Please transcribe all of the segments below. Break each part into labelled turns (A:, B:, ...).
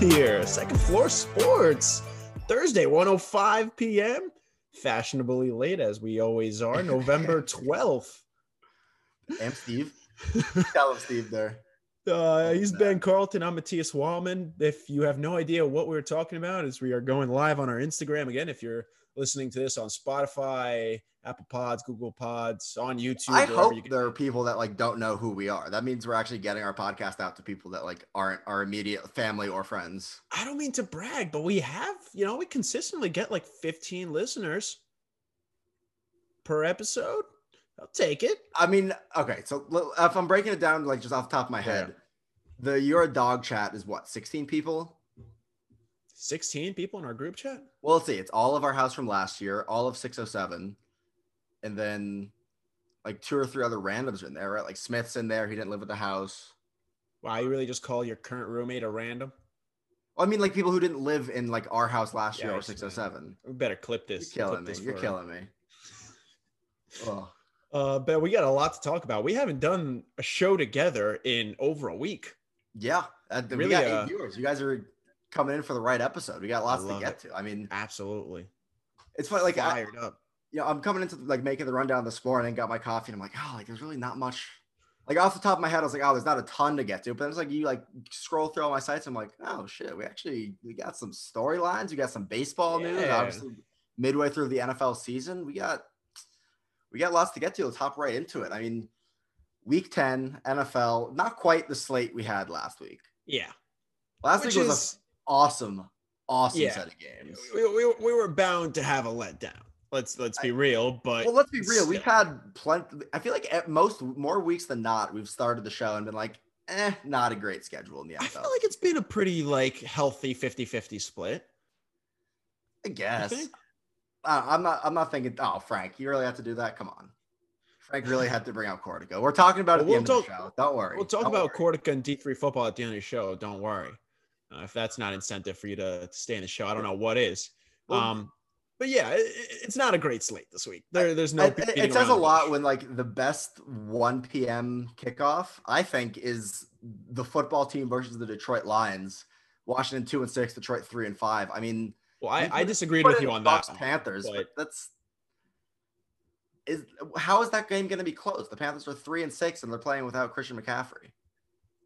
A: here. Second floor sports. Thursday, 105 p.m. Fashionably late as we always are. November 12th.
B: I'm Steve. Tell him Steve there.
A: Uh, he's Ben Carlton. I'm Matthias Wallman. If you have no idea what we're talking about, is we are going live on our Instagram again. If you're listening to this on Spotify, Apple Pods, Google Pods, on YouTube,
B: I
A: wherever
B: hope
A: you can-
B: there are people that like don't know who we are. That means we're actually getting our podcast out to people that like aren't our immediate family or friends.
A: I don't mean to brag, but we have, you know, we consistently get like 15 listeners per episode. I'll take it.
B: I mean, okay, so l- if I'm breaking it down like just off the top of my head, the You're a Dog chat is what 16 people.
A: 16 people in our group chat.
B: Well, let's see. It's all of our house from last year, all of 607, and then like two or three other randoms are in there, right? Like Smith's in there. He didn't live at the house.
A: Wow, you really just call your current roommate a random?
B: I mean, like people who didn't live in like our house last year
A: Yeah,
B: or
A: it's-
B: 607.
A: We better clip this.
B: You're killing
A: clip
B: me.
A: this
B: You're
A: for-
B: killing me. Oh,
A: Uh, but we got a lot to talk about. We haven't done a show together in over a week.
B: yeah. That, we
A: Really,
B: got eight
A: uh,
B: viewers. You guys are coming in for the right episode. We got lots to
A: love
B: get
A: it.
B: to. I mean,
A: Absolutely.
B: it's funny. Like, I,
A: fired up.
B: you know, I'm coming into like making the rundown this morning, got my coffee, and I'm like, oh, like there's really not much. Like off the top of my head, I was like, oh, there's not a ton to get to. But then it's like you like scroll through all my sites. I'm like, oh shit, we actually we got some storylines. We got some baseball news.
A: Yeah.
B: Obviously, midway through the NFL season, we got we got lots to get to. Let's hop right into it. I mean, week ten NFL, not quite the slate we had last week.
A: Yeah.
B: Last
A: Which
B: week was
A: is,
B: an awesome, awesome
A: Yeah.
B: set of games.
A: we, we, we were bound to have a letdown. Let's let's be real, but
B: Well, let's be real. We've
A: still.
B: had plenty. I feel like at most more weeks than not, we've started the show and been like, eh, not a great schedule in the NFL.
A: I feel like it's been a pretty like healthy 50-50 split.
B: I guess.
A: think?
B: Uh, I'm not. I'm not thinking. Oh, Frank, you really have to do that. Come on, Frank really had to bring out Cortico. We're talking about
A: Well,
B: it at the
A: we'll
B: end of the show. Don't worry.
A: We'll talk
B: Don't
A: about
B: worry.
A: Cortica and D3 football at the end of the show. Don't worry. Uh, if that's not incentive for you to stay in the show, I don't know what is.
B: Well,
A: Um, but yeah, it, it- it's not a great slate this week. There, there's no.
B: I- it,
A: beating
B: it says
A: around
B: a
A: the
B: lot
A: bush.
B: when like the best 1 p.m. kickoff, I think, is the football team versus the Detroit Lions. Washington two and six, Detroit three and five. I mean,
A: Well, I,
B: you
A: I
B: put-
A: disagreed
B: put
A: with
B: in
A: you on
B: Bucks
A: that. one.
B: Panthers, but,
A: but-
B: that's is how is that game going to be close? The Panthers are three and six, and they're playing without Christian McCaffrey,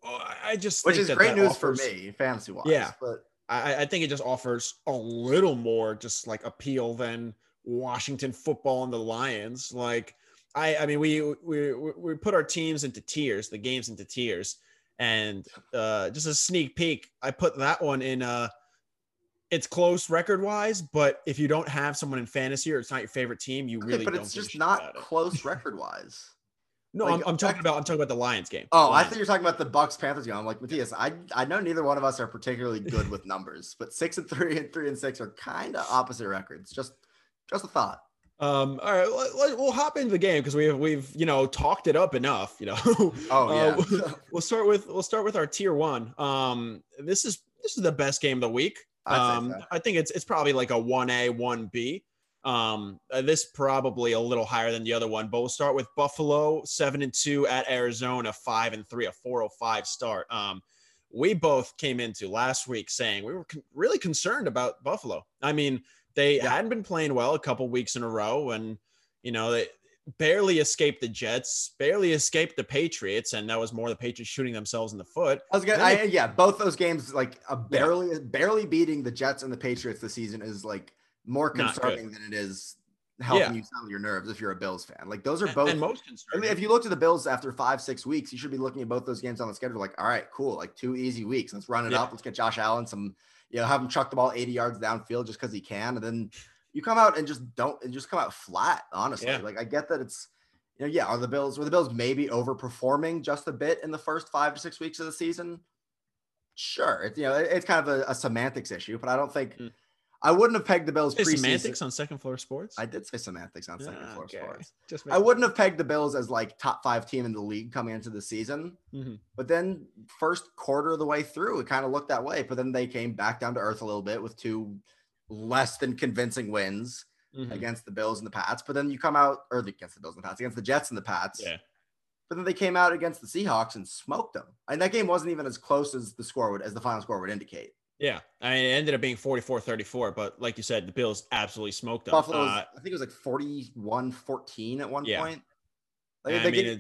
A: Well, I Oh, I just
B: which
A: think
B: is
A: that
B: great
A: that
B: news
A: offers,
B: for me, fantasy wise.
A: Yeah.
B: but
A: I, I- I think it just offers a little more just like appeal than Washington football and the Lions. Like I, I mean, we we we we put our teams into tiers, the games into tiers, and uh, just a sneak peek, I put that one in. Uh, it's close record wise, but if you don't have someone in fantasy or it's not your favorite team, you
B: okay,
A: really
B: but
A: don't.
B: it's
A: give a
B: just
A: shit
B: not
A: about it.
B: close record wise.
A: No,
B: like,
A: I'm, I'm talking
B: that-
A: about I'm talking about the Lions game.
B: Oh, I
A: Lions.
B: think you're talking about the Bucks Panthers game. I'm like Matthias. I I know neither one of us are particularly good with numbers, but six and three and three and six are kind of opposite records. Just just a thought.
A: Um, all right, let, let- we'll hop into the game because we've we've you know talked it up enough. You know,
B: Oh yeah.
A: Uh, we'll start with we'll start with our tier one. Um, this is this is the best game of the week.
B: I'd say
A: Um,
B: so.
A: I think it's it's probably like a one A one B. Um, uh, this probably a little higher than the other one, but we'll start with Buffalo seven and two at Arizona five and three a four oh five start. Um, we both came into last week saying we were con- really concerned about Buffalo. I mean, they
B: Yeah.
A: hadn't been playing well a couple weeks in a row, and you know they barely escaped the Jets, barely escaped the Patriots, and that was more the Patriots shooting themselves in the foot.
B: I was gonna,
A: Then
B: I, yeah, both those games, like a barely, barely beating the Jets and the Patriots this season is like more
A: Not good.
B: concerning than it is helping
A: Yeah.
B: you settle your nerves if you're a Bills fan. Like those are
A: And-
B: both.
A: and most
B: I mean,
A: concerning.
B: if you looked at the Bills after five, six weeks, you should be looking at both those games on the schedule. Like, all right, cool, like two easy weeks. Let's run it
A: Yeah.
B: up. Let's get Josh Allen some, you know, have him chuck the ball 80 yards downfield just because he can, and then you come out and just don't, and just come out flat. Honestly,
A: Yeah.
B: like I get that it's. You know, yeah, are the Bills were the Bills maybe overperforming just a bit in the first five to six weeks of the season? Sure, it's you know it- it's kind of a, a semantics issue, but I don't think
A: Mm.
B: I wouldn't have pegged the Bills
A: Say
B: preseason.
A: semantics on second floor sports.
B: I did say semantics on second
A: Ah,
B: floor
A: okay.
B: sports.
A: Just
B: I wouldn't have pegged the Bills as like top five team in the league coming into the season,
A: Mhm.
B: but then first quarter of the way through, it kind of looked that way. But then they came back down to earth a little bit with two less than convincing wins
A: Mhm.
B: against the Bills and the Pats. But then you come out or against the Bills and the Pats against the Jets and the Pats.
A: Yeah.
B: But then they came out against the Seahawks and smoked them. And that game wasn't even as close as the score would, as the final score would indicate.
A: Yeah, I mean, it ended up being 44-34, but like you said, the Bills absolutely smoked them.
B: Buffalo, was,
A: Uh,
B: I think it was like 41 14 at one
A: yeah.
B: point. Like,
A: I
B: they
A: mean,
B: get-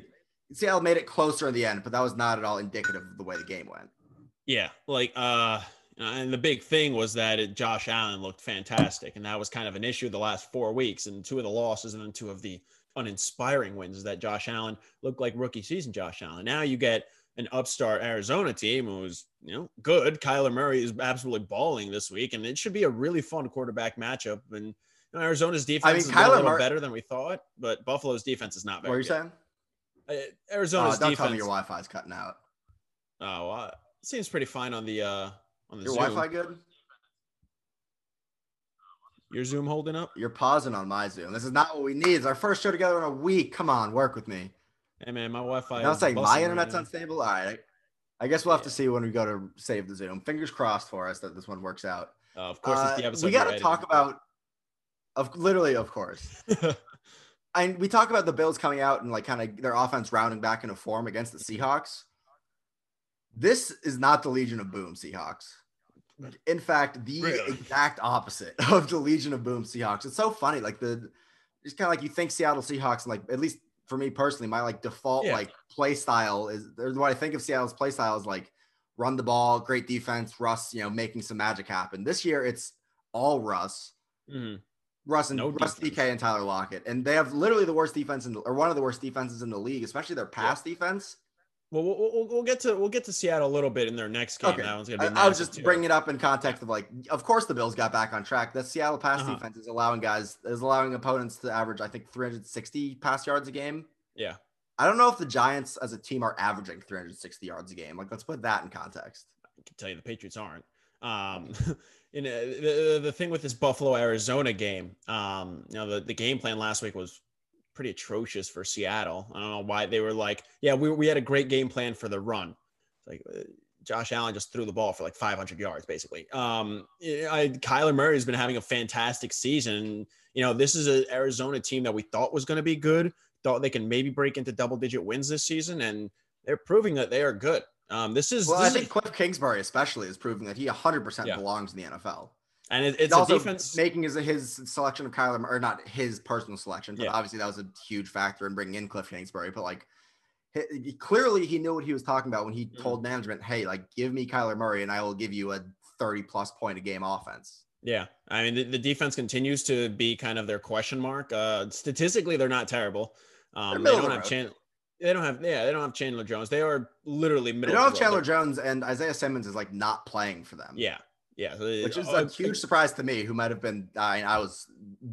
A: it-
B: Seattle made it closer in the end, but that was not at all indicative of the way the game went.
A: yeah, like uh, and the big thing was that it, Josh Allen looked fantastic, and that was kind of an issue the last four weeks, and two of the losses, and then two of the uninspiring wins is that Josh Allen looked like rookie season Josh Allen. Now you get an upstart Arizona team who's you know good. Kyler Murray is absolutely balling this week, and it should be a really fun quarterback matchup. And you know, Arizona's defense is
B: Kyler
A: a little
B: Murray-
A: better than we thought, but Buffalo's defense is not
B: What are
A: very
B: you
A: good.
B: saying?
A: Uh,
B: Oh,
A: Arizona's
B: don't tell me
A: defense.
B: your Wi-Fi's cutting out.
A: oh, uh, seems pretty fine on the uh on the
B: Your
A: Zoom.
B: Wi-Fi good?
A: Your Zoom holding up?
B: You're pausing on my Zoom. This is not what we need. It's our first show together in a week. Come on, work with me.
A: Hey man, my Wi-Fi.
B: I was
A: is
B: saying
A: busting
B: my
A: right
B: internet's
A: now.
B: unstable. All right. I guess we'll have to
A: Yeah.
B: see when we go to save the Zoom. Fingers crossed for us that this one works out.
A: Uh, of course, it's the
B: Uh,
A: episode.
B: we got
A: we're
B: to talk
A: editing.
B: about, of literally, of course. And we talk about the Bills coming out and like kind of their offense rounding back into form against the Seahawks. This is not the Legion of Boom Seahawks. In fact, the
A: Really?
B: exact opposite of the Legion of Boom Seahawks. It's so funny. Like the, it's kind of like you think Seattle Seahawks, like at least for me personally, my like default
A: Yeah.
B: like play style is there's what I think of Seattle's play style is like run the ball, great defense, Russ, you know, making some magic happen. This year it's all Russ.
A: Mhm.
B: Russ and
A: No
B: Russ
A: defense.
B: DK and Tyler Lockett. And they have literally the worst defense in the, or one of the worst defenses in the league, especially their pass defense.
A: Well, we'll, we'll, we'll get to we'll get to Seattle a little bit in their next game.
B: Okay.
A: That one's gonna
B: I,
A: be.
B: I was
A: massive,
B: just
A: too.
B: bringing it up in context of like, of course the Bills got back on track. The Seattle pass
A: Uh-huh.
B: defense is allowing guys is allowing opponents to average, I think, 360 pass yards a game.
A: Yeah.
B: I don't know if the Giants as a team are averaging 360 yards a game. Like, let's put that in context.
A: can tell you the Patriots aren't. Um, you know, the, the thing with this Buffalo Arizona game, um, you know, the, the game plan last week was pretty atrocious for Seattle. I don't know why they were like, yeah, we, we had a great game plan for the run. It's like uh, Josh Allen just threw the ball for like 500 yards, basically. Um, I, Kyler Murray has been having a fantastic season. You know, this is an Arizona team that we thought was going to be good, thought they can maybe break into double digit wins this season. And they're proving that they are good. Um, this is,
B: Well,
A: this
B: I
A: is
B: think Cliff Kingsbury especially is proving that he 100%
A: Yeah.
B: belongs in the NFL.
A: And it, it's
B: It's also
A: a defense.
B: making his his selection of Kyler Mur- or not his personal selection, but
A: Yeah.
B: obviously that was a huge factor in bringing in Cliff Kingsbury. But like, he, he- clearly he knew what he was talking about when he
A: Mhm.
B: told management, "Hey, like, give me Kyler Murray, and I will give you a thirty plus point a game offense."
A: yeah. I mean, the, the defense continues to be kind of their question mark. Uh, statistically, they're not terrible. Um, they
B: middle of
A: don't
B: the
A: have
B: road.
A: Chan- They don't have, yeah, they don't have Chandler Jones. They are literally
B: They
A: middle.
B: don't
A: of
B: have
A: the road.
B: Chandler Jones and Isaiah Simmons is like not playing for them.
A: Yeah. Yeah. So
B: Which
A: it-
B: is
A: uh,
B: a huge surprise to me, who might have been. I, I was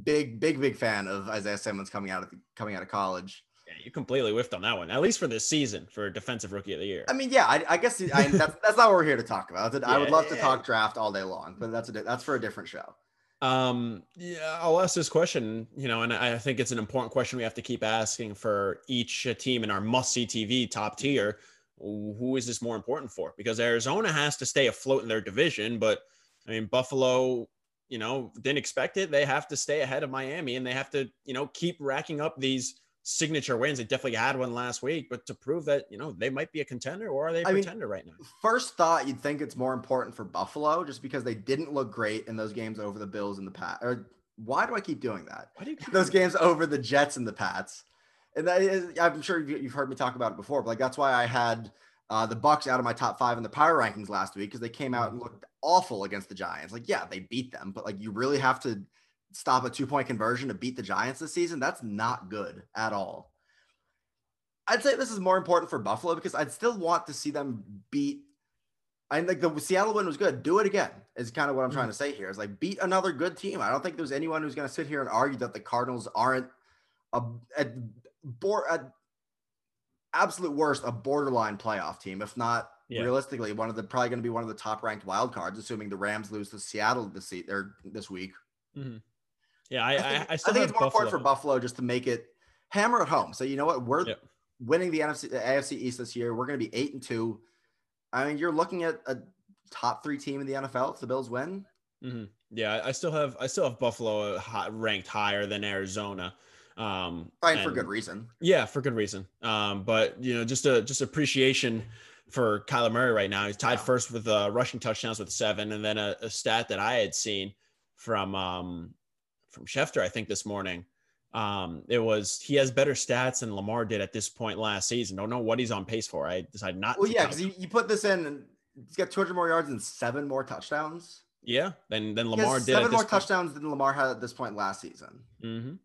B: big, big, big fan of Isaiah Simmons coming out of the, coming out of college.
A: yeah, you completely whiffed on that one, at least for this season for defensive rookie of the year.
B: I mean, yeah, I, I guess I, that's, that's not what we're here to talk about. That's- I would
A: Yeah,
B: love to
A: yeah.
B: talk draft all day long, but that's a di- that's for a different show.
A: Um, yeah, I'll ask this question, you know, and I I think it's an important question we have to keep asking for each uh, team in our must see TV top tier. Who is this more important for? Because Arizona has to stay afloat in their division, but I mean, Buffalo, you know, didn't expect it. They have to stay ahead of Miami and they have to, you know, keep racking up these signature wins. They definitely had one last week, but to prove that, you know, they might be a contender or are they a
B: I mean-
A: pretender right now?
B: First thought, you'd think it's more important for Buffalo just because they didn't look great in those games over the Bills in the past. Or why do I keep doing that?
A: Why do you
B: Those games over the Jets and the Pats, and that is, I'm sure you- you've heard me talk about it before. But like that's why I had uh, the Bucks out of my top five in the power rankings last week because they came out and looked awful against the Giants. Like, yeah, they beat them, but like you really have to stop a two point conversion to beat the Giants this season. That's not good at all. I'd say this is more important for Buffalo because I'd still want to see them beat. I like the Seattle win was good. Do it again is kind of what I'm trying to say here. Is like beat another good team. I don't think there's anyone who's going to sit here and argue that the Cardinals aren't a at bor- at absolute worst a borderline playoff team, if not
A: Yeah.
B: realistically one of the probably going to be one of the top ranked wild cards, assuming the Rams lose to Seattle this se- or this week.
A: Mhm. Yeah, I, I, I,
B: think,
A: still
B: think
A: have
B: it's more important for
A: Buffalo.
B: Buffalo just to make it hammer at home. So you know what, we're
A: Yep.
B: winning the NFC the AFC East this year. We're going to be eight and two. I mean, you're looking at a top three team in the NFL if the Bills win.
A: hmm Yeah, I- I still have I still have Buffalo uh, hi- ranked higher than Arizona. Um,
B: Fine for
A: and-
B: good reason.
A: Yeah, for good reason. Um, but you know, just a just appreciation for Kyler Murray right now. He's tied
B: Yeah.
A: first with uh, rushing touchdowns with seven, and then a, a stat that I had seen from um, from Schefter, I think this morning. Um, it was he has better stats than Lamar did at this point last season. Don't know what he's on pace for. I decided not.
B: Well,
A: to
B: yeah,
A: count.
B: because you, you put this in, and he's got 200 more yards and seven more touchdowns.
A: yeah. Then then
B: He has
A: Lamar did
B: seven
A: at
B: more
A: this point.
B: touchdowns than Lamar had at this point last season.
A: Mhm.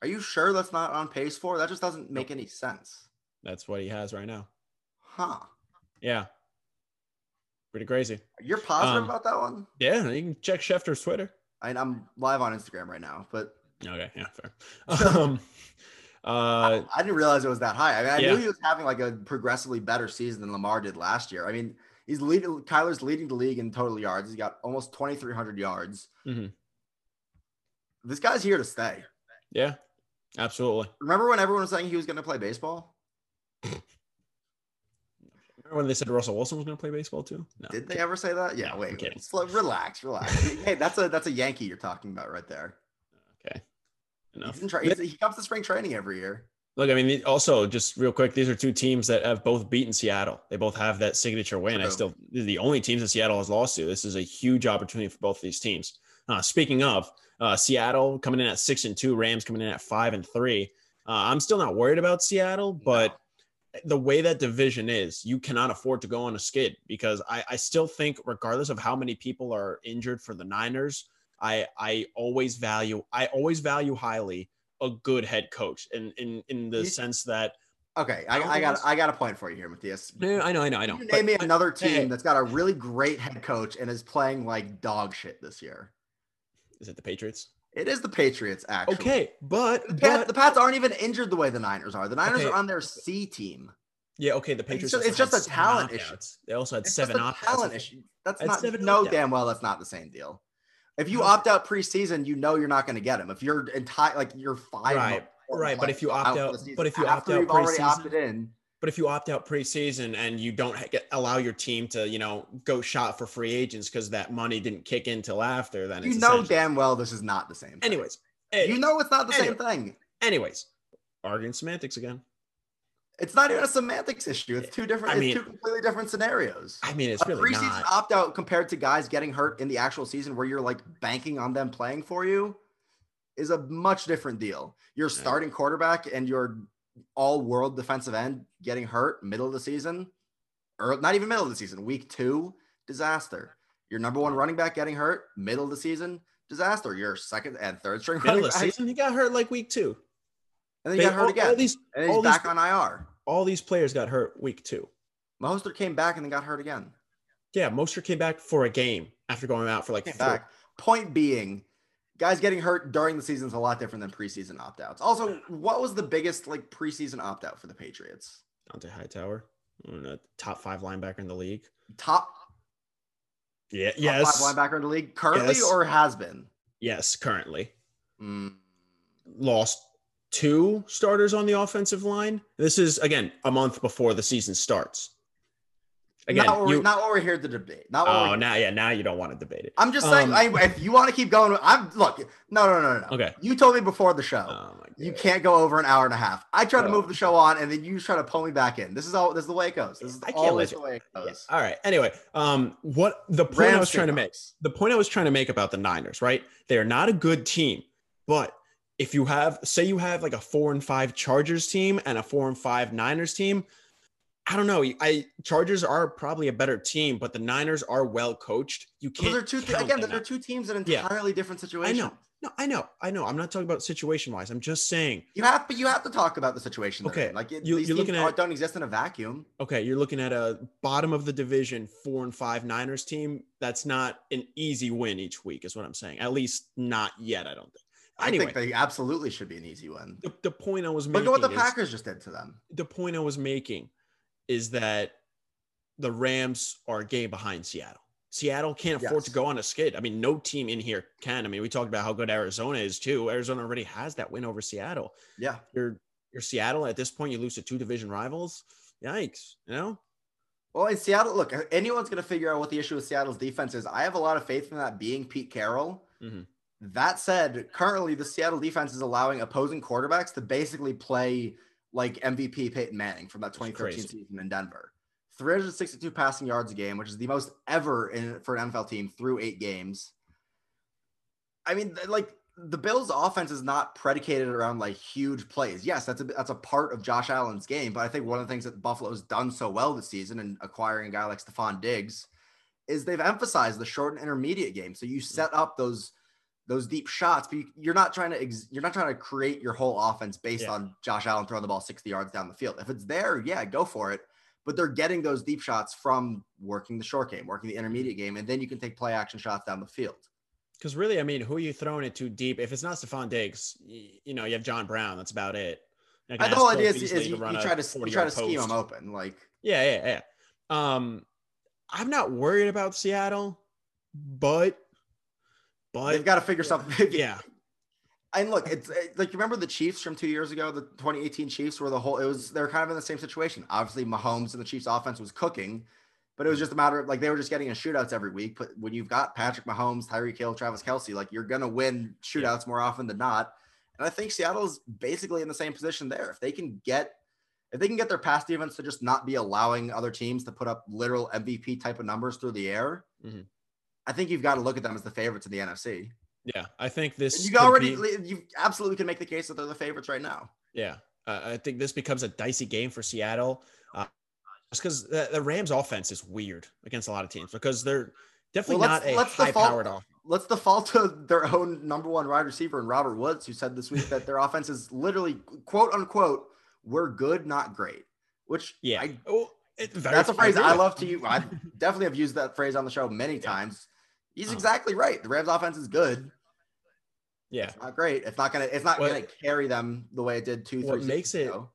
B: Are you sure that's not on pace for? That just doesn't make any sense,
A: That's what he has right now.
B: huh?
A: Yeah, pretty crazy.
B: You're positive
A: Um,
B: about that one?
A: Yeah, you can check Schefter's Twitter.
B: I, I'm live on Instagram right now, but
A: Okay, yeah, fair. Um, uh,
B: I didn't realize it was that high. I mean, I
A: Yeah.
B: knew he was having like a progressively better season than Lamar did last year. I mean, he's leading. Kyler's leading the league in total yards. He's got almost 2,300 yards.
A: Mhm.
B: This guy's here to stay.
A: yeah, absolutely.
B: Remember when everyone was saying he was going to play baseball?
A: Remember when they said Russell Wilson was going to play baseball too? No.
B: Did they ever say that? Yeah.
A: No, I'm
B: wait.
A: kidding.
B: wait. Slow, relax. Relax. hey, that's a that's a Yankee you're talking about right there.
A: Okay.
B: He's
A: Enough.
B: in tra- he's- he comes to spring training every year.
A: Look, I mean, the- also just real quick, these are two teams that have both beaten Seattle. They both have that signature win. I
B: True.
A: still these are the only teams that Seattle has lost to. This is a huge opportunity for both these teams. Uh, speaking of uh, Seattle coming in at six and two, Rams coming in at five and three. Uh, I'm still not worried about Seattle, but the way that division is, you cannot afford to go on a skid because I, I still think, regardless of how many people are injured for the Niners, I I always value I always value highly a good head coach in in in the
B: You-
A: sense that
B: Okay, I,
A: don't
B: I
A: think
B: got
A: it's-
B: I got a point for you here, Matthias.
A: Yeah, I know I know I know.
B: You
A: But
B: name me another team
A: hey.
B: that's got a really great head coach and is playing like dog shit this year.
A: is it the Patriots?
B: It is the Patriots, actually.
A: Okay, but
B: The, Pat,
A: but
B: the Pats aren't even injured the way the Niners are. The Niners
A: Okay.
B: are on their C team.
A: yeah, okay, the Patriots.
B: just-
A: also
B: it's just
A: had
B: a
A: seven
B: talent issue.
A: opt-outs. They also had
B: It's just
A: seven
B: a
A: opt-outs.
B: talent issue. That's
A: It's
B: not you
A: seven
B: know
A: opt-outs.
B: damn well that's not the same deal. If you
A: No.
B: opt out preseason, you know you're not going to get him. If you're entire like you're five,
A: Right,
B: months
A: right, but if you
B: out
A: opt
B: for
A: out-
B: the season
A: but if you
B: after
A: opt out
B: you've already
A: preseason-
B: opted in,
A: But if you opt out preseason and you don't ha- get, allow your team to, you know, go shop for free agents because that money didn't kick in till after, then
B: you
A: it's
B: know
A: essentially-
B: damn well this is not the same. Thing.
A: Anyways,
B: you know it's not the
A: anyway.
B: same thing.
A: Anyways, arguing semantics again.
B: It's not even a semantics issue. It's two different.
A: I mean-
B: it's two completely different scenarios.
A: I mean, it's
B: a
A: really
B: preseason
A: not.
B: opt out compared to guys getting hurt in the actual season, where you're like banking on them playing for you, is a much different deal. Your starting quarterback and your all world defensive end getting hurt middle of the season, or not even middle of the season, week two disaster. Your number one running back getting hurt middle of the season disaster. Your second and third string
A: Middle
B: running
A: of
B: back,
A: the season, he got hurt like week two.
B: and then he
A: They-
B: got hurt
A: all-
B: again,
A: All these,
B: and then he's
A: all these-
B: back on IR.
A: all these players got hurt week two.
B: Mahoster came back and then got hurt again.
A: Yeah, Mostert came back for a game after going out for like
B: Came
A: four.
B: back. Point being, guys getting hurt during the season is a lot different than preseason opt outs. Also, what was the biggest like preseason opt out for the Patriots?
A: Dante Hightower, one of the top five linebacker in the league.
B: Top,
A: Yeah,
B: top
A: yes,
B: five linebacker in the league currently
A: Yes.
B: or has been?
A: yes. Currently
B: Mm,
A: lost two starters on the offensive line. This is again a month before the season starts. Again,
B: not, what
A: you,
B: we're, not what we're here to debate. Not what
A: oh
B: we're,
A: now yeah now you don't want to debate it.
B: I'm just saying.
A: um,
B: I, if you want to keep going, I'm look. No, no, no, no, no.
A: Okay.
B: You told me before the show.
A: Oh my god.
B: You can't go over an hour and a half. I try to
A: Oh.
B: move the show on, and then you try to pull me back in. This is all. This is the way it goes. This is
A: I can't let
B: always
A: you-
B: the way it
A: Yeah,
B: goes.
A: All right. Anyway, um, what the point I
B: Rams,
A: was trying to make.
B: Seahawks.
A: the point I was trying to make about the Niners, right? They are not a good team, but if you have, say, you have like a four and five Chargers team and a four and five Niners team, I don't know. I Chargers are probably a better team, but the Niners are well coached. You can't.
B: Those are two.
A: count
B: again,
A: them
B: those are
A: out.
B: two teams in
A: Yeah.
B: entirely different situations.
A: No, I know, I know. I'm not talking about situation wise. I'm just saying.
B: You have, but you have to talk about the situation. they're
A: Okay,
B: in. like it,
A: you-
B: these
A: you're
B: teams
A: looking
B: aren't-
A: at-
B: don't exist in a vacuum.
A: Okay, you're looking at a bottom of the division four and five Niners team. That's not an easy win each week, is what I'm saying. At least not yet. I don't think. Anyway,
B: I think they absolutely should be an easy one.
A: the, the point I was making.
B: Look at what the
A: is-
B: Packers just did to them.
A: the point I was making is that the Rams are a game behind Seattle. Seattle can't afford
B: Yes.
A: to go on a skid. I mean, no team in here can. I mean, we talked about how good Arizona is too. Arizona already has that win over Seattle.
B: Yeah,
A: You're you're Seattle at this point. You lose to two division rivals. Yikes! You know,
B: Well, in Seattle, look, anyone's going to figure out what the issue with Seattle's defense is. I have a lot of faith in that being Pete Carroll.
A: Mhm.
B: That said, currently the Seattle defense is allowing opposing quarterbacks to basically play like MVP Peyton Manning from that
A: That's
B: 2013
A: crazy.
B: season in Denver. 362 passing yards a game, which is the most ever in for an NFL team through eight games. I mean, th- like the Bills' offense is not predicated around like huge plays. Yes, that's a that's a part of Josh Allen's game, but I think one of the things that Buffalo's done so well this season and acquiring a guy like Stephon Diggs is they've emphasized the short and intermediate game. So you set up those those deep shots, but you, you're not trying to ex, you're not trying to create your whole offense based
A: Yeah.
B: on Josh Allen throwing the ball 60 yards down the field. If it's there, yeah, go for it. But they're getting those deep shots from working the short game, working the intermediate game, and then you can take play action shots down the field.
A: Because really, I mean, who are you throwing it to deep? If it's not Stephon Diggs, y- you know, you have John Brown. That's about it. You're not gonna
B: And the whole
A: ask Cole
B: idea is,
A: Beasley
B: is you,
A: run
B: you
A: a
B: try to you try
A: 40-yard
B: to scheme them
A: post.
B: open. Like
A: Yeah, yeah, yeah. Um, I'm not worried about Seattle, but
B: they've
A: but
B: got to figure something.
A: yeah,
B: And look, it's it, like you remember the Chiefs from two years ago, the 2018 Chiefs, where the whole it was they're kind of in the same situation. Obviously, Mahomes and the Chiefs' offense was cooking, but it was just a matter of like they were just getting in shootouts every week. But when you've got Patrick Mahomes, Tyreek Hill, Travis Kelsey, like you're gonna win shootouts more often than not. And I think Seattle's basically in the same position there. If they can get if they can get their pass defense to just not be allowing other teams to put up literal MVP type of numbers through the air,
A: Mhm.
B: I think you've got to look at them as the favorites in the NFC.
A: yeah. I think this
B: You
A: could
B: already,
A: be-
B: you absolutely can make the case that they're the favorites right now.
A: Yeah, uh, I think this becomes a dicey game for Seattle, uh, just because the, the Rams' offense is weird against a lot of teams because they're definitely
B: Well, let's-
A: not a
B: let's default-
A: high-powered offense.
B: Let's default to their own number one wide receiver and Robert Woods, who said this week that their offense is literally quote unquote, we're good, not great. Which
A: Yeah,
B: I,
A: Oh, it- very-
B: that's a phrase
A: agree
B: I
A: with.
B: love to use. I definitely have used that phrase on the show many times. He's
A: Uh-huh.
B: exactly right. The Rams offense is good,
A: Yeah,
B: not great. It's not gonna it's not
A: What-
B: gonna carry them the way it did two,
A: what
B: three
A: makes
B: seasons
A: it-
B: ago.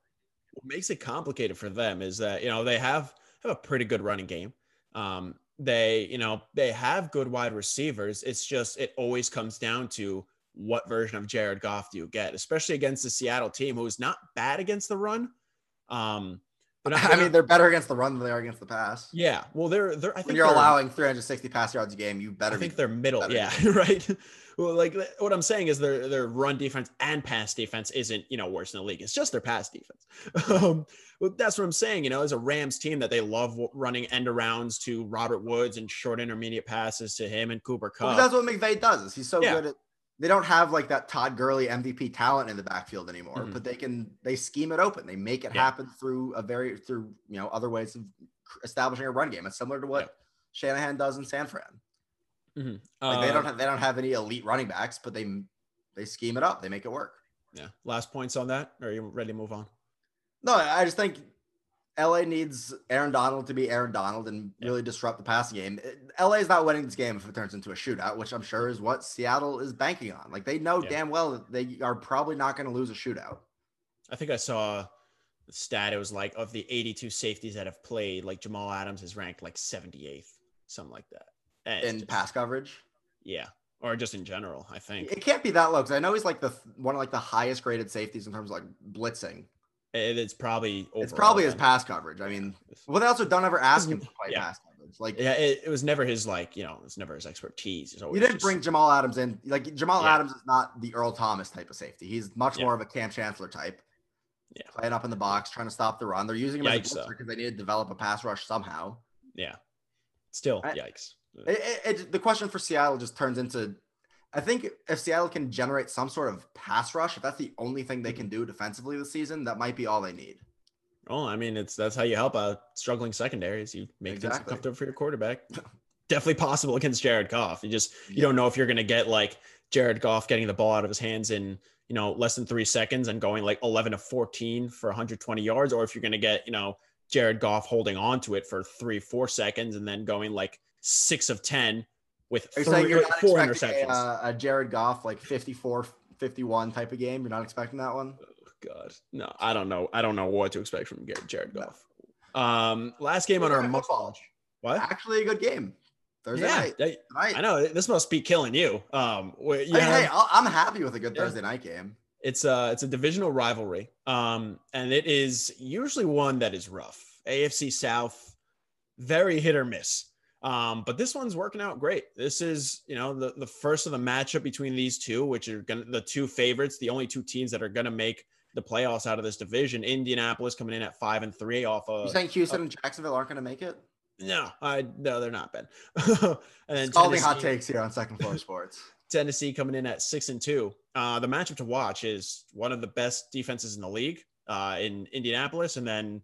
A: what makes it complicated for them is that you know they have have a pretty good running game. Um, they you know they have good wide receivers. It's just it always comes down to what version of Jared Goff do you get, especially against the Seattle team who is not bad against the run. Um, they're not-
B: I
A: they're
B: mean,
A: not-
B: they're better against the run than they are against the pass.
A: yeah. Well, they're they're I think
B: When you're
A: they're-
B: allowing 360 pass yards a game, you better
A: I think
B: be
A: they're middle.
B: better
A: yeah, right. Well, like th- what I'm saying is their their run defense and pass defense isn't you know worse in the league. It's just their pass defense. Um, well, that's what I'm saying. You know, as a Rams team that they love w- running end arounds to Robert Woods and short intermediate passes to him and Cooper
B: Well,
A: Cup.
B: 'cause that's what McVay does. Is he's so
A: Yeah.
B: good at. They don't have like that Todd Gurley MVP talent in the backfield anymore,
A: Mhm.
B: but they can they scheme it open. They make it
A: Yeah.
B: happen through a very through you know other ways of establishing a run game. It's similar to what
A: Yeah.
B: Shanahan does in San Fran. Like,
A: Uh,
B: they don't have they don't have any elite running backs, but they they scheme it up. They make it work.
A: yeah. Last points on that. Are you ready to move on?
B: No, I just think LA needs Aaron Donald to be Aaron Donald and
A: Yeah.
B: really disrupt the passing game. LA is not winning this game if it turns into a shootout, which I'm sure is what Seattle is banking on. Like they know
A: Yeah.
B: damn well that they are probably not going to lose a shootout.
A: I think I saw the stat. It was like of the 82 safeties that have played, like Jamal Adams is ranked like 78th, something like that. And it's
B: in
A: just-
B: pass coverage.
A: yeah, or just in general. I think
B: It can't be that low because I know he's like the one of like the highest graded safeties in terms of like blitzing.
A: It- it's probably
B: it's
A: overall
B: probably his
A: then.
B: pass coverage. I mean, well, they also don't ever ask him to play
A: Yeah.
B: pass coverage. Like
A: Yeah, it, it was never his like you know it's never his expertise. Oh, It's
B: You
A: always
B: didn't
A: just-
B: bring Jamal Adams in. Like Jamal
A: Yeah.
B: Adams is not the Earl Thomas type of safety. He's much
A: Yeah.
B: more of a Cam Chancellor type.
A: Yeah.
B: Playing up in the box, trying to stop the run. They're using him
A: Yikes,
B: as a
A: though.
B: blitzer because they need to develop a pass rush somehow.
A: yeah, still
B: I-
A: yikes.
B: It, it- it- the question for Seattle just turns into, I think if Seattle can generate some sort of pass rush, if that's the only thing they can do defensively this season, that might be all they need.
A: Well, I mean it's that's how you help out struggling secondaries. You make things
B: Exactly.
A: comfortable for your quarterback. Definitely possible against Jared Goff. You just you
B: Yeah.
A: don't know if you're gonna get like Jared Goff getting the ball out of his hands in you know less than three seconds and going like 11 to 14 for 120 yards, or if you're gonna get you know Jared Goff holding on to it for three four seconds and then going like six of ten with
B: Are you
A: three,
B: saying you're not
A: four
B: expecting
A: interceptions.
B: a, uh, a Jared Goff like 54 51 type of game? You're not expecting that one?
A: God, no, I don't know. I don't know what to expect from Gar- Jared
B: No.
A: Goff. Um, last game on
B: Thursday
A: our
B: Night
A: must
B: Football.
A: watch. What?
B: Actually, a good game. Thursday
A: yeah,
B: night.
A: that-
B: Tonight.
A: I know this must be killing you. Um, where you
B: I mean,
A: have-
B: hey, I'll- I'm happy with a good
A: Yeah.
B: Thursday night game.
A: it's a it's a divisional rivalry. Um, and it is usually one that is rough. AFC South, very hit or miss. Um, but this one's working out great. This is you know the the first of the matchup between these two, which are gonna the two favorites, the only two teams that are gonna make the playoffs out of this division. Indianapolis coming in at five and three off
B: You
A: of
B: saying Houston and Jacksonville aren't going to make it?
A: no, I no, they're not Ben. and then
B: It's all the hot
A: Tennessee-
B: takes here on Second Floor Sports.
A: Tennessee coming in at six and two. Uh, the matchup to watch is one of the best defenses in the league uh, in Indianapolis, and then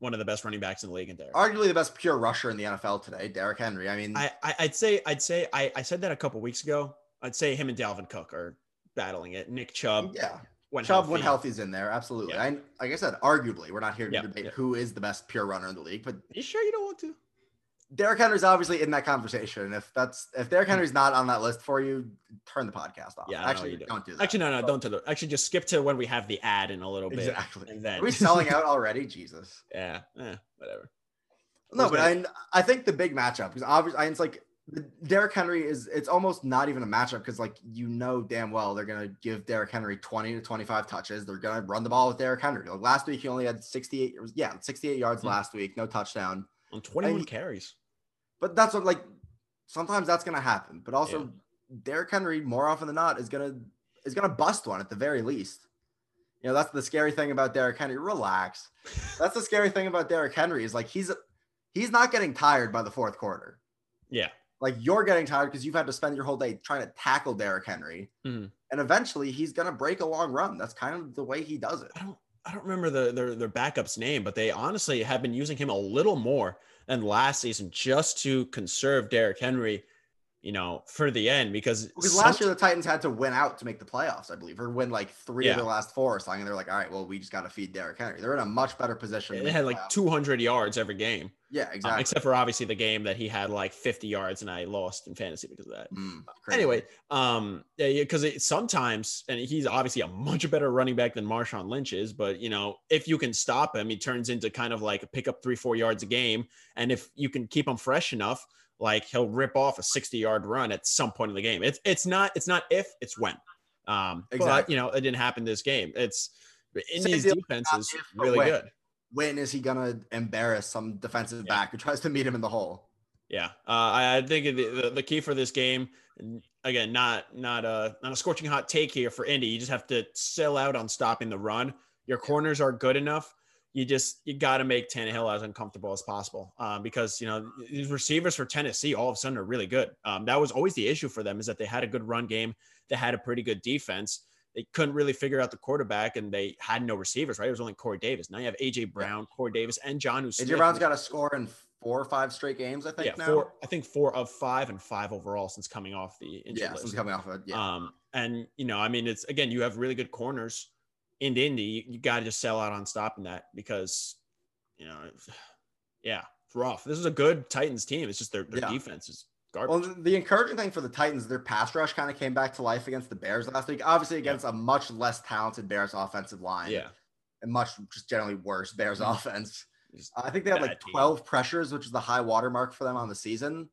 A: one of the best running backs in the league in Derrick.
B: Arguably the best pure rusher in the NFL today, Derrick Henry. I mean,
A: I, I I'd say I'd say I, I said that a couple weeks ago. I'd say him and Dalvin Cook are battling it. Nick Chubb
B: yeah,
A: um, when
B: Chubb
A: healthy.
B: when healthy's in there, absolutely.
A: Yeah.
B: I, like I said, arguably, we're not here to
A: Yeah,
B: debate
A: yeah.
B: who is the best pure runner in the league, but
A: You sure you don't want to?
B: Derrick Henry's obviously in that conversation. If that's if Derrick Henry's not on that list for you, turn the podcast off.
A: Hmm. Yeah, no,
B: actually,
A: you don't.
B: don't. do that.
A: Actually, no, no, don't do that. Actually, just skip to when we have the ad in a little bit.
B: exactly.
A: And then
B: Are we selling out already? Jesus.
A: yeah, eh, whatever.
B: No,
A: Who's
B: but I, I think the big matchup because obviously it's like Derrick Henry is it's almost not even a matchup because like you know damn well they're gonna give Derrick Henry twenty to twenty five touches. They're gonna run the ball with Derrick Henry. Like last week he only had sixty eight yeah sixty eight yards
A: Mhm.
B: last week, no touchdown.
A: On 21
B: I-
A: carries.
B: But that's what like sometimes that's gonna happen. But also
A: Yeah.
B: Derrick Henry more often than not is gonna is gonna bust one at the very least. You know that's the scary thing about Derrick Henry. Relax. That's the scary thing about Derrick Henry is like he's he's not getting tired by the fourth quarter
A: Yeah.
B: like you're getting tired because you've had to spend your whole day trying to tackle Derrick Henry.
A: Mhm.
B: And eventually he's gonna break a long run. That's kind of the way he does it.
A: I don't I don't remember the, their their backup's name, but they honestly have been using him a little more than last season just to conserve Derrick Henry, you know, for the end because,
B: Because last
A: somet-
B: year the Titans had to win out to make the playoffs, I believe, or win like three
A: Yeah.
B: of their last four or something. And they're like, all right, well, we just gotta feed Derrick Henry. They're in a much better position. to
A: they
B: make
A: had
B: the
A: like
B: playoffs.
A: 200 yards every game,
B: yeah,
A: Um,
B: exactly.
A: except for obviously the game that he had like 50 yards and I lost in fantasy because of that.
B: Mm, crazy.
A: Anyway, um, yeah, because it sometimes, and he's obviously a much better running back than Marshawn Lynch is, but you know, if you can stop him, he turns into kind of like a pick up three, four yards a game, and if you can keep him fresh enough, like he'll rip off a sixty-yard run at some point in the game. It's it's not it's not if it's when, um, but
B: Exactly.
A: you know, it didn't happen this game. It's
B: Same
A: Indy's
B: deal,
A: defense
B: not
A: is
B: if, but
A: really
B: when.
A: good.
B: when is he gonna embarrass some defensive
A: Yeah.
B: back who tries to meet him in the hole?
A: Yeah, uh, I I think the, the the key for this game, n- again, not not a not a scorching hot take here for Indy. You just have to sell out on stopping the run. Your corners are good enough. You just you got to make Tannehill as uncomfortable as possible um, because you know these receivers for Tennessee all of a sudden are really good. Um, that was always the issue for them is that they had a good run game, they had a pretty good defense. They couldn't really figure out the quarterback, and they had no receivers. Right, it was only Corey Davis. Now you have AJ Brown, Corey Davis, and John.
B: AJ Brown's got a score in four or five straight games, I think
A: yeah,
B: now.
A: four. I think four of five and five overall since coming off the injury
B: yeah, since
A: list.
B: coming off of yeah.
A: Um, and you know, I mean, it's again, you have really good corners in Indy. You, you got to just sell out on stopping that because, you know, it's- yeah, it's rough. This is a good Titans team. It's just their, their
B: Yeah.
A: defense is garbage.
B: Well, the encouraging thing for the Titans, their pass rush kind of came back to life against the Bears last week. Obviously, against a much less talented Bears offensive line,
A: yeah,
B: and much just generally worse Bears
A: Mhm.
B: offense.
A: Just
B: I think they had
A: bad
B: like
A: team.
B: 12 pressures, which is the high watermark for them on the season.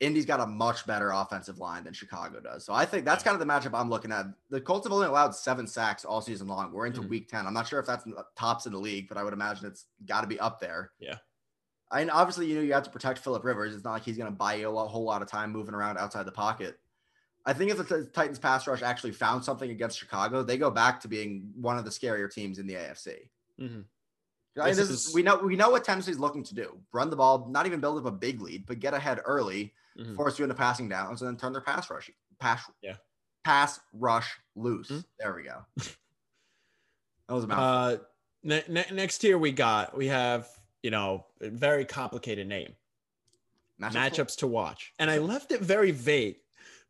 B: Indy's got a much better offensive line than Chicago does, so I think that's kind of the matchup I'm looking at. The Colts have only allowed seven sacks all season long. We're into
A: Mhm.
B: Week 10. I'm not sure if that's in the tops in the league, but I would imagine it's got to be up there.
A: Yeah.
B: I mean, obviously, you know, you have to protect Philip Rivers. It's not like he's going to buy you a lo- whole lot of time moving around outside the pocket. I think if the T- Titans pass rush actually found something against Chicago, they go back to being one of the scarier teams in the AFC.
A: mhm.
B: I mean,
A: This
B: this is,
A: is-
B: we know we know what Tennessee's looking to do: run the ball, not even build up a big lead, but get ahead early,
A: Mhm.
B: force you into passing downs, and then turn their pass rush pass
A: Yeah.
B: pass rush loose.
A: Mhm.
B: There we go. that was a mouthful.
A: Uh, ne- ne- next here we got we have you know a very complicated name.
B: Matchup
A: matchups to watch. And I left it very vague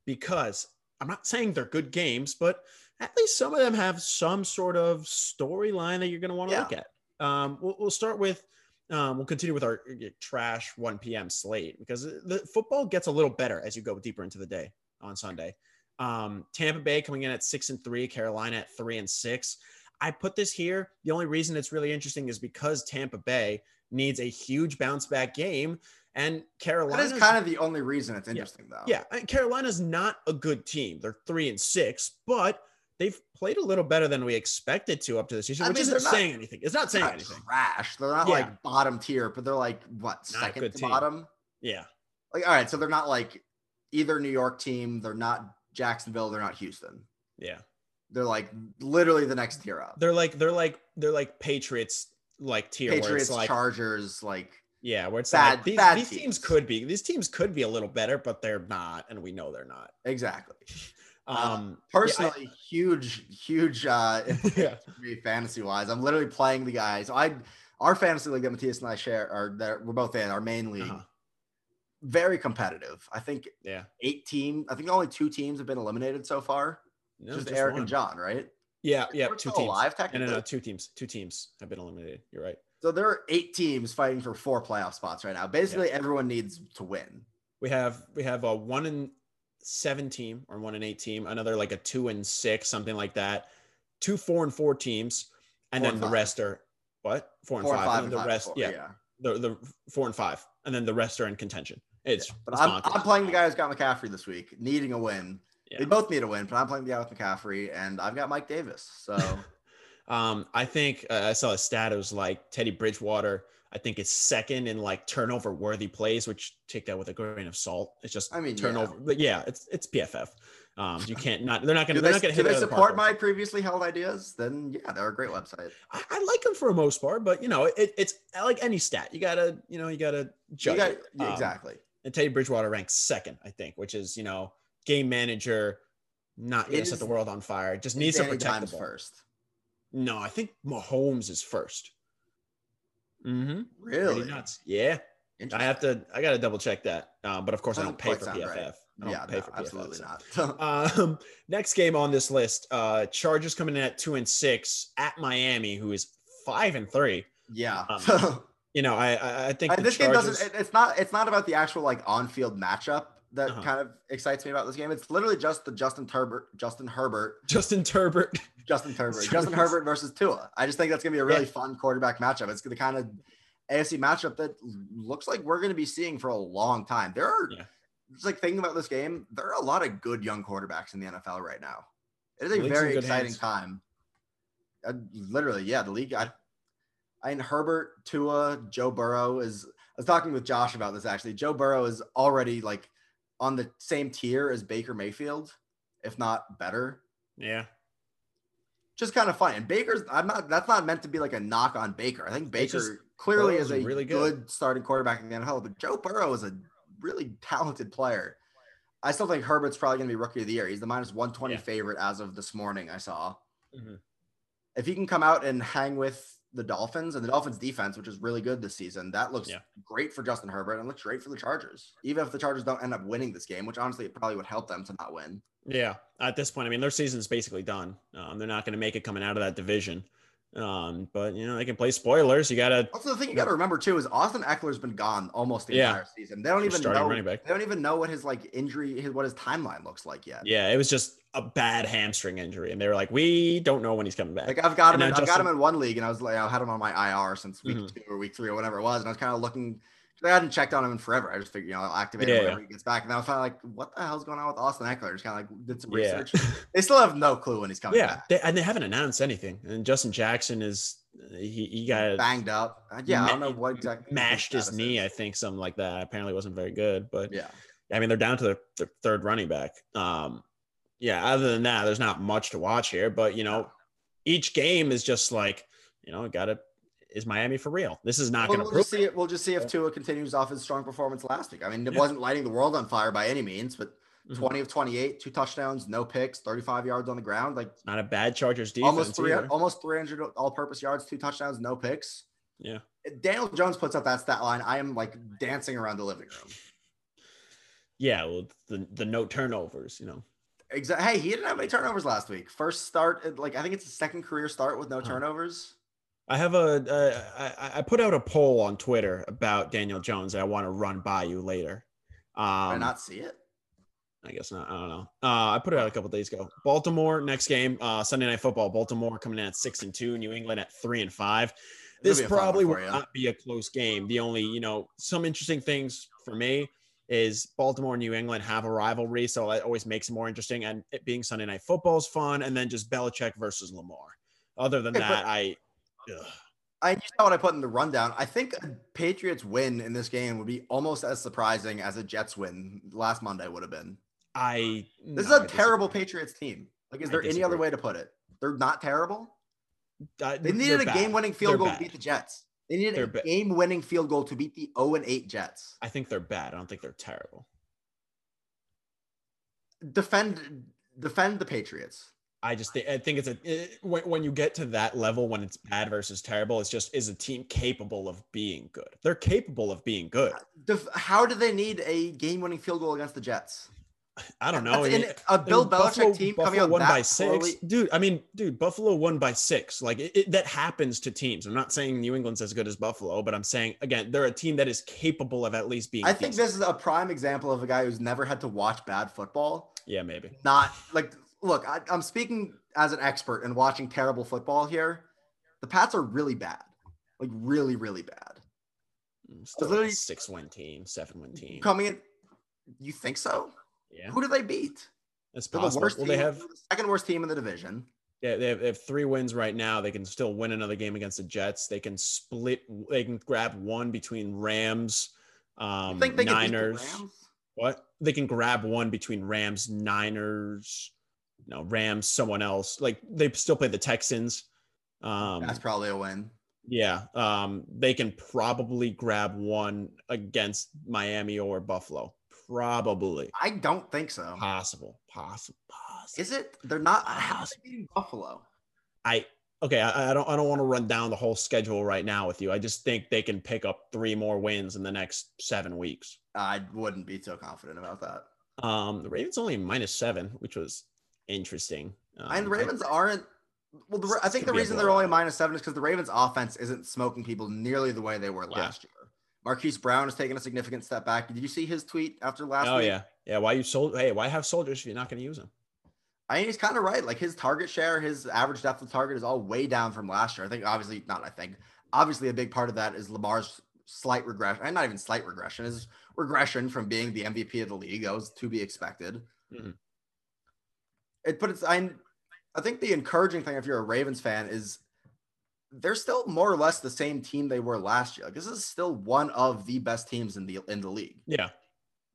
A: because I'm not saying they're good games, but at least some of them have some sort of storyline that you're going to want to
B: Yeah.
A: look at. Um, we'll, we'll start with, um, we'll continue with our uh, trash 1 p.m. slate because the football gets a little better as you go deeper into the day on Sunday. Um, Tampa Bay coming in at six and three, Carolina at three and six. I put this here. The only reason it's really interesting is because Tampa Bay needs a huge bounce back game, and
B: That
A: Carolina's
B: is kind of the only reason it's
A: Yeah.
B: interesting, though.
A: yeah, and Carolina's not a good team. They're three and six, but they've played a little better than we expected to up to this season,
B: I
A: which
B: mean,
A: isn't
B: they're not-
A: saying anything. It's not
B: They're
A: saying
B: not
A: anything.
B: trash. They're not
A: Yeah.
B: like bottom tier, but they're like what
A: Not a
B: second
A: good
B: to
A: team.
B: bottom.
A: Yeah,
B: Like all right, so they're not like either New York team. They're not Jacksonville. They're not Houston.
A: yeah.
B: They're like literally the next tier up.
A: They're like they're like they're like Patriots like tier where
B: Patriots,
A: it's like
B: Chargers, like
A: yeah, where it's
B: bad-
A: like these,
B: bad
A: these teams.
B: teams.
A: could be these teams could be a little better, but they're not, and we know they're not.
B: exactly. Uh,
A: Um
B: Personally, huge, huge uh
A: yeah.
B: fantasy wise. I'm literally playing the guys. I our fantasy league that Matthias and I share are that we're both in our main league.
A: Uh-huh.
B: Very competitive. I think
A: Yeah.
B: eight team. I think only two teams have been eliminated so far.
A: No,
B: just, Eric
A: one.
B: and John, right?
A: Yeah, yeah,
B: We're
A: two
B: still
A: teams.
B: alive
A: No, no,
B: technically.
A: no, two teams. Two teams have been eliminated. You're right.
B: So there are eight teams fighting for four playoff spots right now. Basically, everyone needs to win.
A: We have we have a one and seven team or one and eight team, another like a two and six, something like that. Two four and four teams, and
B: Four
A: then
B: and
A: the
B: five.
A: rest are what four and five, and, then the
B: and
A: rest
B: four,
A: yeah, the the four and five, and then the rest are in contention. It's
B: But
A: it's
B: I'm,
A: bonkers.
B: I'm playing the guy who's got McCaffrey this week, needing a win.
A: Yeah.
B: They both need a win, but I'm playing the guy with McCaffrey, and I've got Mike Davis. So
A: Um, I think uh, I saw a stat. It was like Teddy Bridgewater. I think is second in like turnover worthy plays, which take that with a grain of salt. It's just
B: I mean, yeah.
A: turnover. But yeah, it's it's PFF. Um, you can't not. They're not
B: do
A: gonna.
B: they,
A: They're not gonna
B: do
A: hit
B: they
A: it out of the
B: support
A: park.
B: my previously held ideas? Then yeah, they're a great website.
A: I, I like him for the most part, but you know, it, it's like any stat. You gotta, you know, you gotta
B: You
A: judge.
B: got,
A: it.
B: yeah,
A: Um,
B: exactly.
A: and Teddy Bridgewater ranks second, I think, which is you know, game manager, not gonna
B: It
A: set
B: is-
A: the world on fire. Just needs to
B: Danny
A: protect the
B: Dimes
A: ball.
B: first.
A: No, I think Mahomes is first. Mm-hmm.
B: Really?
A: nuts. Yeah. I have to. I gotta double check that. Um, but of course, I
B: Doesn't
A: don't pay
B: quite
A: for
B: sound
A: PFF.
B: right.
A: I don't
B: yeah,
A: pay
B: no,
A: for PFF.
B: absolutely
A: so.
B: not.
A: Um, next game on this list, uh, Chargers coming in at two and six at Miami, who is five and three.
B: yeah.
A: um,
B: so
A: You know, I I, I think
B: I-
A: the
B: Uh, this game
A: Chargers-
B: doesn't. it- it's not. It's not about the actual like on-field matchup that
A: Uh-huh.
B: kind of excites me about this game. It's literally just the Justin Herbert, Justin Herbert,
A: Justin Herbert.
B: Justin Herbert,
A: Sorry.
B: Justin Herbert versus Tua. I just think that's gonna be a really
A: Yeah.
B: fun quarterback matchup. It's the kind of AFC matchup that looks like we're gonna be seeing for a long time. There are
A: Yeah.
B: just like thinking about this game. There are a lot of good young quarterbacks in the NFL right now. It is a
A: The league's in
B: very
A: good
B: exciting
A: hands.
B: time. Uh, literally, yeah, the league. I, I mean, Herbert, Tua, Joe Burrow is. I was talking with Josh about this actually. Joe Burrow is already like on the same tier as Baker Mayfield, if not better.
A: Yeah,
B: Just kind of fun. And Baker's. I'm not. That's not meant to be like a knock on Baker. I think
A: It's
B: Baker
A: just
B: clearly
A: Burrow's
B: is a
A: really
B: really
A: good.
B: good. starting quarterback in the NFL, but Joe Burrow is a really talented player. I still think Herbert's probably going to be rookie of the year. He's the minus 120
A: Yeah.
B: favorite as of this morning. I saw
A: Mhm.
B: if he can come out and hang with the Dolphins and the Dolphins defense, which is really good this season, that looks
A: Yeah.
B: great for Justin Herbert and looks great for the Chargers. Even if the Chargers don't end up winning this game, which honestly it probably would help them to not win.
A: yeah. At this point, I mean, their season's basically done. Um, they're not going to make it coming out of that division. Um, but you know, they can play spoilers. You gotta
B: Also, the thing you got to remember too is Austin Eckler's been gone almost the
A: Yeah.
B: entire season. They don't even
A: starting
B: know.
A: running back.
B: They don't even know what his like injury, his, what his timeline looks like yet.
A: Yeah, it was just a bad hamstring injury, and they were like, "We don't know when he's coming back."
B: Like I've got him,
A: And
B: in,
A: now
B: I've got
A: Justin-
B: him in one league, and I was like, I had him on my IR since week
A: Mhm.
B: two or week three or whatever it was, and I was kind of looking. 'cause I hadn't checked on him in forever. I just figured, you know, I'll activate
A: Yeah,
B: him whenever he gets back. And I was kind of like, what the hell's going on with Austin Eckler? Just kind of like did some
A: Yeah.
B: research. they still have no clue when he's coming
A: yeah,
B: back.
A: they, and they haven't announced anything. And Justin Jackson is he, he got
B: Banged up. Uh, Yeah, I don't
A: Ma-
B: know what exactly
A: mashed his
B: status
A: knee,
B: is.
A: I think, something like that. Apparently, wasn't very good. But
B: Yeah,
A: I mean, they're down to their, their third running back. Um, yeah. Other than that, there's not much to watch here. But you know, each game is just like you know, got to is Miami for real? This is not going
B: Well,
A: to
B: we'll
A: prove.
B: just see. It. We'll just see if
A: Yeah.
B: Tua continues off his strong performance last week. I mean, it
A: Yeah.
B: wasn't lighting the world on fire by any means, but
A: Mhm.
B: twenty of twenty-eight, two touchdowns, no picks, thirty-five yards on the ground, like
A: It's not a bad Chargers defense.
B: almost three,
A: either.
B: almost three hundred all-purpose yards, two touchdowns, no picks.
A: Yeah.
B: If Daniel Jones puts up that stat line. I am like dancing around the living room.
A: Yeah. Well, the the no turnovers. You know.
B: Exactly. Hey, he didn't have any turnovers last week. First start, at, like I think it's his second career start with no
A: Huh.
B: turnovers.
A: I have a uh, I, I put out a poll on Twitter about Daniel Jones that I want to run by you later.
B: Did I
A: Um,
B: not see it?
A: I guess not. I don't know. Uh, I put it out a couple days ago. Baltimore next game, uh, Sunday Night Football. Baltimore coming in at six and two. New England at three and five.
B: It'll
A: This
B: be a fun one
A: probably
B: for
A: will
B: ya.
A: not be a close game. The only you know some interesting things for me is Baltimore and New England have a rivalry, so that always makes it more interesting. And it being Sunday Night Football is fun, and then just Belichick versus Lamar. Other than
B: Yeah, but-
A: that, I. ugh.
B: I you saw what I put in the rundown. I think a Patriots win in this game would be almost as surprising as a Jets win last Monday would have been.
A: I
B: This
A: no, I
B: is a
A: disagree.
B: terrible Patriots team. Like, is
A: I
B: there any other
A: disagree.
B: way to put it? They're not terrible.
A: Uh,
B: They
A: they're
B: needed a
A: bad.
B: game-winning field
A: They're
B: goal
A: bad.
B: to beat the Jets. They needed
A: They're
B: a
A: ba-
B: game-winning field goal to beat the 0 and 8 Jets.
A: I think they're bad. I don't think they're terrible.
B: Defend, defend the Patriots.
A: I just think, I think it's a it, when, when you get to that level when it's bad versus terrible, it's just is a team capable of being good. They're capable of being good.
B: Def- how do they need a game-winning field goal against the Jets?
A: I eh, don't know.
B: That's
A: And
B: in
A: it-
B: a Bill
A: and
B: Belichick team coming out
A: won
B: that
A: by six,
B: poorly-
A: dude. I mean, dude, Buffalo won by six. Like it, it, that happens to teams. I'm not saying New England's as good as Buffalo, but I'm saying again, they're a team that is capable of at least being.
B: I think
A: decent.
B: this is a prime example of a guy who's never had to watch bad football.
A: yeah, maybe.
B: Not like, look, I, I'm speaking as an expert and watching terrible football here. The Pats are really bad, like really, really bad.
A: Mm, Still
B: literally-
A: a six win team, seven win team.
B: Coming in, you think so?
A: Yeah,
B: Who do they beat?
A: it's
B: They're the
A: possible.
B: worst.
A: well,
B: team,
A: they have
B: they're the second worst team in the division.
A: Yeah, they have, they have three wins right now. They can still win another game against the Jets. They can split. They can grab one between Rams,
B: You
A: um,
B: think they could beat the
A: Niners.
B: Rams?
A: What? They can grab one between Rams, Niners, no Rams, someone else. Like they still play the Texans. Um,
B: That's probably a win.
A: yeah, um, they can probably grab one against Miami or Buffalo. Probably,
B: I don't think so.
A: possible, possible, possible.
B: Is it? They're not. How are they beating Buffalo?
A: I okay, I, I don't I don't want to run down the whole schedule right now with you. I just think they can pick up three more wins in the next seven weeks.
B: I wouldn't be so confident about that.
A: Um, the Ravens only minus seven, which was interesting. Um,
B: and the Ravens aren't. Well, the,
A: It's
B: I think the
A: gonna be a
B: reason they're
A: blowout.
B: only minus seven is because the Ravens' offense isn't smoking people nearly the way they were
A: Yeah.
B: last year. Marquise Brown has taken a significant step back. Did you see his tweet after
A: I-
B: last
A: oh
B: week?
A: yeah, yeah. Why you sold? Hey, why have soldiers if you're not going to use them?
B: I mean, he's kind of right. Like his target share, his average depth of target is all way down from last year. I think obviously not. I think obviously a big part of that is Lamar's slight regression, and not even slight regression, is regression from being the MVP of the league. That was to be expected.
A: Mhm.
B: It, but it's I, I think the encouraging thing if you're a Ravens fan is they're still more or less the same team they were last year. Like, this is still one of the best teams in the in the league.
A: Yeah,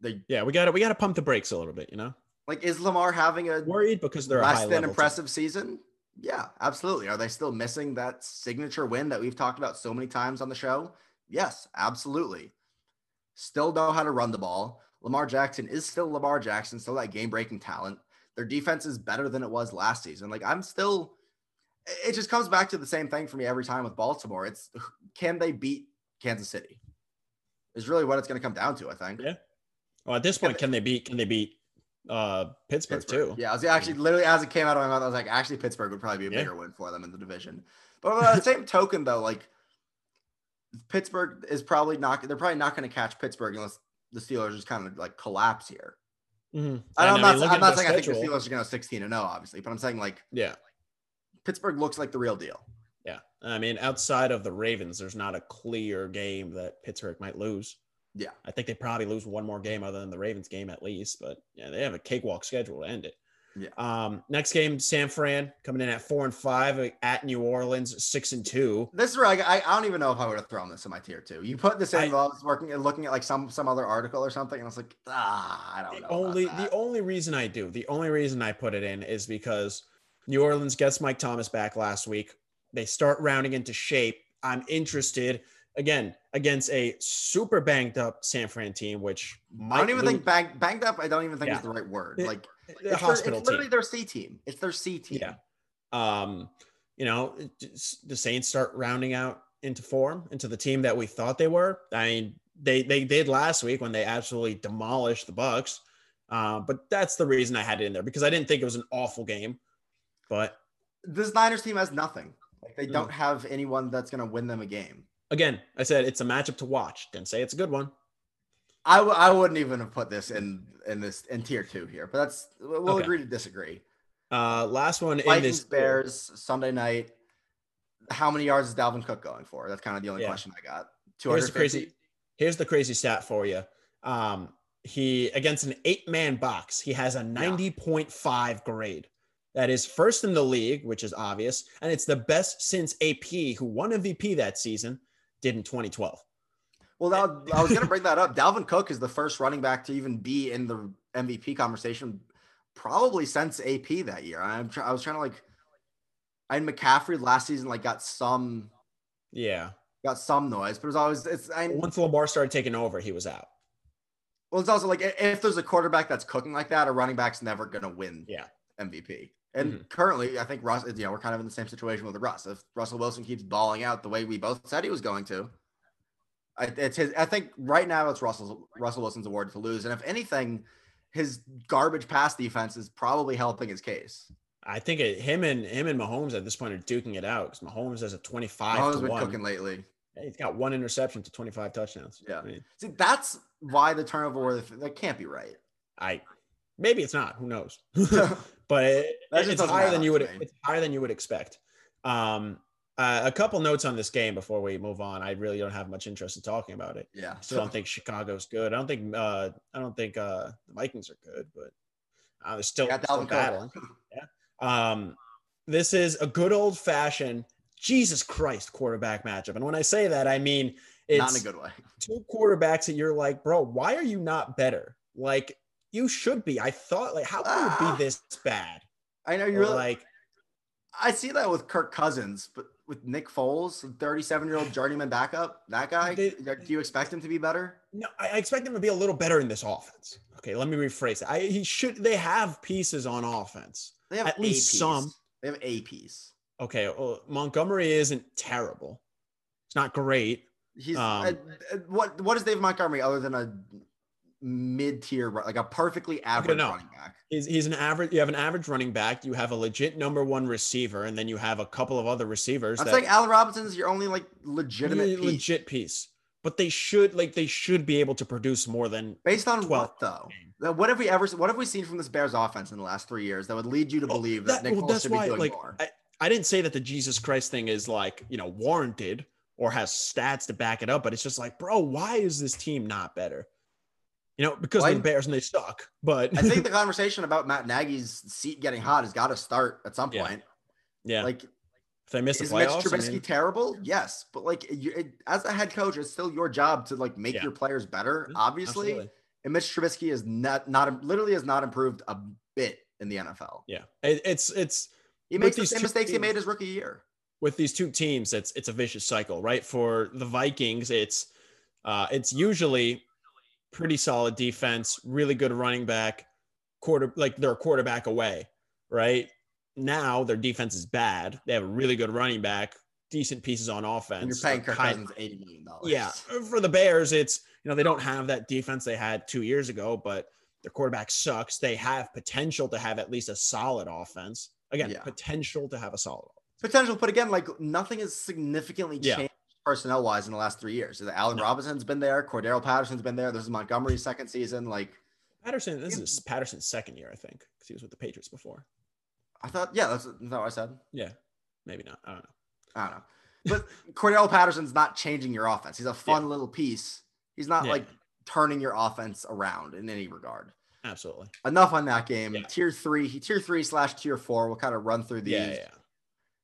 B: They
A: yeah. We got to we got to pump the brakes a little bit. You know,
B: like is Lamar having a
A: worried because they're a
B: less
A: high
B: than
A: level
B: impressive season? Yeah, absolutely. Are they still missing that signature win that we've talked about so many times on the show? Yes, absolutely. Still know how to run the ball. Lamar Jackson is still Lamar Jackson, still that game breaking talent. Their defense is better than it was last season. Like, I'm still, it- it just comes back to the same thing for me every time with Baltimore. It's can they beat Kansas City? Is really what it's going to come down to, I think.
A: Yeah, Team. Well, at this
B: Yeah,
A: point, can they beat can they beat uh, Pittsburgh, too? Mm.
B: Yeah, I was actually literally as it came out of my mouth, I was like, actually Pittsburgh would probably be a
A: Yeah.
B: bigger win for them in the division. But by the same token, though, like Pittsburgh is probably not they're probably not going to catch Pittsburgh unless the Steelers just kind of like collapse here.
A: Mhm.
B: And
A: I
B: I'm
A: mean,
B: not,
A: look
B: I'm
A: at
B: not
A: their
B: saying I think the
A: schedule.
B: Steelers are going to 16 and 0, obviously, but I'm saying like
A: Yeah,
B: Pittsburgh looks like the real deal.
A: Yeah. I mean, outside of the Ravens, there's not a clear game that Pittsburgh might lose.
B: Yeah.
A: I think they probably lose one more game other than the Ravens game at least, but yeah, they have a cakewalk schedule to end it.
B: Yeah.
A: Um, next game, San Fran coming in at four and five at New Orleans, six and two.
B: This is where I, I, I don't even know if I would have thrown this in my tier two. You put this in
A: I-
B: while I was working and looking at like some some other article or something, and I was like, ah, I don't
A: The
B: know.
A: only
B: about that.
A: the only reason I do, the only reason I put it in is because New Orleans gets Mike Thomas back last week. They start rounding into shape. I'm interested again against a super banged up San Fran team, which might
B: I don't even
A: lose-
B: think bang, banged up. I don't even think
A: Yeah.
B: is the right word.
A: It-
B: like
A: the
B: it's, their,
A: hospital
B: it's literally
A: team.
B: their C team. It's their C team.
A: Yeah. Um, you know, it- it's- the Saints start rounding out into form, into the team that we thought they were. I mean, they they did last week when they absolutely demolished the Bucks. Uh, but that's the reason I had it in there because I didn't think it was an awful game. But
B: This Niners team has nothing. Like
A: Mm.
B: they don't have anyone that's going to win them a game.
A: again, I said it's a matchup to watch. Didn't say it's a good one.
B: I w- I wouldn't even have put this in in this in tier two here, but that's we'll we'll
A: Okay.
B: agree to disagree.
A: Uh, last one in
B: Vikings
A: this
B: Bears Sunday night. How many yards is Dalvin Cook going for? That's kind of the only
A: Yeah.
B: question I got. Two
A: Here's
B: hundred
A: the crazy.
B: crazy.
A: Here's the crazy stat for you. Um, he against an eight-man box, he has a 90.5 grade. That is first in the league, which is obvious, and it's the best since AP, who won MVP that season, did in 2012.
B: Well, that, I was going to bring that up. Dalvin Cook is the first running back to even be in the MVP conversation probably since AP that year. I'm try- I was trying to like, I had McCaffrey last season like got some
A: Yeah.
B: got some noise, but it was always it's I, well
A: Once Lamar started taking over, he was out.
B: it's also like i- if there's a quarterback that's cooking like that, a running back's never gonna win
A: Yeah. Mm-hmm.
B: MVP. And currently, I think Russ, you know, we're kind of in the same situation with Russ. If Russell Wilson keeps balling out the way we both said he was going to, I, it's his. I think right now it's Russell's Russell Wilson's award to lose. And if anything, his garbage pass defense is probably helping his case.
A: I think it, him and him and Mahomes at this point are duking it out because Mahomes has a twenty-five
B: Mahomes
A: to
B: been
A: one.
B: cooking lately.
A: He's got one interception to twenty-five touchdowns.
B: Yeah.
A: I, mean,
B: See, that's why the turnover award that can't be right.
A: I maybe it's not. Who knows? but it,
B: That just
A: it's
B: doesn't
A: higher
B: add
A: than
B: up
A: you
B: to
A: would
B: me.
A: it's higher than you would expect. Um, uh, a couple notes on this game before we move on. I really don't have much interest in talking about it.
B: yeah.
A: I still don't think Chicago's good. I don't think uh, I don't think uh, the Vikings are good, but uh, they're still,
B: Got Dalvin
A: still
B: Cook.
A: battling. Yeah. Um, this is a good old fashioned Jesus Christ quarterback matchup, and when I say that, I mean it's
B: not in a good way.
A: two quarterbacks that you're like, bro, why are you not better? Like you should be. I thought like how can you
B: Ah.
A: be this bad?
B: I know you
A: Or,
B: really.
A: like
B: I see that with Kirk Cousins, but with Nick Foles, 37 year old journeyman backup, that guy,
A: They-
B: do you expect him to be better?
A: No, I I expect him to be a little better in this offense. Okay, let me rephrase that. I, he should. They have pieces on offense.
B: They have
A: At least
B: APs.
A: some.
B: They have APs.
A: Okay, well, Montgomery isn't terrible. It's not great.
B: He's
A: Um,
B: uh, uh, what? What is Dave Montgomery other than a mid tier, like a perfectly average
A: no.
B: running back?
A: He's, he's an average. You have an average running back. You have a legit number one receiver, and then you have a couple of other receivers.
B: I'm
A: that
B: saying Allen Robinson's your only like legitimate
A: really
B: piece.
A: legit piece. But they should like they should be able to produce more than.
B: Based on
A: 12
B: what though? Now, What have we ever? What have we seen from this Bears offense in the last three years that would lead you to
A: Well,
B: believe that,
A: that-
B: Nick
A: well,
B: Foles
A: that's
B: should be
A: why,
B: doing
A: like,
B: more?
A: I didn't say that the Jesus Christ thing is like you know warranted or has stats to back it up, but it's just like, bro, why is this team not better? You know, because
B: Why-
A: they're the Bears and they suck. But
B: I think the conversation about Matt Nagy's seat getting hot has got to start at some
A: Yeah.
B: point.
A: yeah,
B: Like,
A: if they miss the
B: is Mitch
A: playoffs, I
B: Trubisky
A: mean,
B: terrible? Yes, but like, you, it, as a head coach, it's still your job to like make
A: Yeah.
B: your players better.
A: Yeah,
B: Obviously,
A: absolutely.
B: and Mitch Trubisky is not not literally has not improved a bit in the NFL.
A: yeah, it, it's it's
B: He
A: With
B: makes the
A: these
B: same
A: two
B: mistakes he
A: teams-
B: made his rookie year.
A: with these two teams, it's it's a vicious cycle, right? For the Vikings, it's uh, it's usually pretty solid defense, really good running back, quarter like they're a quarterback away, right? Now their defense is bad. They have a really good running back, decent pieces on offense.
B: And you're paying
A: They're
B: Kirk
A: kind-
B: Cousins eighty million dollars.
A: yeah, for the Bears, it's you know they don't have that defense they had two years ago, but their quarterback sucks. They have potential to have at least a solid offense. Again,
B: Yeah.
A: potential to have a solid.
B: potential, but again, like nothing has significantly
A: Yeah.
B: changed personnel wise in the last three years. Allen
A: No.
B: Robinson's been there, Cordero Patterson's been there. This is Montgomery's second season. Like,
A: Patterson, this is Patterson's second year, I think, because he was with the Patriots before.
B: I thought, yeah, that's, is that what I said.
A: Yeah, maybe not. I don't know.
B: I don't know. But Cordell Patterson's not changing your offense. He's a fun little piece. He's not
A: Yeah.
B: like turning your offense around in any regard.
A: Absolutely.
B: Enough on that game.
A: Yeah.
B: Tier three, tier three slash tier four. We'll kind of run through these.
A: Yeah, yeah. yeah.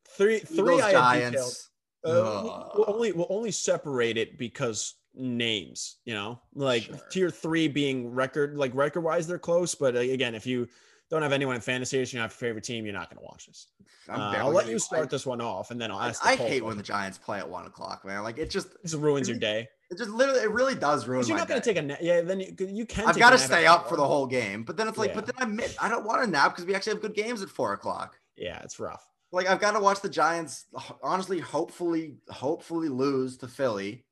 A: Three, three.
B: Eagles,
A: I had detailed.
B: Giants.
A: Uh, we-
B: Ugh.
A: we'll only we'll only separate it because names, you know, like
B: Sure.
A: tier three being record, like record wise, they're close. But uh, again, if you don't have anyone in fantasy, and you don't have your favorite team, you're not going to watch this.
B: I'm
A: Uh,
B: barely
A: I'll let
B: gonna
A: you
B: be-
A: start
B: I,
A: this one off, and then I'll
B: I,
A: ask.
B: I
A: poll
B: hate when the
A: question.
B: Giants play at one o'clock, man. Like it just,
A: this ruins your day
B: it just literally, it really does ruin
A: because you're
B: my
A: not going to
B: day.
A: take a nap. Yeah, then you, you can.
B: I've
A: take a
B: got to
A: nap
B: stay
A: after
B: up for the
A: work.
B: whole game, but then it's like, but
A: Yeah.
B: then I admit I don't want to nap because we actually have good games at four o'clock.
A: Yeah, it's rough.
B: Like I've got to watch the Giants. Honestly, hopefully, hopefully lose to Philly.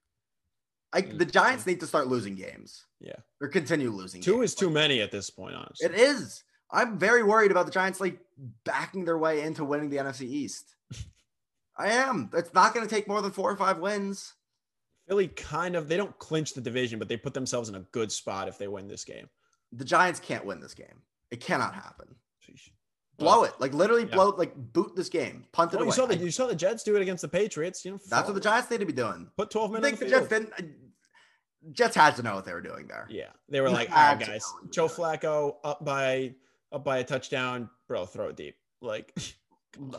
B: I, the Giants need to start losing games.
A: Mm, Yeah.
B: or continue losing.
A: Two
B: games.
A: is too
B: Like,
A: many at this point, honestly.
B: It is. I'm very worried about the Giants like backing their way into winning the NFC East. I am. It's not going to take more than four or five wins.
A: Philly kind of they don't clinch the division, but they put themselves in a good spot if they win this game.
B: The Giants can't win this game. It cannot happen.
A: Sheesh.
B: Blow it. Like literally
A: yeah.
B: blow. Like boot this game. Punt it
A: Well, you
B: away.
A: saw the
B: I-
A: you saw the Jets do it against the Patriots. You know
B: that's what the
A: follow-
B: Giants need to be doing.
A: put twelve
B: I
A: minutes.
B: think the Jets didn't. uh, Jets had to know what they were doing there.
A: Yeah, they were
B: You
A: like, all
B: had
A: right,
B: to
A: guys,
B: know what you
A: Joe
B: were doing."
A: Flacco up by up by a touchdown, bro. Throw it deep. Like,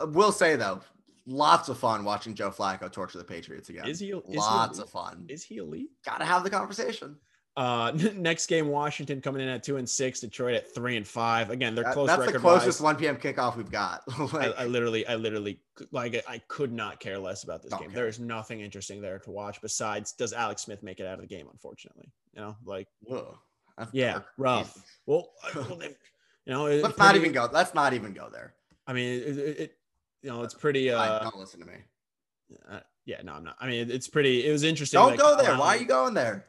B: I will say though, lots of fun watching Joe Flacco torture the Patriots again.
A: is he is
B: lots
A: he elite?
B: of fun.
A: Is he elite?
B: Gotta have the conversation.
A: Uh, next game, Washington coming in at two and six, Detroit at three and five. Again, they're
B: That-
A: close.
B: that's the
A: record
B: closest 1 p.m. kickoff we've got.
A: I,
B: like,
A: I literally, I literally, like, I could not care less about this
B: Don't
A: game.
B: care.
A: There is nothing interesting there to watch besides does Alex Smith make it out of the game? Unfortunately, you know, like,
B: ugh, that's
A: yeah,
B: dark.
A: rough.
B: Jesus.
A: Well, I- well, they- you know, it's
B: Let's not
A: pretty-
B: even go. Let's not even go there.
A: I mean, it, it, it you know, it's pretty.
B: Fine,
A: Uh,
B: don't listen to me.
A: uh, yeah, no, I'm not. I mean, it's pretty. It was interesting.
B: Don't
A: that
B: go
A: Kyle
B: there. Why are
A: Allen-
B: you going there?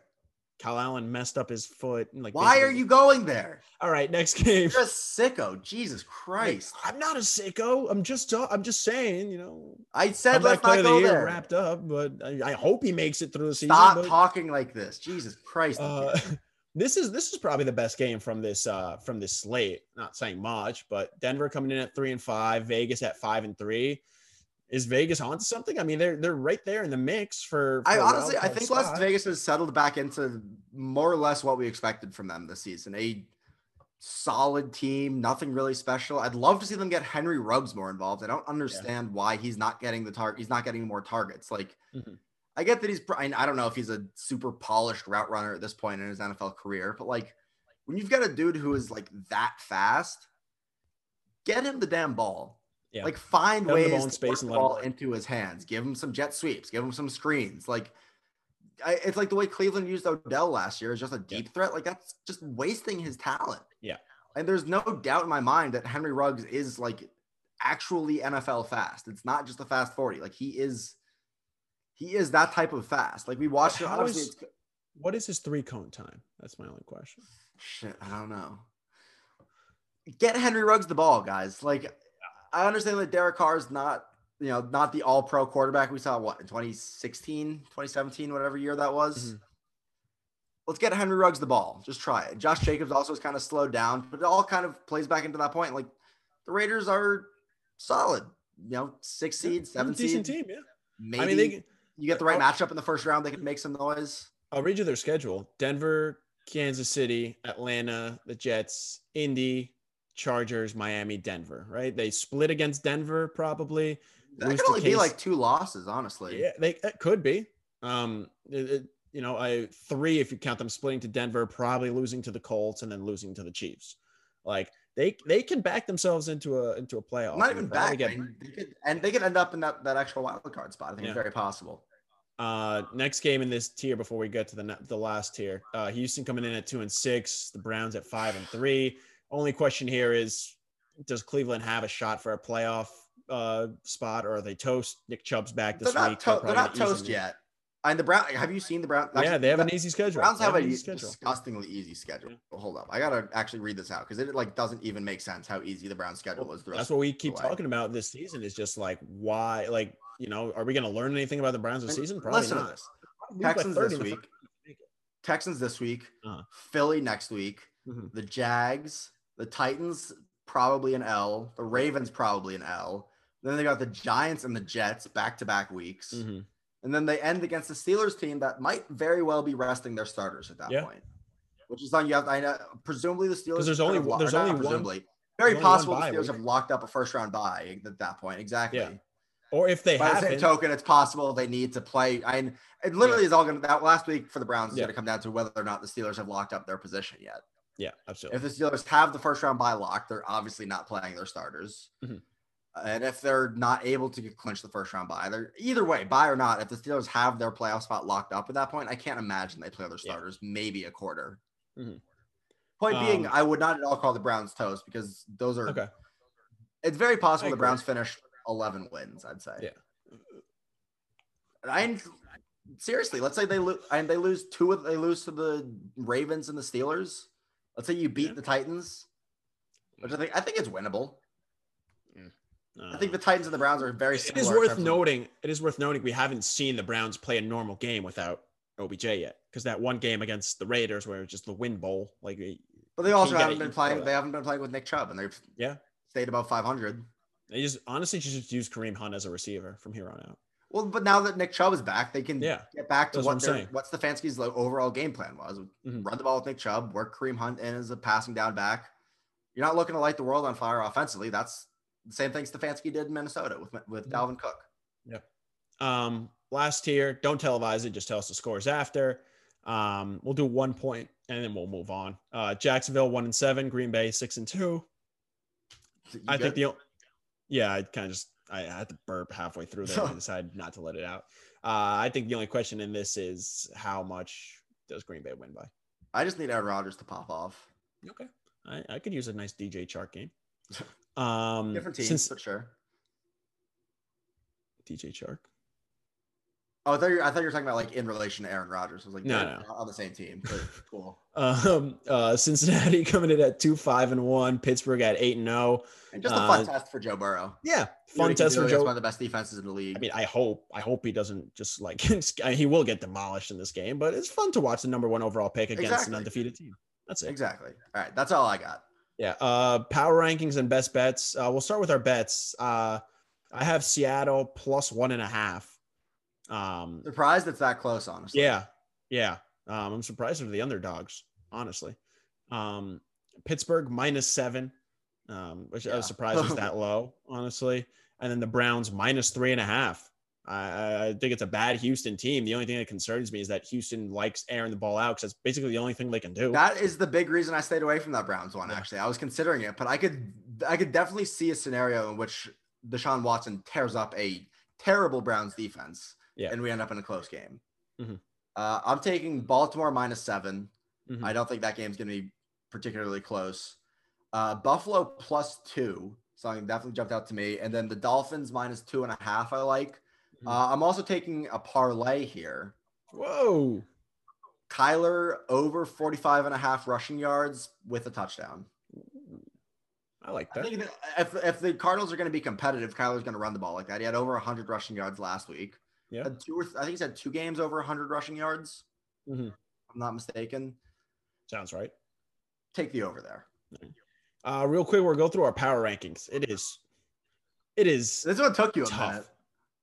A: Kyle Allen messed up his foot. And, like,
B: Why are
A: basically-
B: you going there?
A: All right, next game.
B: You're a sicko. Jesus Christ.
A: I'm not a sicko. I'm just. ta- I'm just saying. You know,
B: I said
A: comeback
B: let's not
A: player of the
B: go
A: year
B: there.
A: wrapped up, but I, I hope he makes it through the season.
B: Stop
A: but-
B: talking like this. Jesus Christ.
A: Uh, this is this is probably the best game from this uh from this slate. Not saying much, but Denver coming in at three and five, Vegas at five and three. Is Vegas onto something? I mean, they're they're right there in the mix for. for
B: I
A: a
B: honestly, I
A: wild-card
B: think
A: spot.
B: Las Vegas has settled back into more or less what we expected from them this season. A solid team, nothing really special. I'd love to see them get Henry Rubs more involved. I don't understand why he's not getting the target. He's not getting more targets. Like,
A: Mhm.
B: I get that he's. pr- I I don't know if he's a super polished route runner at this point in his NFL career, but like, when you've got a dude who is like that fast, get him the damn ball.
A: Yeah.
B: Like find
A: Get him the
B: ways
A: ball in
B: to
A: space and
B: work the
A: let him
B: ball
A: run.
B: into his hands. Give him some jet sweeps. Give him some screens. Like I, it's like the way Cleveland used Odell last year is just a deep threat. Like that's just wasting his talent.
A: Yeah.
B: And there's no doubt in my mind that Henry Ruggs is like actually NFL fast. It's not just a fast 40. Like he is he is that type of fast. Like we watched it.
A: how
B: Obviously,
A: is-
B: it's-
A: What is his three cone time? That's my only question.
B: Shit, I don't know. Get Henry Ruggs the ball, guys. Like, I understand that Derek Carr's not, you know, not the all pro quarterback we saw, what, in 2016, 2017, whatever year that was.
A: Mhm.
B: Let's get Henry Ruggs the ball. Just try it. Josh Jacobs also is kind of slowed down, but it all kind of plays back into that point. Like, the Raiders are solid, you know, six seed, seven
A: decent team.
B: seed.
A: Yeah,
B: Maybe
A: I mean, they,
B: you get the right
A: Oh.
B: matchup in the first round, they can make some noise.
A: I'll read you their schedule: Denver, Kansas City, Atlanta, the Jets, Indy, Chargers, Miami, Denver. Right? They split against Denver probably.
B: That
A: Worst
B: could only be
A: case-
B: like two losses, honestly.
A: Yeah, they it could be. Um, it- it- you know, I three if you count them splitting to Denver, probably losing to the Colts and then losing to the Chiefs. Like they they can back themselves into a into a playoff.
B: not
A: and
B: even
A: probably
B: back.
A: get-
B: man. They could, and they could end up in that, that actual wild card spot. I think
A: Yeah.
B: it's very possible.
A: Uh, next game in this tier before we get to the ne- the last tier. Uh, Houston coming in at two and six. The Browns at five and three. Only question here is, does Cleveland have a shot for a playoff uh spot, or are they toast? Nick Chubb's back this
B: They're not,
A: week.
B: to-
A: probably
B: they're not
A: gonna ease
B: toast
A: him in.
B: yet. And the Brown, have you seen the Brown?
A: yeah,
B: actually,
A: they have
B: the
A: an easy schedule.
B: Browns
A: They
B: have
A: an
B: a
A: easy schedule.
B: disgustingly easy schedule. Hold up, I gotta actually read this out because it like doesn't even make sense how easy the Browns schedule was. The
A: that's
B: rest.
A: what we keep
B: the way.
A: talking about this season is just like why like you know are we going to learn anything about the browns this
B: And
A: season probably
B: listen to
A: not
B: this.
A: Lose by
B: Texans
A: 30
B: this
A: in the
B: week.
A: first-
B: Texans this week.
A: Uh-huh.
B: Philly next week.
A: Mhm.
B: The Jags. The Titans probably an L. The Ravens probably an L. Then they got the Giants and the Jets back to back weeks.
A: Mhm.
B: And then they end against the Steelers team that might very well be resting their starters at that
A: Yeah.
B: point, which is on you. Have, I know, presumably the Steelers.
A: there's
B: could
A: only-
B: have lo-
A: there's
B: or
A: only one-
B: Very
A: there's only one
B: possible the
A: bye
B: Steelers
A: week.
B: have locked up a first round bye at that point. Exactly.
A: Yeah. or if they
B: By the same
A: haven't
B: token, it's possible they need to play. I mean, it literally is all going to that last week for the Browns is
A: Yeah.
B: going to come down to whether or not the Steelers have locked up their position yet.
A: yeah
B: If
A: absolutely
B: the Steelers have the first round bye locked, they're obviously not playing their starters.
A: Mhm.
B: And if they're not able to clinch the first round bye, they're either way, bye or not, if the Steelers have their playoff spot locked up at that point, I can't imagine they play their
A: Yeah.
B: starters maybe a quarter.
A: Mhm.
B: Point being,
A: Um,
B: I would not at all call the Browns toast because those are
A: okay
B: it's very
A: I
B: possible the
A: agree.
B: Browns finish 11 wins, I'd say.
A: Yeah.
B: And I seriously, let's say they lose and they lose two of they lose to the Ravens and the Steelers. Let's say you beat
A: Yeah.
B: the Titans, which I think I think it's winnable. I think
A: Uh,
B: the Titans and the Browns are very
A: it
B: similar.
A: is
B: in
A: worth
B: terms of-
A: noting it is worth noting we haven't seen the browns play a normal game without obj yet because that one game against the raiders where it was just the win bowl like they
B: but they also
A: you gotta
B: haven't been
A: eat
B: playing.
A: for that.
B: They haven't been playing with Nick Chubb, and they've
A: Yeah.
B: stayed above 500.
A: they just honestly just use kareem hunt as a receiver from here on out
B: Well, but now that Nick Chubb is back, they can
A: Yeah.
B: get back to
A: That's
B: what,
A: what I'm
B: their-
A: saying.
B: what Stefanski's lo- overall game plan was:
A: Mhm.
B: run the ball with Nick Chubb, work Kareem Hunt in as a passing down back. You're not looking to light the world on fire offensively. That's the same thing Stefanski did in Minnesota with with
A: Mhm.
B: Dalvin Cook.
A: Um, last tier, don't televise it, just tell us the scores after. Um, we'll do one point and then we'll move on. Uh, Jacksonville one and seven, Green Bay six and two.
B: You
A: I think
B: good?
A: the o- yeah, I kind of just I had to burp halfway through there. and I decided not to let it out. Uh, I think the only question in this is how much does Green Bay win by?
B: I just need Aaron Rodgers to pop off.
A: Okay, I, I could use a nice DJ chart game. Um,
B: Different teams,
A: since
B: but sure.
A: DJ Chark.
B: Oh, I thought, you were, I thought you were talking about like in relation to Aaron Rodgers. I was like,
A: No,
B: they're on the same team. but cool.
A: Um, uh, Cincinnati coming in at two five and one, Pittsburgh at eight and zero.
B: And just a fun
A: Uh,
B: test for Joe Burrow.
A: Yeah,
B: You know,
A: fun
B: he can
A: test
B: do
A: for
B: it against
A: Joe.
B: One of the best defenses in the league.
A: I mean, I hope I hope he doesn't just like he will get demolished in this game, but it's fun to watch the number one overall pick against
B: Exactly.
A: an undefeated team. That's it.
B: exactly. All right, that's all I got.
A: Yeah. Uh, power rankings and best bets. Uh, we'll start with our bets. Uh, I have Seattle plus one and a half. Um,
B: Surprised it's that close, honestly.
A: yeah, yeah. Um, I'm surprised they're the underdogs, honestly. Um, Pittsburgh minus seven, um, which I was
B: Yeah.
A: surprised was that low, honestly. And then the Browns minus three and a half. I- I, I think it's a bad Houston team. The only thing that concerns me is that Houston likes airing the ball out because that's basically the only thing they can do.
B: That is the big reason I stayed away from that Browns one.
A: Yeah.
B: Actually, I was considering it, but I could I could definitely see a scenario in which Deshaun Watson tears up a terrible Browns defense,
A: Yeah.
B: and we end up in a close game.
A: Mhm.
B: Uh, I'm taking Baltimore minus seven.
A: Mhm.
B: I don't think that game's going to be particularly close. Uh, Buffalo plus two, something definitely jumped out to me, and then the Dolphins minus two and a half. I like.
A: Mhm.
B: Uh, I'm also taking a parlay here.
A: Whoa.
B: Kyler over 45 and a half rushing yards with a touchdown.
A: I like
B: I
A: that.
B: think that if, if the Cardinals are going to be competitive, Kyler's going to run the ball like that. He had over 100 rushing yards last week.
A: Yeah.
B: Had two or th- I think he's had two games over 100 rushing yards.
A: Mhm.
B: If I'm not mistaken.
A: Sounds right.
B: Take the over there.
A: Uh, real quick, we'll go through our power rankings. It is, it is,
B: This one took you a
A: Tough.
B: minute.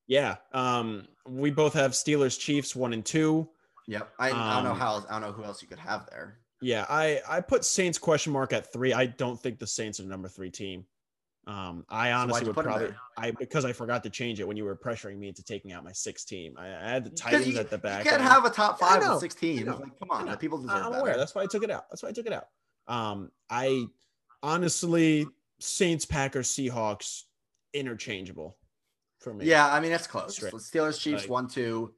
A: yeah. Um, we both have Steelers, Chiefs, one and two.
B: Yep. I, I don't know
A: Um,
B: how. else- I don't know who else you could have there.
A: Yeah, I I put Saints question mark at three. I don't think the Saints are the number three team. Um, I honestly
B: why'd you
A: would
B: put 'em
A: probably
B: there?
A: I because I forgot to change it when you were pressuring me into taking out my six team. I, I had the
B: 'Cause
A: Titans
B: you-
A: at the back.
B: you can't
A: and-
B: have a top
A: I
B: five
A: know,
B: with six teams.
A: know,
B: Like, come on,
A: know.
B: the people
A: I-
B: deserve
A: I'm
B: better.
A: aware. That's why I took it out. That's why I took it out. Um, I honestly Saints, Packers, Seahawks, interchangeable for me.
B: yeah, I mean it's close.
A: Straight.
B: Steelers, Chiefs,
A: Like,
B: one, two.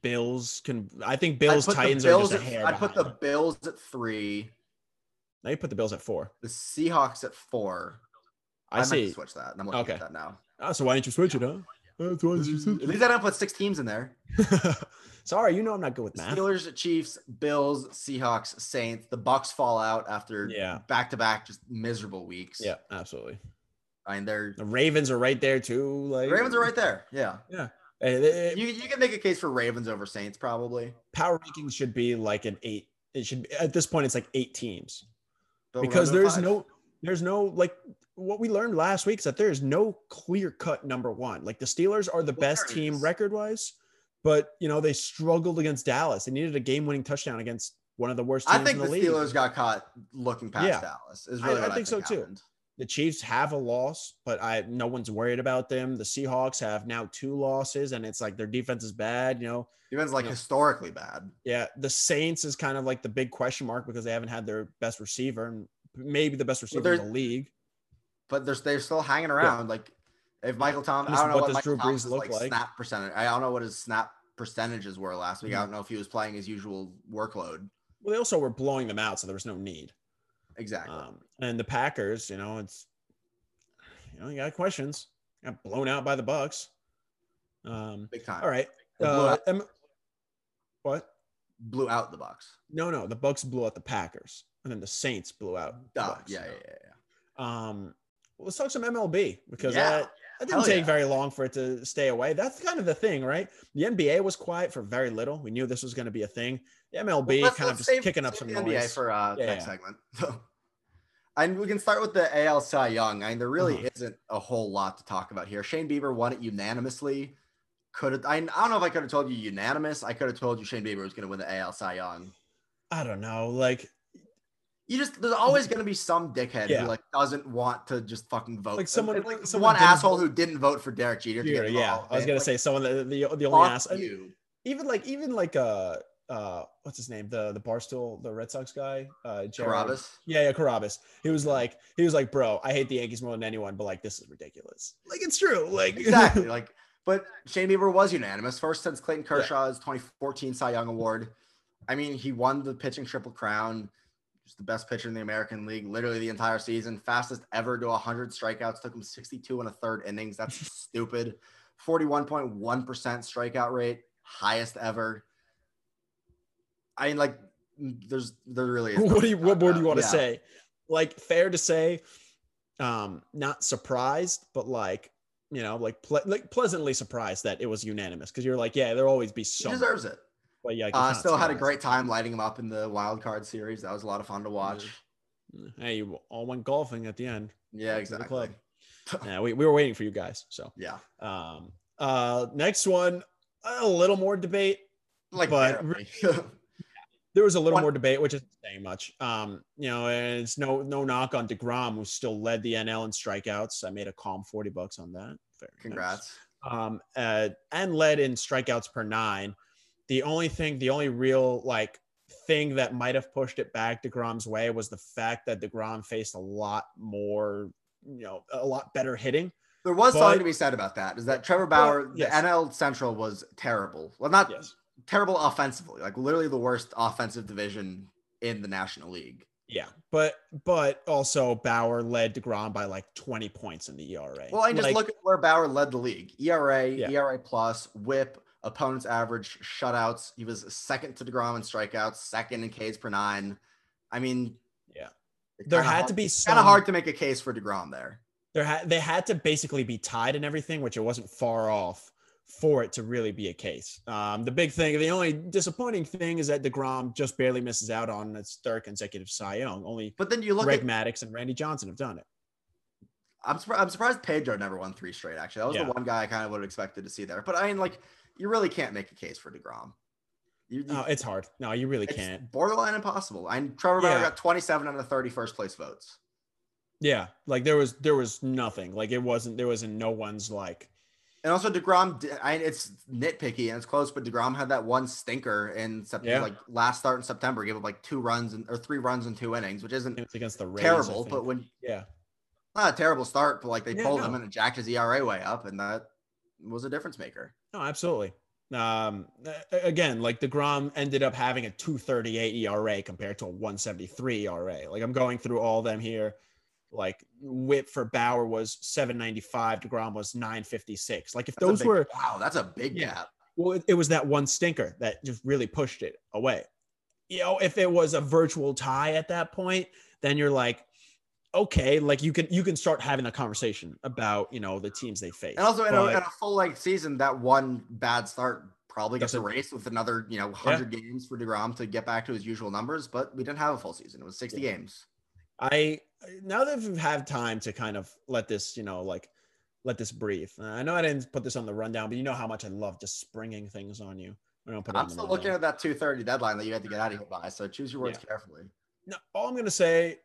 A: Bills can. I think
B: I'd
A: Bills
B: put the
A: Titans
B: Bills
A: are just a
B: at-
A: hair.
B: I'd put
A: behind.
B: the Bills at three,
A: now you put the Bills at four.
B: the Seahawks at four.
A: I,
B: meant to
A: see.
B: switch that. And I'm looking
A: Okay.
B: at that now.
A: Ah, so why didn't you switch it, huh? That's why didn't you switch
B: At least I don't put six teams in there.
A: it? Sorry, you know I'm not good with math.
B: Steelers, Chiefs, Bills, Seahawks, Saints. The Bucks fall out after
A: Yeah.
B: back to back just miserable weeks.
A: Yeah, absolutely.
B: I mean they're
A: The Ravens are right there too. Like
B: the Ravens are right there. Yeah.
A: Eh, eh, eh,
B: You you can make a case for Ravens over Saints probably.
A: power rankings should be like an eight. It should be, at this point it's like eight teams.
B: but we're
A: because
B: going to
A: there's
B: five.
A: no there's no like what we learned last week is that there's no clear cut number one like the steelers are the
B: Well,
A: best
B: there
A: team
B: is.
A: record wise but you know they struggled against dallas they needed a game winning touchdown against one of the worst teams
B: I think
A: in
B: the,
A: the, league
B: Steelers got caught looking past
A: Yeah.
B: Dallas. Is
A: I-
B: really
A: I
B: what
A: think so, too.
B: happened.
A: the chiefs have a loss but i no one's worried about them the seahawks have now two losses and it's like their defense is bad you know
B: Ravens like
A: Yeah.
B: historically bad.
A: yeah the saints is kind of like the big question mark because they haven't had their best receiver and maybe the best receiver in
B: they're-
A: the league
B: but they're they're still hanging around. Like if Michael Thomas, I
A: Listen,
B: don't know
A: what
B: what,
A: does Drew
B: Michael
A: Brees
B: Thomas
A: look
B: like,
A: like?
B: snap percentage. I don't know what his snap percentages were last week.
A: Mhm.
B: I don't know if he was playing his usual workload.
A: well they also were blowing them out so there was no need
B: Exactly.
A: Um, and the Packers, you know, it's you know, you got questions. Got blown out by the Bucks. Um,
B: Big time.
A: all right.
B: They blew
A: Uh,
B: out-
A: em- what?
B: Blew out the Bucks.
A: No, no, the Bucks blew out the Packers, and then the Saints blew out. the
B: Duh.
A: Bucks.
B: Oh, Yeah, yeah, yeah, yeah.
A: Um, well, let's talk some MLB because
B: Yeah.
A: that, that didn't
B: Hell
A: take
B: yeah.
A: very long for it to stay away. That's kind of the thing, right? The NBA was quiet for very little. We knew this was going to be a thing. The MLB
B: Let's-
A: kind
B: let's
A: of just
B: save-
A: kicking up
B: save
A: some
B: the
A: noise.
B: NBA for uh,
A: Yeah,
B: next
A: yeah.
B: segment. and we can start with the AL Cy Young. I mean, there really
A: Uh-huh.
B: isn't a whole lot to talk about here. Shane Bieber won it unanimously. Could have, I, I don't know if I could have told you unanimous. I could have told you Shane Bieber was going to win the AL Cy Young.
A: I don't know, like
B: You just there's always gonna be some dickhead
A: Yeah.
B: who like doesn't want to just fucking vote.
A: Like someone-
B: It's like
A: someone
B: one
A: didn't
B: asshole who didn't vote for Derek Jeter. to get in the
A: yeah.
B: Hall of
A: I was
B: Fame.
A: gonna
B: Like,
A: say someone that the the only
B: fuck
A: ass. uh,
B: you.
A: even like even like uh uh what's his name the the barstool the Red Sox guy uh Jared,
B: Carabas.
A: yeah yeah Carabas he was like he was like bro I hate the Yankees more than anyone but like this is ridiculous like it's true like
B: Exactly. like, but Shane Bieber was unanimous. First since Clayton Kershaw's 2014 Cy Young Award. I mean, he won the pitching triple crown. Just the best pitcher in the American League, literally the entire season. Fastest ever to 100 strikeouts. Took him 62 and a third innings. That's stupid. 41.1% strikeout rate, highest ever. I mean, like, there's there really is.
A: what do you
B: nothing
A: what more do
B: about-
A: you want to
B: yeah.
A: say like fair to say um not surprised but like you know like ple- like pleasantly surprised that it was unanimous because you're like yeah there'll always be
B: He
A: some
B: deserves it.
A: but yeah like,
B: I
A: it's not
B: still had a
A: surprising.
B: great time lighting him up in the wild card series. That was a lot of fun to watch.
A: Mm, hey you all went golfing at the end
B: Yeah,
A: Back to the
B: exactly.
A: yeah we, we were waiting for you guys so
B: Yeah,
A: um uh next one a little more debate
B: like
A: But-
B: barely.
A: there was a little
B: One-
A: more debate, which isn't saying much. Um, you know, and it's no no knock on Degrom, who still led the NL in strikeouts. I made a calm forty bucks on that. Very nice.
B: Congrats.
A: Um, uh, and led in strikeouts per nine. The only thing, the only real like thing that might have pushed it back Degrom's way was the fact that Degrom faced a lot more, you know, a lot better hitting.
B: There was something
A: But-
B: to be said about that. Is that Trevor Bauer,
A: yes.
B: the NL Central was terrible. Well, not
A: Yes.
B: terrible offensively. Like literally the worst offensive division in the National League.
A: Yeah, but but also Bauer led Degrom by like twenty points in the ERA.
B: Well, and just
A: Like-
B: look at where Bauer led the league: E ERA,
A: Yeah.
B: ERA plus, WHIP, opponents' average, shutouts. He was second to Degrom in strikeouts, second in Ks per nine. I mean,
A: Yeah.
B: it's
A: there
B: kinda
A: had
B: hard-
A: to be
B: it's
A: some
B: kind of hard to make a case for Degrom there.
A: there had they had to basically be tied and everything, which it wasn't far off for it to really be a case. Um, the big thing, the only disappointing thing is that Degrom just barely misses out on its third consecutive Cy Young. Only
B: But then you look
A: Greg
B: at
A: Maddox and Randy Johnson have done it.
B: I'm, surpri- I'm surprised Pedro never won three straight. Actually, that was
A: Yeah.
B: the one guy I kind of would have expected to see there. But I mean, like, you really can't make a case for Degrom. You, you-
A: No, Oh, it's hard. No, you really
B: it's
A: can't.
B: borderline impossible. And Trevor Bauer
A: Yeah.
B: got 27 out of the 30 first place votes.
A: Yeah, like there was there was nothing. Like it wasn't there was in no one's like
B: And also Degrom, di- I, it's nitpicky and it's close, but Degrom had that one stinker in September,
A: Yeah.
B: like last start in September, gave up like two runs and or three runs in two innings, which isn't
A: it was against the Rays. I
B: terrible. But
A: think.
B: when
A: yeah,
B: not a terrible start, but like they
A: Yeah,
B: pulled
A: no.
B: him and it jacked his ERA E way up, and that was a difference maker.
A: No, absolutely. Um, a- again, like Degrom ended up having a 2.38 ERA compared to a 1.73 ERA. Like I'm going through all them here. Like WHIP for Bauer was 7.95. Degrom was 9.56. Like if
B: That's a
A: those
B: big-
A: were
B: wow, that's a big
A: Yeah.
B: gap.
A: well, it, it was that one stinker that just really pushed it away. You know, if it was a virtual tie at that point, then you're like, okay, like you can you can start having a conversation about you know the teams they face.
B: And also in a,
A: But-
B: in a full length season, that one bad start probably gets
A: That's a-
B: erased with another you know 100 games for Degrom to get back to his usual numbers. But we didn't have a full season; it was 60
A: Yeah.
B: games.
A: I now that we've had time to kind of let this, you know, like let this breathe. And I know I didn't put this on the rundown, but you know how much I love just springing things on you. I don't put it on
B: I'm
A: the
B: still looking
A: rundown.
B: at that 2:30 deadline that you had to get out of here by. So choose your words carefully.
A: No, all I'm gonna say,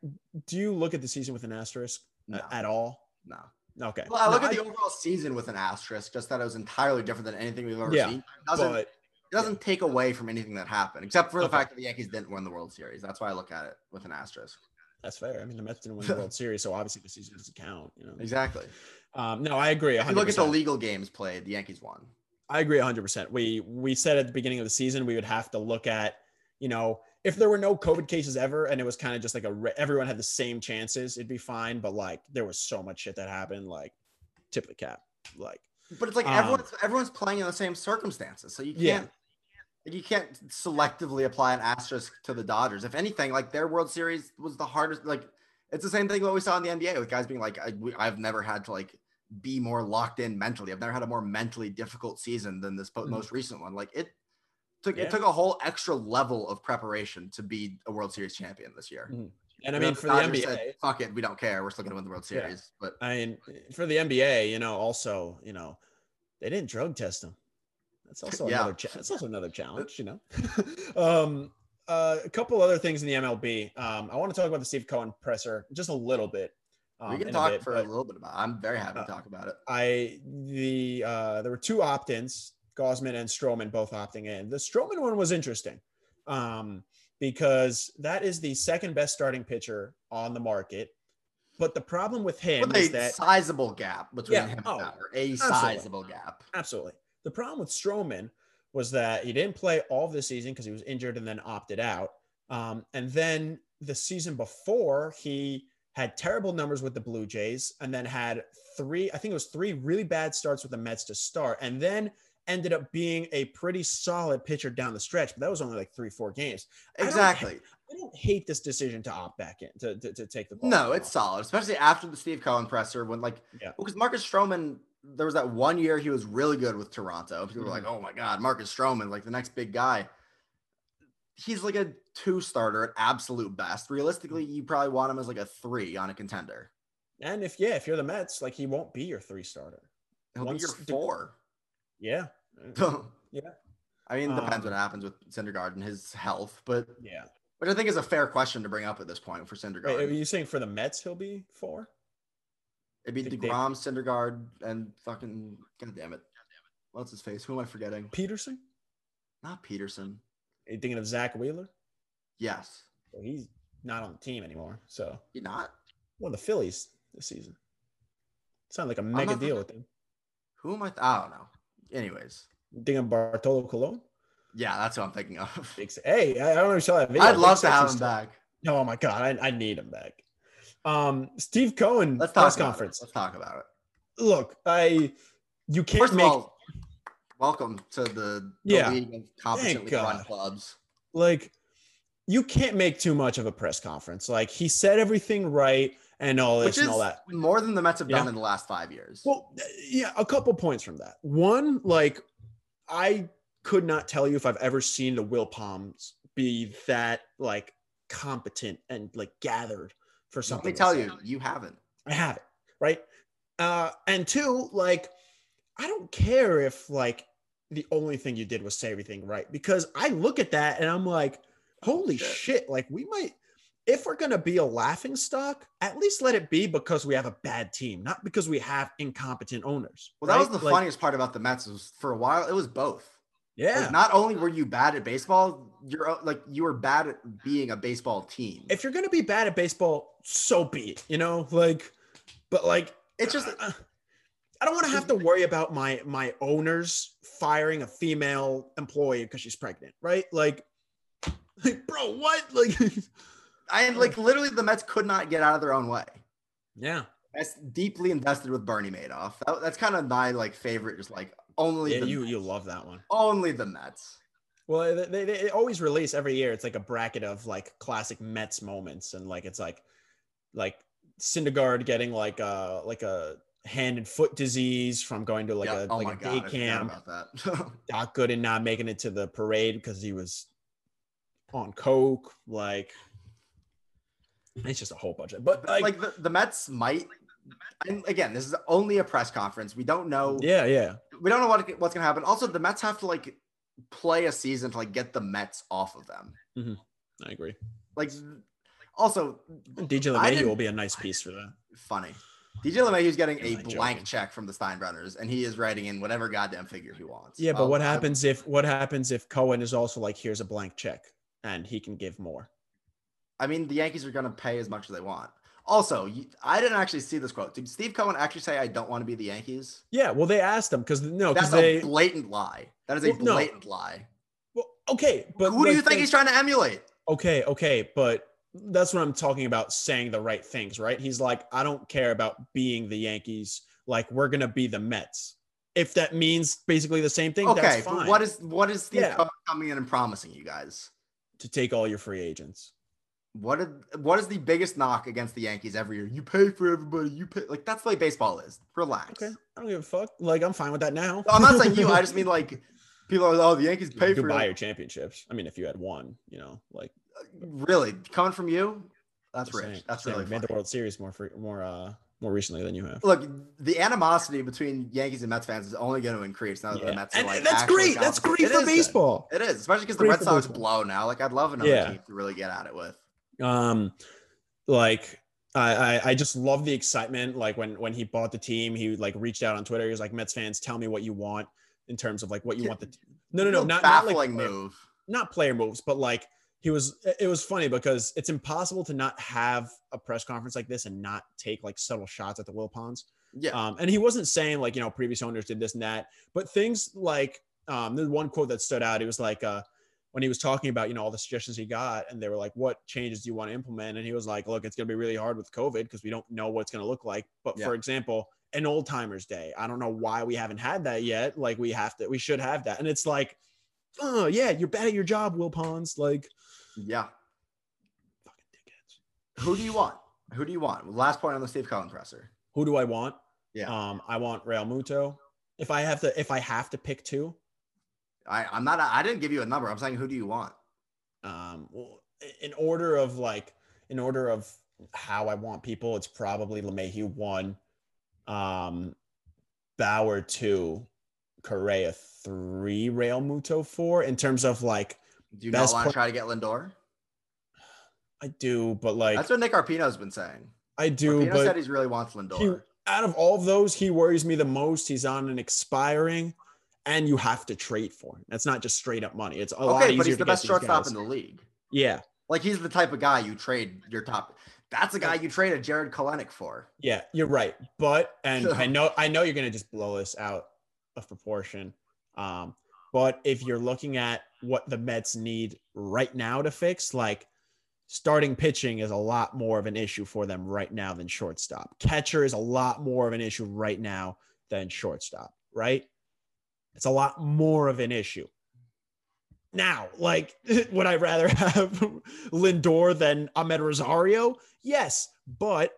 A: do you look at the season with an asterisk uh,
B: No,
A: at all?
B: no.
A: Okay.
B: Well, I
A: No,
B: look at the overall season with an asterisk, just that it was entirely different than anything we've ever
A: Yeah,
B: seen. It doesn't
A: but
B: it doesn't take away from anything that happened, except for the
A: Okay.
B: fact that the Yankees didn't win the World Series. That's why I look at it with an asterisk.
A: that's fair. I mean, the Mets didn't win the World Series, so obviously the season doesn't count. You know.
B: Exactly.
A: Um, no, I agree. 100%.
B: If you look at the legal games played, the Yankees won.
A: I agree 100%. We we said at the beginning of the season we would have to look at, you know, if there were no COVID cases ever and it was kind of just like a re- everyone had the same chances, it'd be fine, but like there was so much shit that happened like tip of the cap. Like
B: But it's like
A: Um,
B: everyone's everyone's playing in the same circumstances, so you
A: Yeah.
B: can't like you can't selectively apply an asterisk to the Dodgers. If anything, like their World Series was the hardest. Like it's the same thing that we saw in the NBA with guys being like, I, we, I've never had to like be more locked in mentally. I've never had a more mentally difficult season than this po-
A: Mhm.
B: most recent one. Like it took
A: Yeah.
B: it took a whole extra level of preparation to be a World Series champion this year.
A: Mhm. and I
B: You know,
A: mean for the
B: Dodgers
A: NBA,
B: said, fuck it, we don't care. We're still gonna win the World
A: Yeah.
B: Series, but
A: I mean for the NBA, you know, also, you know, they didn't drug test him. That's also
B: Yeah.
A: another cha- that's also another challenge, you know. um uh, a couple other things in the MLB. Um, I want to talk about the Steve Cohen presser just a little bit. Um,
B: we
A: in
B: can
A: a
B: talk
A: bit,
B: for
A: but- Oh.
B: a little bit about. It. I'm very happy
A: Uh,
B: to talk about it.
A: I the uh, there were two opt-ins. Gosman and Strowman both opting in. The Strowman one was interesting um, because that is the second best starting pitcher on the market. But the problem with him
B: With
A: is
B: a
A: that
B: sizable gap between
A: Yeah,
B: him
A: oh,
B: and Bauer. A sizable gap.
A: Absolutely. The problem with Strowman was that he didn't play all of this season because he was injured and then opted out. Um, and then the season before, he had terrible numbers with the Blue Jays and then had three, I think it was three really bad starts with the Mets to start, and then ended up being a pretty solid pitcher down the stretch. But that was only like three, four games. I don't-
B: Exactly.
A: I don't hate this decision to opt back in, to, to, to take the ball.
B: No, it's solid, especially after the Steve Cohen presser when like
A: Yeah.
B: because Marcus Stroman, there was that one year he was really good with Toronto. People were like,
A: Mm-hmm.
B: oh my god, Marcus Stroman, like the next big guy. He's like a two starter at absolute best. Realistically, you probably want him as like a three on a contender.
A: And if, yeah, if you're the Mets, like he won't be your three starter.
B: He'll
A: Once
B: be your
A: the-
B: four.
A: Yeah.
B: yeah.
A: Yeah.
B: I mean, it depends
A: Um,
B: what happens with Syndergaard and his health, but
A: Yeah.
B: which I think is a fair question to bring up at this point for Syndergaard.
A: Wait, are you saying for the Mets he'll be four?
B: It'd be
A: Think they-
B: DeGrom, Syndergaard, and fucking God damn it. What's his face? Who am I forgetting?
A: Peterson?
B: Not Peterson.
A: Are you thinking of Zach Wheeler?
B: Yes.
A: Well, he's not on the team anymore. So
B: You not?
A: one of the Phillies this season. Sounded like a mega
B: not-
A: deal with him.
B: Who am I? Th- I don't know. Anyways.
A: You Thinking of Bartolo Colon?
B: Yeah, that's what I'm thinking of.
A: Big se- Hey, I I don't know if you saw that video.
B: I'd
A: Big
B: love to
A: sexy
B: have him
A: stuff.
B: back.
A: No, oh my god, I, I need him back. Um, Steve Cohen
B: Let's talk
A: press
B: about
A: conference.
B: It. Let's talk about it.
A: Look, I you can't
B: First of
A: make
B: all, welcome to the, the
A: Yeah.
B: league of competently run
A: God.
B: clubs.
A: like you can't make too much of a press conference. Like he said everything right and all this
B: Which is
A: and all that.
B: more than the Mets have
A: Yeah.
B: done in the last five years.
A: Well, th- yeah, a couple points from that. One, like, I could not tell you if I've ever seen the Will Palms be that like competent and like gathered for
B: Let
A: something.
B: me
A: to
B: tell
A: say.
B: you, you haven't.
A: I have it, right? Uh, and two, like, I don't care if like the only thing you did was say everything right because I look at that and I'm like, holy
B: Shit.
A: shit! Like, we might. If we're gonna be a laughing stock, at least let it be because we have a bad team, not because we have incompetent owners.
B: Well, that
A: right?
B: was the
A: Like,
B: funniest part about the Mets was for a while it was both.
A: Yeah.
B: Like, not only were you bad at baseball, you're uh, like you were bad at being a baseball team.
A: if you're gonna be bad at baseball, so be it. You know, like, but like,
B: it's just
A: I I don't want to have to worry about my my owners firing a female employee because she's pregnant, right? Like, like, bro, what? Like,
B: I like literally the Mets could not get out of their own way.
A: yeah,
B: That's deeply invested with Bernie Madoff. That- that's kind of my like favorite, just like only
A: yeah,
B: the
A: you you love that one.
B: only the Mets.
A: Well, they, they, they always release every year. It's like a bracket of like classic Mets moments, and like it's like like Syndergaard getting like a like a hand and foot disease from going to like
B: Yeah. Oh
A: a like a day
B: I forgot
A: camp.
B: about that.
A: Doc Gooden not making it to the parade because he was on coke. Like, it's just a whole bunch of. But
B: like,
A: like,
B: the, the Mets might. And again, this is only a press conference. We don't know.
A: yeah, yeah,
B: We don't know what what's gonna happen. Also, the Mets have to like play a season to like get the Mets off of them.
A: I agree.
B: Like, also
A: DJ LeMahieu
B: I didn't-
A: will be a nice piece for that.
B: funny. DJ LeMahieu's getting a
A: I'm
B: blank
A: joking.
B: check from the Steinbrenners, and he is writing in whatever goddamn figure he wants.
A: Yeah, but
B: Um,
A: what
B: I-
A: happens if what happens if Cohen is also like, here's a blank check and he can give more?
B: I mean, the Yankees are going to pay as much as they want. Also, you- I didn't actually see this quote. Did Steve Cohen actually say, "I don't want to be the Yankees"?
A: Yeah, well, they asked him because no, because
B: That's
A: Oh, they
B: a blatant lie. That is a
A: Well, no.
B: blatant lie.
A: well, okay, but
B: Who do you
A: like,
B: think
A: they-
B: he's trying to emulate?
A: Okay, okay, but that's what I'm talking about saying the right things, right? He's like, I don't care about being the Yankees. Like, we're going to be the Mets. If that means basically the same thing,
B: Okay,
A: that's fine.
B: but what is what is Steve
A: Yeah.
B: Cohen coming in and promising you guys?
A: to take all your free agents?
B: What did what is the biggest knock against the Yankees every year? You pay for everybody. You pay like that's the way baseball is. Relax.
A: Okay, I don't give a fuck. Like, I'm fine with that now.
B: I'm not saying you. I just mean like people are. Oh, the Yankees
A: You
B: pay
A: could
B: for
A: buy
B: it.
A: your championships. I mean, if you had one, you know, like
B: Really coming from you? That's
A: just
B: rich.
A: saying-
B: That's
A: saying
B: really
A: we made
B: funny.
A: the World Series more free, more uh more recently than you have.
B: Look, the animosity between Yankees and Mets fans is only going to increase now that the
A: Yeah.
B: Mets are
A: And
B: like.
A: that's
B: actually
A: great. That's
B: competent.
A: great
B: It
A: for
B: is good.
A: baseball.
B: It is, especially because the
A: Great
B: Red
A: for
B: Sox
A: baseball.
B: blow now. Like, I'd love another
A: Yeah.
B: team to really get at it with.
A: um like I, I I just love the excitement. Like when when he bought the team, he like reached out on Twitter. He was like, "Mets fans, tell me what you want." in terms of like what you
B: Yeah.
A: want the no no no
B: Real
A: not not like
B: baffling
A: player-
B: move.
A: not player moves but like he was it was funny because it's impossible to not have a press conference like this and not take like subtle shots at the Will Ponds.
B: Yeah,
A: Um, and he wasn't saying like, you know, previous owners did this and that, but things like um, the one quote that stood out, it was like uh, when he was talking about, you know, all the suggestions he got and they were like, what changes do you want to implement? And he was like, look, it's going to be really hard with COVID because we don't know what it's going to look like. But
B: Yeah.
A: for example, an old timers day, I don't know why we haven't had that yet. Like we have to, we should have that. And it's like, oh yeah, you're bad at your job, Will Pons. Like
B: yeah.
A: fucking dickheads.
B: Who do you want? Who do you want? Last point on the Steve Cohen presser.
A: Who do I want?
B: Yeah.
A: Um, I want Real Muto. If I have to, if I have to pick two,
B: I, I'm not. I didn't give you a number. I'm saying who do you want?
A: um well, in order of like in order of how I want people, it's probably LeMahieu one, um Bauer two, Correa three, Real Muto four. In terms of like
B: Do you
A: Best
B: not want
A: pla-
B: to try to get Lindor?
A: I do, but like
B: That's what Nick Arpino's been saying.
A: I do,
B: Arpino said
A: but
B: he really wants Lindor.
A: out of all of those, he worries me the most. He's on an expiring and you have to trade for him. That's not just straight up money. It's a lot
B: okay,
A: easier
B: but he's
A: to
B: the
A: get
B: best
A: these
B: shortstop
A: guys.
B: in the league.
A: yeah.
B: Like he's the type of guy you trade your top. That's a guy you trade a Jared Kalenic for.
A: Yeah, you're right. But and I know I know you're gonna just blow this out of proportion. Um, but if you're looking at what the Mets need right now to fix, like starting pitching is a lot more of an issue for them right now than shortstop. Catcher is a lot more of an issue right now than shortstop, right? It's a lot more of an issue. Now, like, would I rather have Lindor than Ahmed Rosario? Yes, but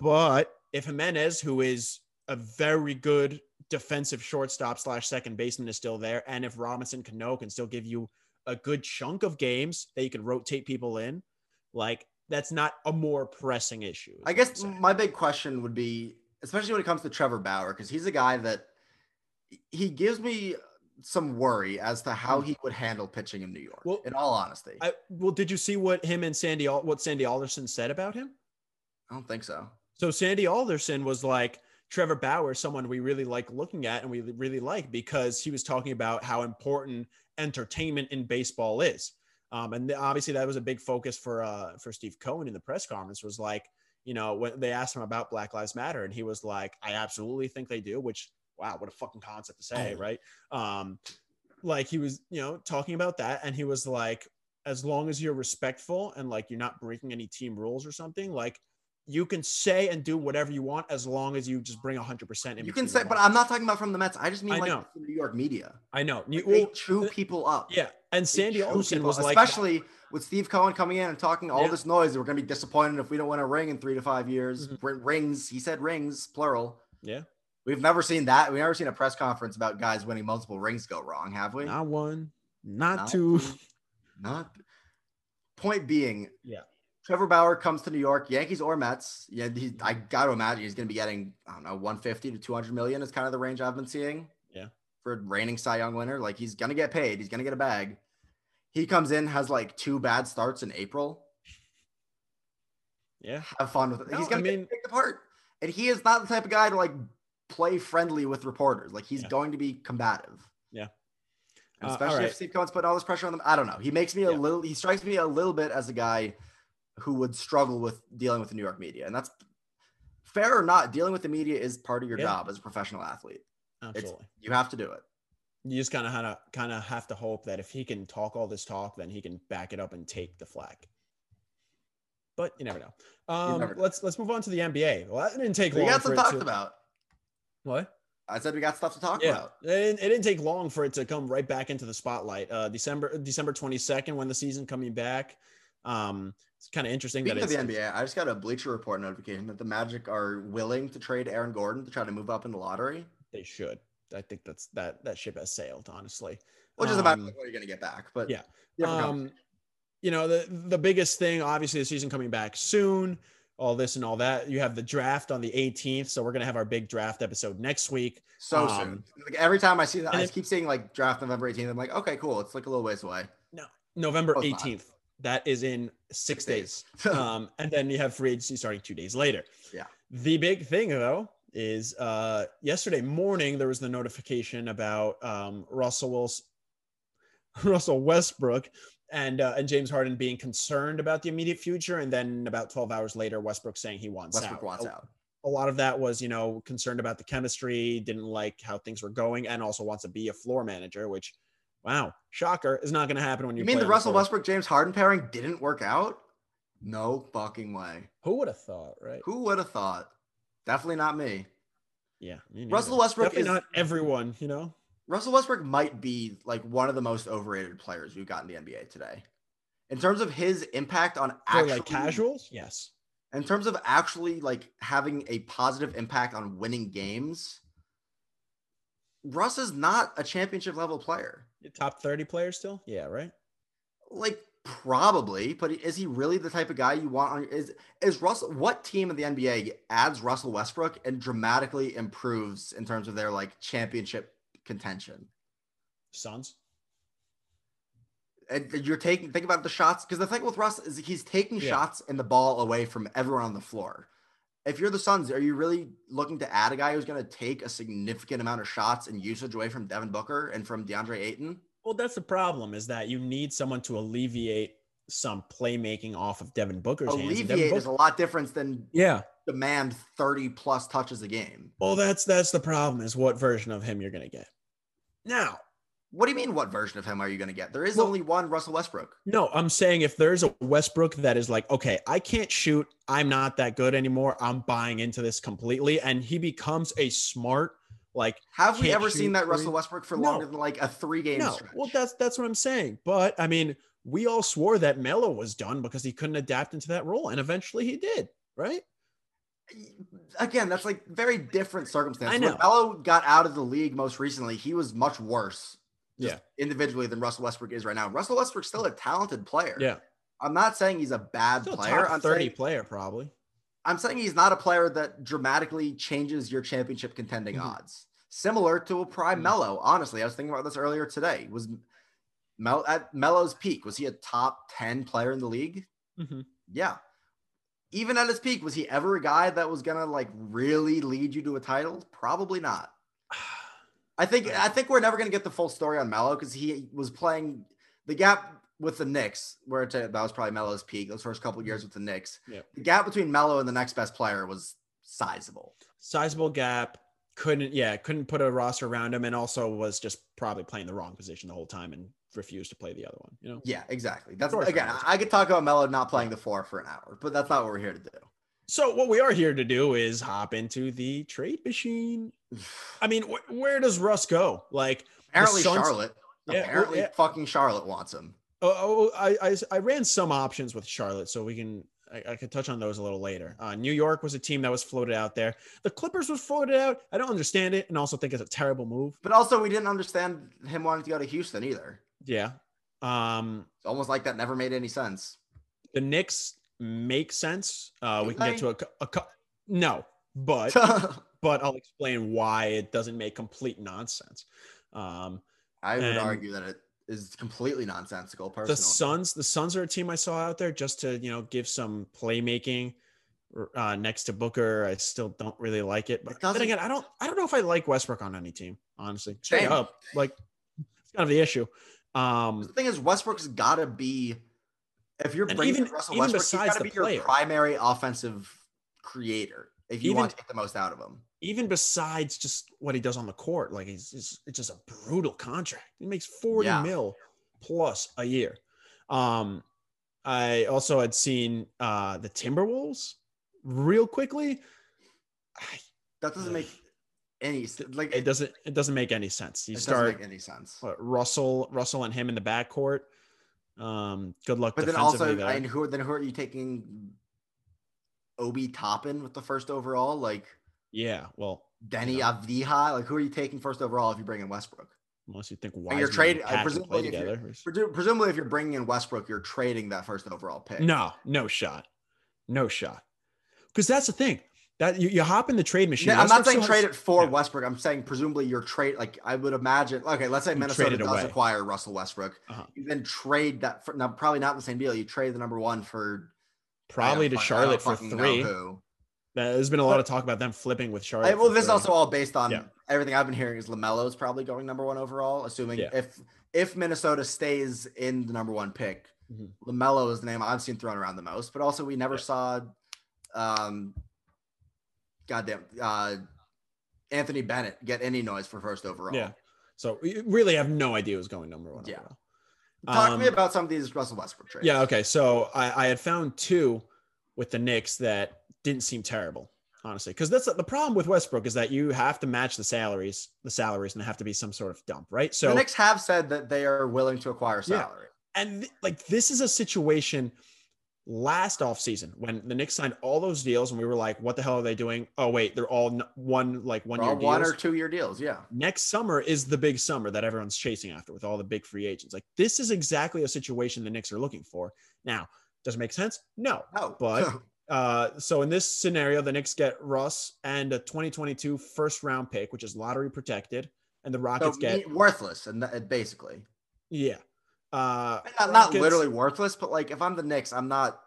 A: but if Jimenez, who is a very good defensive shortstop slash second baseman, is still there, and if Robinson Cano can still give you a good chunk of games that you can rotate people in, like that's not a more pressing issue. is
B: I
A: what I'm
B: guess
A: saying.
B: my big question would be, especially when it comes to Trevor Bauer, because he's a guy that he gives me some worry as to how he would handle pitching in New York.
A: Hmm. Well,
B: in all honesty, I,
A: I, well, did you see what him and Sandy Al- what Sandy Alderson said about him?
B: don't think so.
A: So Sandy Alderson was like Trevor Bauer, is someone we really like looking at and we really like because he was talking about how important entertainment in baseball is. Um, and th- obviously that was a big focus for uh, for Steve Cohen in the press conference was like, you know, when they asked him about Black Lives Matter and he was like, I absolutely think they do, which wow, what a fucking concept to say, right? Um, like he was, you know, talking about that and he was like, as long as you're respectful and like you're not breaking any team rules or something, like you can say and do whatever you want as long as you just bring 100% in
B: You can
A: between
B: say,
A: the
B: but
A: lines.
B: I'm not talking about from the Mets. I just mean
A: I
B: like
A: know.
B: the New York media.
A: i know You-
B: Like, they
A: well,
B: chew
A: th-
B: people up.
A: yeah and
B: They
A: sandy
B: chew
A: olsen
B: people-
A: was like
B: especially with Steve Cohen coming in and talking all
A: Yeah.
B: this noise. We're going to be disappointed if we don't win a ring in three to five years.
A: Mhm.
B: Ri- Rings, he said rings, plural.
A: Yeah.
B: We've never seen that. We've never seen a press conference about guys winning multiple rings go wrong, have we?
A: not one not,
B: Not
A: two
B: two. Not. Point being,
A: Yeah.
B: Trevor Bauer comes to New York, Yankees or Mets. Yeah, he, I got to imagine he's going to be getting I don't know 150 to 200 million is kind of the range I've been seeing.
A: Yeah.
B: for a reigning Cy Young winner, like he's going to get paid. He's going to get a bag. He comes in, has like two bad starts in April.
A: yeah
B: Have fun with it.
A: No,
B: he's going
A: I
B: to
A: mean-
B: get picked apart, and he is not the type of guy to like play friendly with reporters. Like he's
A: Yeah.
B: going to be combative.
A: Yeah.
B: And
A: Uh,
B: especially
A: alright.
B: if Steve Cohen's putting all this pressure on them. I don't know. He makes me a
A: Yeah.
B: little. He strikes me a little bit as a guy who would struggle with dealing with the New York media, and that's fair or not. Dealing with the media is part of your
A: Yeah.
B: job as a professional athlete.
A: absolutely
B: You have to do it.
A: you just kind of kind of kind of have to hope that if he can talk all this talk then he can back it up and take the flag but you never know um
B: never know.
A: let's let's move on to the nba well that didn't take
B: We
A: long
B: got
A: for
B: some
A: it
B: talked
A: to-
B: about.
A: what
B: I said we got stuff to talk
A: yeah,
B: about.
A: it didn't, it didn't take long for it to come right back into the spotlight. Uh, December December twenty second, when the season coming back. Um, it's kind of interesting
B: Speaking
A: that
B: of the
A: it's,
B: NBA, I just got a Bleacher Report notification that the Magic are willing to trade Aaron Gordon to try to move up in the lottery.
A: they should. I think that's that that ship has sailed. Honestly,
B: Which is about
A: Um,
B: what you're going to get back, but
A: yeah.
B: different
A: um, you know the the biggest thing obviously the season coming back soon all this and all that you have the draft on the 18th so we're going to have our big draft episode next week
B: So
A: Um,
B: soon. Like every time I see that,
A: and
B: I
A: if-
B: keep seeing like draft November 18th. I'm like, okay, cool. It's like a little ways away.
A: november
B: Oh, it's not.
A: 18th that is in six
B: days.
A: days um, and then you have free agency starting two days later.
B: Yeah.
A: The big thing though is uh, yesterday morning there was the notification about um, Russell Wilson, Russell Westbrook, and uh, and James Harden being concerned about the immediate future, and then about 12 hours later, Westbrook saying he wants
B: Westbrook
A: out. Oh,
B: wants
A: a,
B: out.
A: a lot of that was you know concerned about the chemistry, didn't like how things were going, and also wants to be a floor manager, which. Wow, shocker! Is not going to happen when you.
B: You mean
A: play
B: the
A: on
B: Russell
A: floor.
B: Westbrook James Harden pairing didn't work out? No fucking way.
A: Who would have thought, right?
B: Who would have thought? Definitely not me.
A: Yeah, me neither.
B: Russell Westbrook
A: Definitely
B: is-
A: not everyone, you know.
B: Russell Westbrook might be like one of the most overrated players we've got in the NBA today. In terms of his impact on
A: For
B: actually
A: like casuals, yes.
B: in terms of actually like having a positive impact on winning games, Russ is not a championship level player.
A: Top thirty player still, yeah, right.
B: Like probably, but is he really the type of guy you want on is is Russell what team in the NBA adds Russell Westbrook and dramatically improves in terms of their like championship contention?
A: Suns.
B: and you're taking think about the shots because the thing with Russ is he's taking
A: Yeah.
B: shots and the ball away from everyone on the floor. If you're the Suns, are you really looking to add a guy who's going to take a significant amount of shots and usage away from Devin Booker and from DeAndre Ayton?
A: Well, that's the problem is that you need someone to alleviate some playmaking off of Devin Booker's hands. and Devin
B: Alleviate is a
A: Booker-
B: lot different than
A: yeah.
B: demand 30 plus touches a game.
A: Well, that's that's the problem is what version of him you're gonna get. Now,
B: What do you mean? What version of him are you going to get? There is
A: Well-
B: only one Russell Westbrook.
A: no, I'm saying if there's a Westbrook that is like, okay, I can't shoot, I'm not that good anymore. I'm buying into this completely, and he becomes a smart, like
B: Have we
A: Can't
B: ever
A: shoot
B: seen that
A: three.
B: Russell Westbrook for
A: No.
B: longer than like a three game
A: No,
B: stretch?
A: well, that's that's what I'm saying. But I mean, we all swore that Melo was done because he couldn't adapt into that role, and eventually he did, right?
B: again, that's like very different circumstances.
A: I know.
B: When Melo got out of the league most recently, he was much worse just
A: Yeah.
B: individually than Russell Westbrook is right now. Russell Westbrook's still a talented player.
A: Yeah,
B: I'm not saying he's a bad
A: Still
B: player.
A: top
B: I'm
A: thirty
B: saying,
A: player probably.
B: I'm saying he's not a player that dramatically changes your championship contending
A: Mhm.
B: odds. Similar to a prime
A: Mhm.
B: Melo, honestly. I was thinking about this earlier today. Was Mel at Melo's peak, was he a top 10 player in the league?
A: Mhm.
B: Yeah. Even at his peak, was he ever a guy that was gonna like really lead you to a title? Probably not. I think
A: Right.
B: I think we're never gonna get the full story on Mello because he was playing the gap with the Knicks, where it's a- that was probably Mello's peak. Those first couple
A: Mm-hmm.
B: years with the Knicks,
A: Yep.
B: the gap between Mello and the next best player was sizable.
A: Sizable gap. Couldn't yeah, couldn't put a roster around him, and also was just probably playing the wrong position the whole time and refused to play the other one. You know.
B: Yeah, exactly. That's
A: Sure,
B: again,
A: sure.
B: I I could talk about Mello not playing the four for an hour, but that's not what we're here to do.
A: So what we are here to do is hop into the trade machine. I mean, wh- where does Russ go? Like,
B: Apparently,
A: Suns-
B: Charlotte.
A: Yeah, well,
B: apparently,
A: yeah.
B: fucking Charlotte wants him.
A: Oh, oh, I, I I ran some options with Charlotte, so we can I, I could touch on those a little later. Uh, New York was a team that was floated out there. The Clippers was floated out. I don't understand it, and also think it's a terrible move.
B: But also, we didn't understand him wanting to go to Houston either.
A: Yeah. Um,
B: It's almost like that never made any sense.
A: the Knicks make sense. Uh, we
B: Do
A: can get to a, cou- a cou- no, but
B: I
A: but I'll explain why it doesn't make complete nonsense. Um,
B: would
A: And-
B: argue that it is completely nonsensical. Personally,
A: the Suns, the Suns are a team I saw out there just to you know give some playmaking uh, next to Booker. I still don't really like it, but
B: It doesn't-
A: then again, I don't I don't know if I like Westbrook on any team. Honestly, straight
B: Same.
A: up, like it's kind of the issue. Um,
B: the thing is, Westbrook's got to be. If you're
A: And
B: bringing
A: even-
B: in Russell
A: even
B: Westbrook, he's
A: besides
B: got to
A: the
B: be
A: player.
B: your primary offensive creator if you
A: Even-
B: want to get the most out of him.
A: even besides just what he does on the court, like he's, he's it's just a brutal contract. He makes 40
B: Yeah.
A: mil plus a year. Um, I also had seen uh, the Timberwolves real quickly.
B: That doesn't make any s- like
A: It doesn't it doesn't make any sense. You
B: it doesn't
A: start
B: make any sense.
A: what, Russell, Russell and him in the backcourt. Um, good luck
B: But then
A: defensively
B: also,
A: there.
B: and who then who are you taking? Obi Toppin with the first overall, like
A: yeah, well,
B: Denny
A: Yeah.
B: Avdija, like who are you taking first overall if you bring in Westbrook?
A: unless you think why
B: you're trading- I
A: play
B: presumably if you're-
A: together.
B: Presu- Presumably, if you're bringing in Westbrook, you're trading that first overall pick.
A: No, no shot, no shot. Because that's the thing that you, you hop in the trade machine.
B: No, I'm
A: Westbrook
B: not saying
A: still
B: trade
A: has-
B: it for
A: yeah.
B: Westbrook. I'm saying presumably your trade, like I would imagine. Okay, let's say
A: You
B: Minnesota
A: trade it
B: does
A: away.
B: acquire Russell Westbrook.
A: Uh-huh.
B: You then trade that for no, probably not the same deal. You trade the number one for I don't
A: probably to
B: fuck- I don't
A: Charlotte for
B: fucking know
A: three.
B: who.
A: That, there's been a lot of talk about them flipping with Charlotte.
B: I- well,
A: for
B: this is
A: three.
B: also all based on
A: Yeah.
B: everything I've been hearing is Lamelo's probably going number one overall, assuming
A: Yeah.
B: if if Minnesota stays in the number one pick,
A: Mhm.
B: Lamelo is the name I've seen thrown around the most. But also, we never
A: Yeah.
B: saw, um, goddamn, uh, Anthony Bennett get any noise for first overall.
A: Yeah. So we really have no idea who's going number one.
B: Yeah.
A: overall.
B: Talk to me
A: Um,
B: about some of these Russell Westbrook trades.
A: Yeah. Okay. So I, I had found two with the Knicks that didn't seem terrible, honestly, because that's the problem with Westbrook is that you have to match the salaries, the salaries, and they have to be some sort of dump, right? So
B: the Knicks have said that they are willing to acquire
A: Yeah.
B: salary.
A: and th- like this is a situation last offseason when the Knicks signed all those deals and we were like, what the hell are they doing? Oh wait, they're all n- one like one
B: Or
A: year
B: one
A: deals.
B: or two year deals. Yeah.
A: Next summer is the big summer that everyone's chasing after with all the big free agents. Like this is exactly a situation the Knicks are looking for. Now, does it make sense? No.
B: No.
A: But- Uh, so in this scenario, the Knicks get Russ and a 2022 first round pick, which is lottery protected, and the
B: so
A: Rockets get
B: me- worthless and that, basically.
A: yeah. Uh,
B: not, not
A: Rockets-
B: literally worthless, but like if I'm the Knicks, I'm not,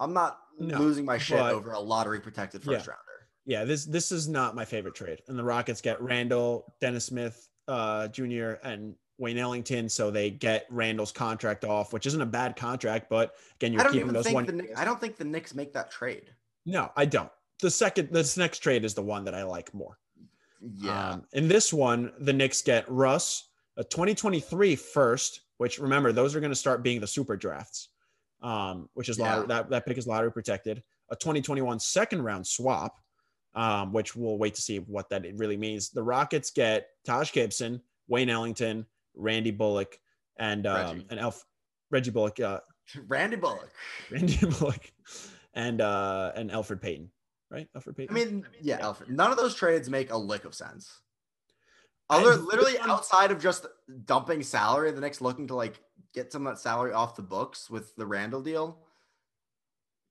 B: I'm not
A: No,
B: losing my shit
A: but-
B: over a lottery protected
A: Yeah.
B: first rounder.
A: yeah, this this is not my favorite trade. And the Rockets get Randall, Dennis Smith, uh, Jr. and Wayne Ellington, so they get Randall's contract off, which isn't a bad contract, but again, you're
B: I don't
A: keeping
B: even
A: those
B: think
A: one.
B: the Knicks, I don't think the Knicks make that trade.
A: no, I don't. The second, this next trade is the one that I like more.
B: Yeah,
A: Um, in this one, the Knicks get Russ, a 2023 first, which remember, those are going to start being the super drafts, um, which is lottery,
B: Yeah.
A: that, that pick is lottery protected, a 2021 second round swap, um, which we'll wait to see what that really means. The Rockets get Taj Gibson, Wayne Ellington, Randy Bullock, and um,
B: Reggie.
A: an elf, Reggie Bullock, uh,
B: Randy Bullock.
A: Randy Bullock, and uh, and Alfred Payton, right? Alfred
B: I
A: Payton.
B: mean, yeah,
A: yeah.
B: Alfred. None of those trades make a lick of sense.
A: And
B: Other,
A: this
B: literally
A: one-
B: outside of just dumping salary, the Knicks looking to like get some of that salary off the books with the Randall deal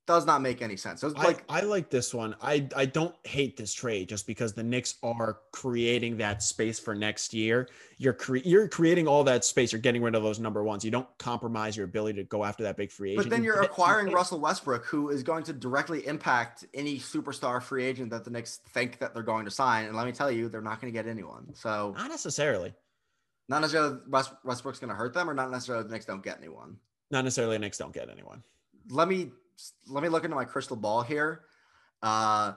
B: does not make any sense. So it's like
A: like I like this one. I I don't hate this trade just because the Knicks are creating that space for next year. You're cre- you're creating all that space. You're getting rid of those number ones. You don't compromise your ability to go after that big free agent.
B: But then
A: You
B: you're
A: get- you
B: acquiring
A: get-
B: Russell Westbrook, who is going to directly impact any superstar free agent that the Knicks think that they're going to sign. And let me tell you, they're not going to get anyone. So
A: Not necessarily.
B: not necessarily West, Westbrook's going to hurt them, or not necessarily the Knicks don't get anyone.
A: Not necessarily. The Knicks don't get anyone.
B: Let me let me look into my crystal ball here. Uh,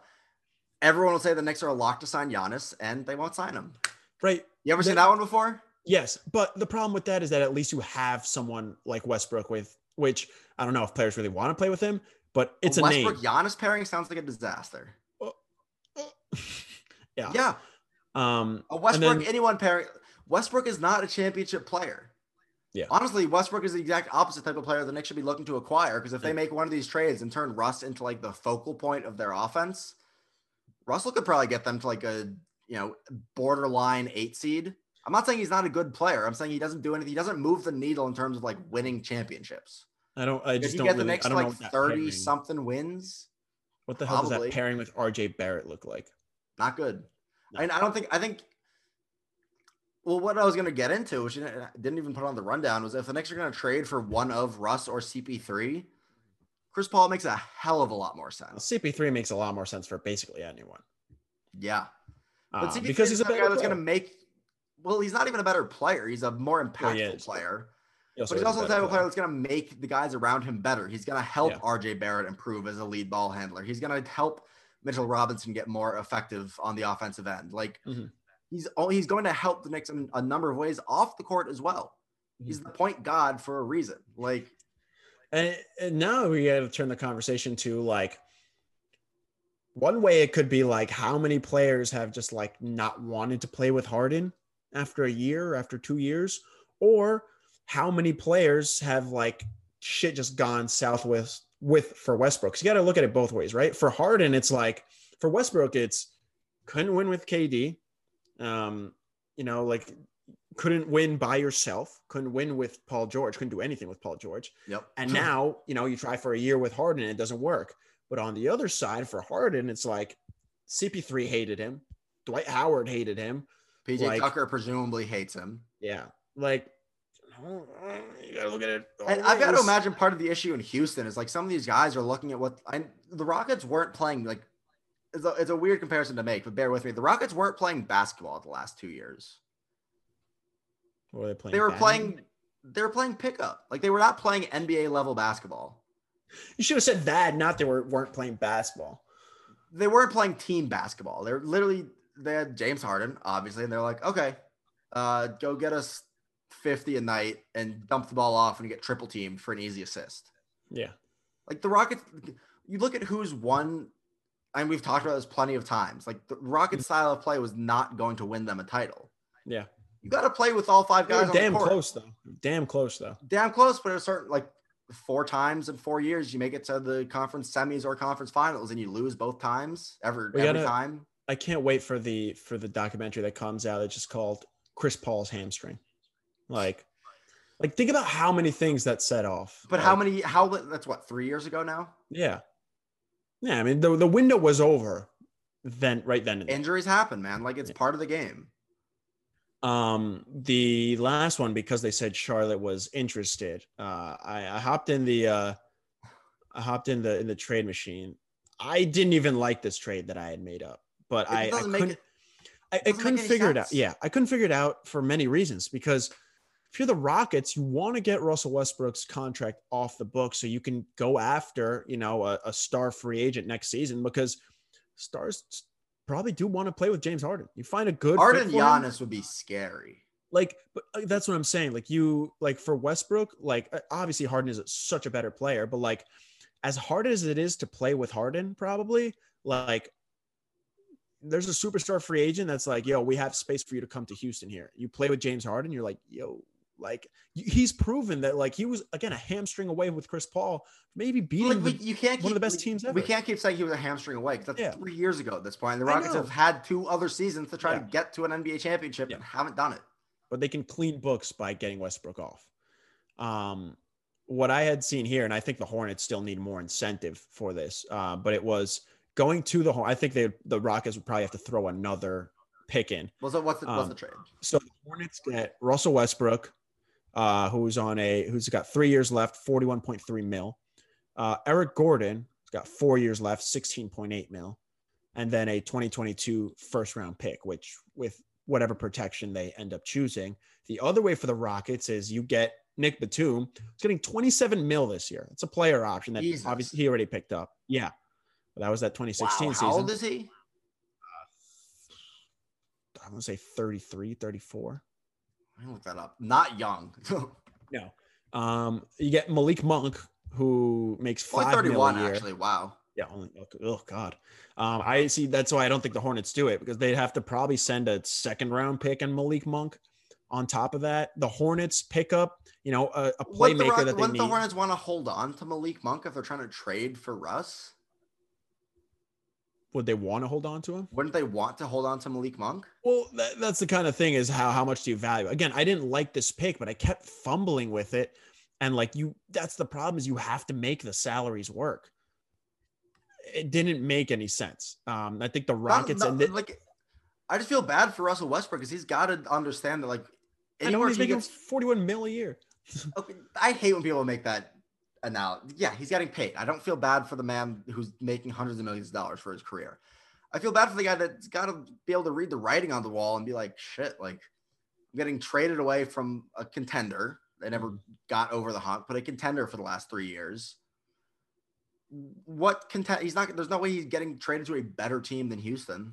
B: everyone will say the Knicks are locked to sign Giannis, and they won't sign him.
A: Right.
B: You ever seen
A: They-
B: that one before?
A: Yes, but the problem with that is that at least you have someone like Westbrook with which I don't know if players really want to play with him, but it's a
B: Westbrook
A: name. Oh.
B: Giannis pairing sounds like a disaster.
A: Yeah.
B: yeah.
A: Um.
B: A
A: and
B: Westbrook,
A: then-
B: anyone pairing Westbrook is not a championship player.
A: Yeah.
B: Honestly, Westbrook is the exact opposite type of player the Knicks should be looking to acquire because if they
A: Yeah.
B: make one of these trades and turn Russ into like the focal point of their offense, Russell could probably get them to like a you know borderline eight seed. I'm not saying he's not a good player. I'm saying he doesn't do anything. He doesn't move the needle in terms of like winning championships.
A: I don't. I
B: If
A: just
B: you
A: don't
B: get
A: really.
B: the Knicks
A: I
B: to
A: don't know
B: like
A: what that
B: 30
A: pairing-
B: something wins,
A: What the hell does
B: Probably.
A: that pairing with RJ Barrett look like?
B: not good.
A: No.
B: And I don't think I think. Well, what I was going to get into, which you didn't didn't even put on the rundown, was if the Knicks are going to trade for one of Russ or CP3, Chris Paul makes a hell of a lot more
A: Well,
B: sense.
A: CP3 makes a lot more sense for basically anyone
B: Yeah,
A: Uh,
B: but CP3
A: because he's
B: is
A: a
B: not
A: better
B: guy that's
A: player.
B: going to make. Well, he's not even a better player. He's a more impactful
A: Oh, is.
B: player,
A: He also
B: but he's
A: is a
B: also the
A: better
B: type of player that's going to make the guys around him better. He's going to help
A: Yeah.
B: RJ Barrett improve as a lead ball handler. He's going to help Mitchell Robinson get more effective on the offensive end. Like
A: Mhm.
B: he's all he's going to help the Knicks in a number of ways off the court as well.
A: Mm-hmm.
B: He's the point god for a reason. Like
A: And, and now we got to turn the conversation to like one way it could be like how many players have just like not wanted to play with Harden after a year, after two years, or how many players have like shit just gone south with with for Westbrook. 'Cause you got to look at it both ways, right? For Harden, it's like for Westbrook, it's couldn't win with KD. Um, you know, like couldn't win by yourself, couldn't win with Paul George, couldn't do anything with Paul George.
B: yep.
A: And now, you know, you try for a year with Harden and it doesn't work. But on the other side, for Harden, it's like CP3 hated him, Dwight Howard hated him.
B: PJ
A: like-
B: Tucker presumably hates him.
A: Yeah, like you gotta look at it.
B: And I've got to
A: always.
B: imagine part of the issue in Houston is like some of these guys are looking at what I, the Rockets weren't playing like it's a, it's a weird comparison to make, but bear with me. The Rockets weren't playing basketball the last two years.
A: What were they playing?
B: They were
A: badminton?
B: playing they were playing pickup. Like they were not playing NBA level basketball.
A: You should have said that, not they were weren't playing basketball.
B: They weren't playing team basketball. They're literally they had James Harden, obviously, and they're like, okay, uh, go get us 50 a night and dump the ball off and get triple teamed for an easy assist.
A: Yeah.
B: Like the Rockets, you look at who's won, and we've talked about this plenty of times. Like the Rockets' style of play was not going to win them a title.
A: Yeah.
B: You got to play with all five
A: They were
B: guys. on the
A: damn
B: court.
A: close though. Damn close though.
B: Damn close, but at a certain like four times in four years, you make it to the conference semis or conference finals, and you lose both times every
A: We
B: every
A: gotta-
B: time.
A: I can't wait for the for the documentary that comes out. It's just called Chris Paul's hamstring. Like, like think about how many things that set off.
B: But how many? How that's what three years ago now.
A: Yeah. Yeah, I mean the the window was over then right then. And there.
B: Injuries happen, man. Like it's
A: Yeah.
B: part of the game.
A: Um the last one because they said Charlotte was interested. Uh I, I hopped in the uh I hopped in the in the trade machine. I didn't even like this trade that I had made up, but
B: It
A: I, I
B: doesn't make
A: couldn't
B: it-
A: I, I
B: doesn't make
A: couldn't
B: any
A: figure it out.
B: sense.
A: Yeah, I couldn't figure it out for many reasons because if you're the Rockets, you want to get Russell Westbrook's contract off the books so you can go after, you know, a, a star free agent next season because stars probably do want to play with James Harden. You find a good
B: Arden
A: fit for him
B: Giannis would be scary.
A: like but uh, that's what i'm saying like you like for westbrook like uh, obviously harden is such a better player but like as hard as it is to play with harden probably like there's a superstar free agent that's like yo we have space for you to come to houston here you play with james harden you're like yo like y- he's proven that like he was again a hamstring away with chris paul maybe beating
B: Like we,
A: the-
B: you can't
A: one of the
B: keep-
A: best
B: we-
A: teams
B: We
A: ever.
B: can't keep saying he was a hamstring away because that's
A: Yeah.
B: three years ago at this point. And the
A: I
B: Rockets
A: know.
B: have had two other seasons to try to
A: Yeah.
B: get to an NBA championship
A: Yeah.
B: and haven't done it.
A: but they can clean books by getting Westbrook off. Um, what I had seen here, and I think the Hornets still need more incentive for this, uh, but it was going to the Horn. I think they, the Rockets would probably have to throw another pick in.
B: Well, so what's the, what's
A: Um,
B: the trade?
A: So the Hornets get Russell Westbrook, uh, who's on a who's got three years left, forty-one point three mil. Uh, Eric Gordon has got four years left, sixteen point eight mil, and then a 2022 first round pick, which with whatever protection they end up choosing. The other way for the Rockets is you get Nick Batum, who's getting 27 mil this year. It's a player option that
B: Jesus.
A: obviously he already picked up. Yeah, that was that 2016
B: wow,
A: season.
B: how old is he?
A: I want to say 33, 34.
B: I can look that up. Not young.
A: No. Um, you get Malik Monk, who makes
B: Only
A: five million
B: 31,
A: a year.
B: actually. Wow.
A: Yeah. Only, oh God. Um, I see. That's why I don't think the Hornets do it because they'd have to probably send a second round pick and Malik Monk. On top of that, the Hornets pick up, you know, a, a
B: Wouldn't the,
A: playmaker
B: Rock-
A: that they
B: wouldn't
A: need.
B: the Hornets want to hold on to Malik Monk if they're trying to trade for Russ?
A: Would they want to hold on to him?
B: Wouldn't they want to hold on to Malik Monk?
A: Well, that, that's the kind of thing is how how much do you value? Again, I didn't like this pick, but I kept fumbling with it, and like you, that's the problem is you have to make the salaries work. It didn't make any sense. Um, I think the
B: Not-
A: Rockets
B: not-
A: and the,
B: like, I just feel bad for Russell Westbrook because he's got to understand that like
A: I know
B: anywhere
A: he's
B: he
A: making
B: gets
A: forty-one mil a year.
B: Okay, I hate when people make that analogy. Yeah, he's getting paid. I don't feel bad for the man who's making hundreds of millions of dollars for his career. I feel bad for the guy that's got to be able to read the writing on the wall and be like, shit, like I'm getting traded away from a contender. They
A: Mm-hmm.
B: never got over the hump, but a contender for the last three years. What content? He's not. There's no way he's getting traded to a better team than Houston.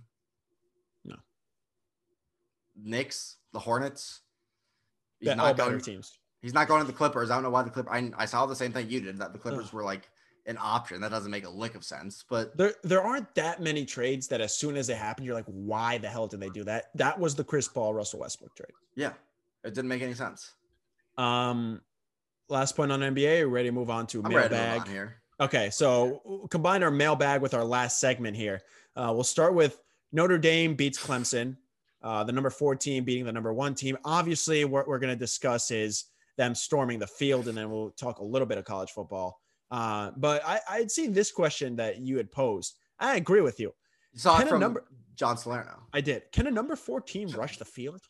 A: No.
B: Knicks, the Hornets. He's
A: Yeah,
B: not
A: all
B: going-
A: better teams.
B: He's not going to the Clippers. I don't know why the Clippers. I, I saw the same thing you did that the Clippers were like an option. That doesn't make a lick of sense. But
A: There there aren't that many trades that as soon as they happen, you're like, why the hell did they do that? That was the Chris Paul Russell Westbrook trade.
B: yeah, it didn't make any sense.
A: Um, last point on NBA. Are we ready to move on to
B: I'm ready to move
A: mailbag?
B: on here.
A: Okay, so we'll combine our mailbag with our last segment here. Uh, we'll start with Notre Dame beats Clemson, uh, the number four team beating the number one team. Obviously, what we're going to discuss is them storming the field, and then we'll talk a little bit of college football. Uh, but I, I had seen this question that you had posed. I agree with you.
B: You saw
A: Can
B: it
A: a
B: from
A: number-
B: John Salerno.
A: I did. Can a number four team rush the field?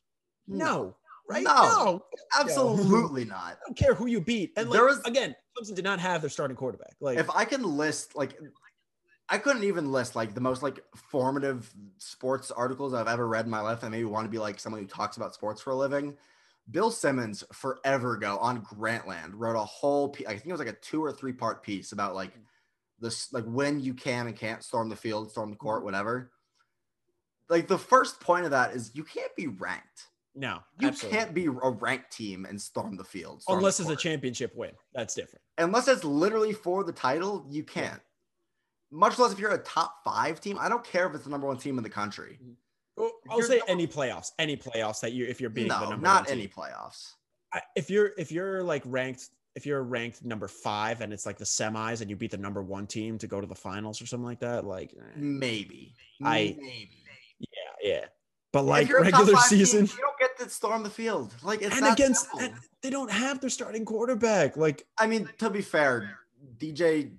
A: No, right?
B: Hmm. No.
A: No.
B: absolutely not.
A: I don't care who you beat. And like,
B: There was-
A: again, Clemson did not have their starting quarterback. Like,
B: If I can list like. I couldn't even list like the most like formative sports articles I've ever read in my life that maybe want to be like someone who talks about sports for a living. Bill Simmons forever ago on Grantland wrote a whole piece. I think it was like a two or three part piece about like this, like when you can and can't storm the field, storm the
A: Mm-hmm.
B: court, whatever. Like the first point of that is you can't be ranked.
A: No,
B: You
A: absolutely.
B: can't be a ranked team and storm the field. storm the
A: unless it's a
B: court.
A: championship win. That's different.
B: unless it's literally for the title, you can't. Much less if you're a top five team. I don't care if it's the number one team in the country.
A: Well,
B: If
A: I'll
B: you're
A: say
B: not-
A: any playoffs, any playoffs that you if you're beating the
B: No,
A: number
B: not
A: one team.
B: any playoffs.
A: I- if you're if you're like ranked if you're ranked number five and it's like the semis and you beat the number one team to go to the finals or something like that, like
B: Mm.
A: eh,
B: Maybe.
A: I-
B: Maybe.
A: yeah, yeah. But
B: If
A: like
B: you're a top
A: regular
B: five team,
A: season
B: you don't get to storm the field. Like it's
A: and
B: that
A: against
B: simple.
A: and they don't have their starting quarterback. Like
B: I mean, to be fair, DJ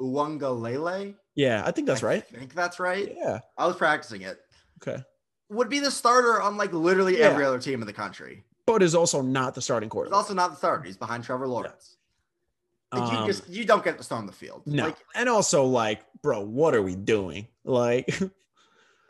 B: Uwangalele.
A: yeah, I think that's
B: I
A: right.
B: think that's right.
A: Yeah.
B: I was practicing it.
A: Okay.
B: Would be the starter on like literally
A: Yeah.
B: every other team in the country.
A: But is also not the starting
B: He's
A: quarterback.
B: also not the starter. He's behind Trevor Lawrence. Like,
A: Um,
B: you just you don't get to storm the field.
A: no.
B: Like
A: and also like, bro, what are we doing? Like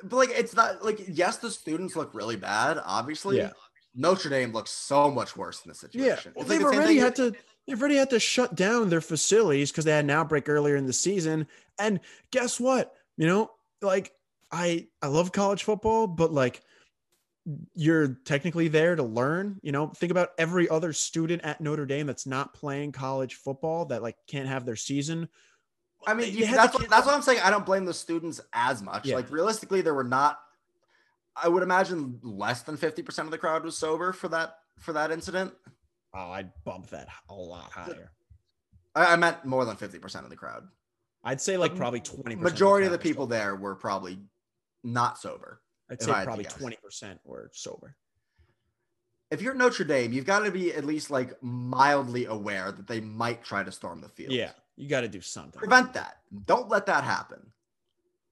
B: But like it's not like yes, the students look really bad, obviously.
A: Yeah.
B: Notre Dame looks so much worse in this
A: Yeah,
B: situation.
A: well,
B: It's like
A: they've
B: the same
A: already
B: thing-
A: had to. They've already had to shut down their facilities because they had an outbreak earlier in the season. And guess what? You know, like I I love college football, but like you're technically there to learn. You know, think about every other student at Notre Dame that's not playing college football that like can't have their season.
B: I mean,
A: they
B: you,
A: had to
B: that's
A: keep-
B: what, that's what I'm saying. I don't blame the students as much.
A: Yeah.
B: Like realistically, there were not. I would imagine less than fifty percent of the crowd was sober for that for that incident.
A: Oh, I'd bump that a lot higher.
B: I, I meant more than fifty percent of the crowd.
A: I'd say like probably twenty.
B: Majority of the people there were probably not sober.
A: I'd
B: if
A: say
B: I had to
A: probably
B: guess.
A: twenty percent were sober.
B: If you're Notre Dame, you've got to be at least like mildly aware that they might try to storm the field.
A: Yeah, you got to do something.
B: prevent that. Don't let that happen.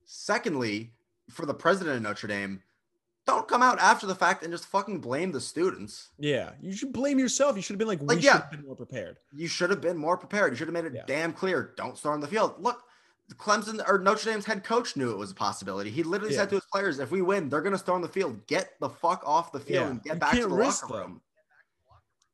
B: Secondly, for the president of Notre Dame, don't come out after the fact and just fucking blame the students.
A: Yeah, you should blame yourself. You should have been like, we
B: Like,
A: should
B: yeah.
A: have been more prepared.
B: You should have been more prepared. You should have made it
A: Yeah.
B: damn clear. Don't storm the field. Look, Clemson or Notre Dame's head coach knew it was a possibility. He literally
A: Yeah.
B: said to his players, if we win, they're going to storm the field. Get the fuck off the field
A: Yeah.
B: and
A: You
B: get back to
A: can't
B: the
A: risk
B: locker
A: that.
B: room.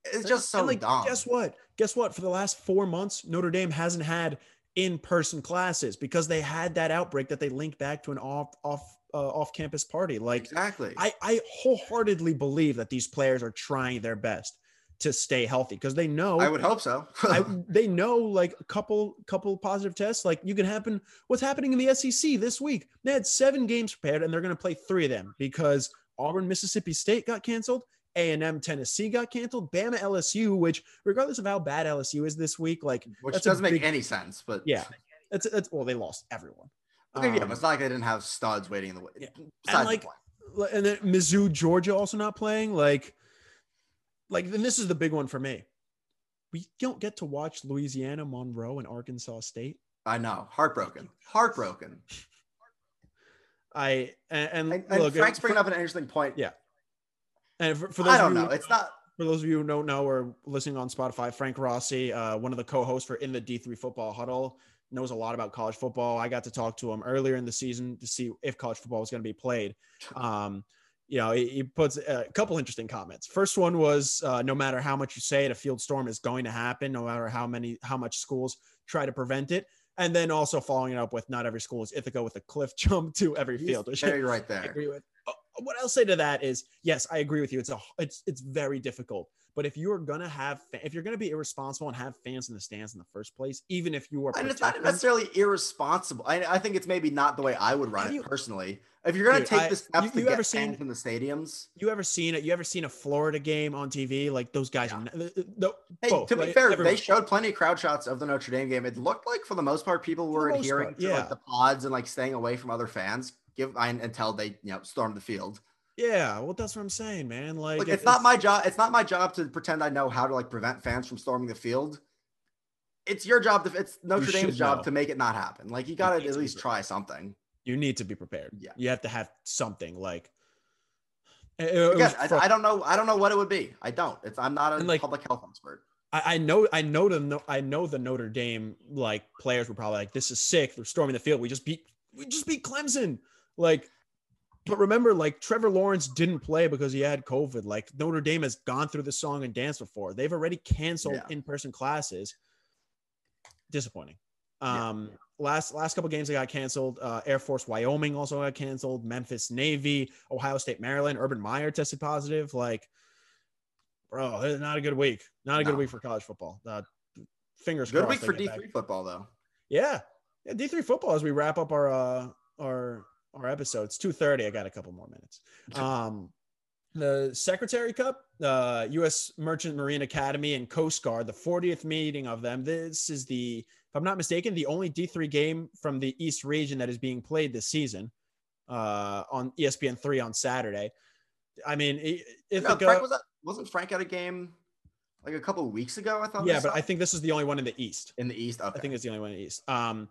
B: It's just so
A: And, like,
B: dumb.
A: Guess what? Guess what? For the last four months, Notre Dame hasn't had in-person classes because they had that outbreak that they linked back to an off off uh, off-campus party. Like,
B: exactly.
A: I I wholeheartedly believe that these players are trying their best to stay healthy because they know
B: I would hope so.
A: I, they know like a couple couple positive tests like you can happen what's happening in the sec this week they had seven games prepared and they're going to play three of them because auburn mississippi state got canceled a&m tennessee got canceled bama lsu which regardless of how bad lsu is this week like
B: Which
A: that's a
B: doesn't make
A: big-
B: any sense, but
A: yeah that's, that's well they lost everyone
B: Okay, yeah,
A: Um,
B: but it's not like they didn't have studs waiting in the way.
A: Yeah.
B: Besides
A: like,
B: the point.
A: Like, and then Mizzou, Georgia also not playing. Like, like then this is the big one for me. We don't get to watch Louisiana, Monroe, and Arkansas State.
B: I know, heartbroken, heartbroken.
A: I and,
B: And,
A: and,
B: and
A: look,
B: Frank's
A: for,
B: bringing up an interesting point.
A: Yeah, and for, for those
B: I don't
A: of you,
B: know. It's not.
A: for those of you who don't know or listening on Spotify, Frank Rossi, uh, one of the co-hosts for In the D3 Football Huddle, knows a lot about college football. I got to talk to him earlier in the season to see if college football was going to be played. Um, you know, he, he puts a couple interesting comments. First one was, uh, no matter how much you say it, a field storm is going to happen, no matter how many, how much schools try to prevent it. And then also following it up with, not every school is Ithaca with a cliff jump to every
B: He's
A: field, which
B: very right
A: I
B: there.
A: agree with. Uh, What I'll say to that is, yes, I agree with you. It's a, it's, it's very difficult. But if you are gonna have, fa- if you're gonna be irresponsible and have fans in the stands in the first place, even if you are,
B: And it's not
A: protected-
B: necessarily irresponsible. I, I think it's maybe not the way I would run
A: Have
B: it
A: you-
B: personally. If you're gonna
A: Dude,
B: take
A: I-
B: the steps
A: you-
B: to
A: you
B: get
A: ever
B: fans
A: seen-
B: in the stadiums,
A: you ever seen it? You ever seen a Florida game on TV? Like those guys, are n- uh, no,
B: hey,
A: both,
B: to be
A: like,
B: fair,
A: everyone-
B: they showed plenty of crowd shots of the Notre Dame game. It looked like for the most part, people
A: the
B: were
A: most
B: adhering
A: part,
B: to
A: yeah.
B: like the pods and like staying away from other fans. Give and until they you know stormed the field.
A: yeah. Well, that's what I'm saying, man. Like,
B: Look,
A: it-
B: it's not my job. It's not my job to pretend I know how to like prevent fans from storming the field. It's your job. To, it's Notre
A: should
B: Dame's job
A: know.
B: to make it not happen. Like you gotta
A: need
B: at
A: to
B: least
A: be
B: try something.
A: You need to be prepared.
B: Yeah.
A: You have to have something like. it- it was
B: Again, I,
A: fru-
B: I don't know. I don't know what it would be. I don't. It's. I'm not a
A: And, like,
B: public health expert.
A: I, I know I know the I know the Notre Dame like players were probably like, this is sick. They're storming the field. We just beat we just beat Clemson. Like, but remember, like Trevor Lawrence didn't play because he had COVID. Like Notre Dame has gone through the song and dance before. They've already canceled
B: Yeah.
A: in-person classes. Disappointing.
B: Yeah.
A: Um, last last couple games that got canceled. Uh, Air Force Wyoming also got canceled. Memphis Navy, Ohio State Maryland, Urban Meyer tested positive. Like, bro, this is not a good week. Not a good
B: No.
A: week for college football. Uh, fingers
B: Good
A: crossed.
B: week
A: they
B: for
A: get
B: D
A: back.
B: three football though.
A: Yeah. yeah D three football as we wrap up our uh, our our episode. It's two thirty. I got a couple more minutes. Um, the Secretary Cup, uh, U.S. Merchant Marine Academy and Coast Guard, the fortieth meeting of them. This is the, if I'm not mistaken, the only D three game from the East Region that is being played this season, uh, on ESPN three on Saturday. I mean, i-
B: No,
A: Ithaca.
B: Frank was that, wasn't Frank at a game like a couple weeks ago? I thought.
A: yeah, but
B: saw-
A: I think this is the only one in the East.
B: in the East. Okay.
A: I think it's the only one in the East. Um,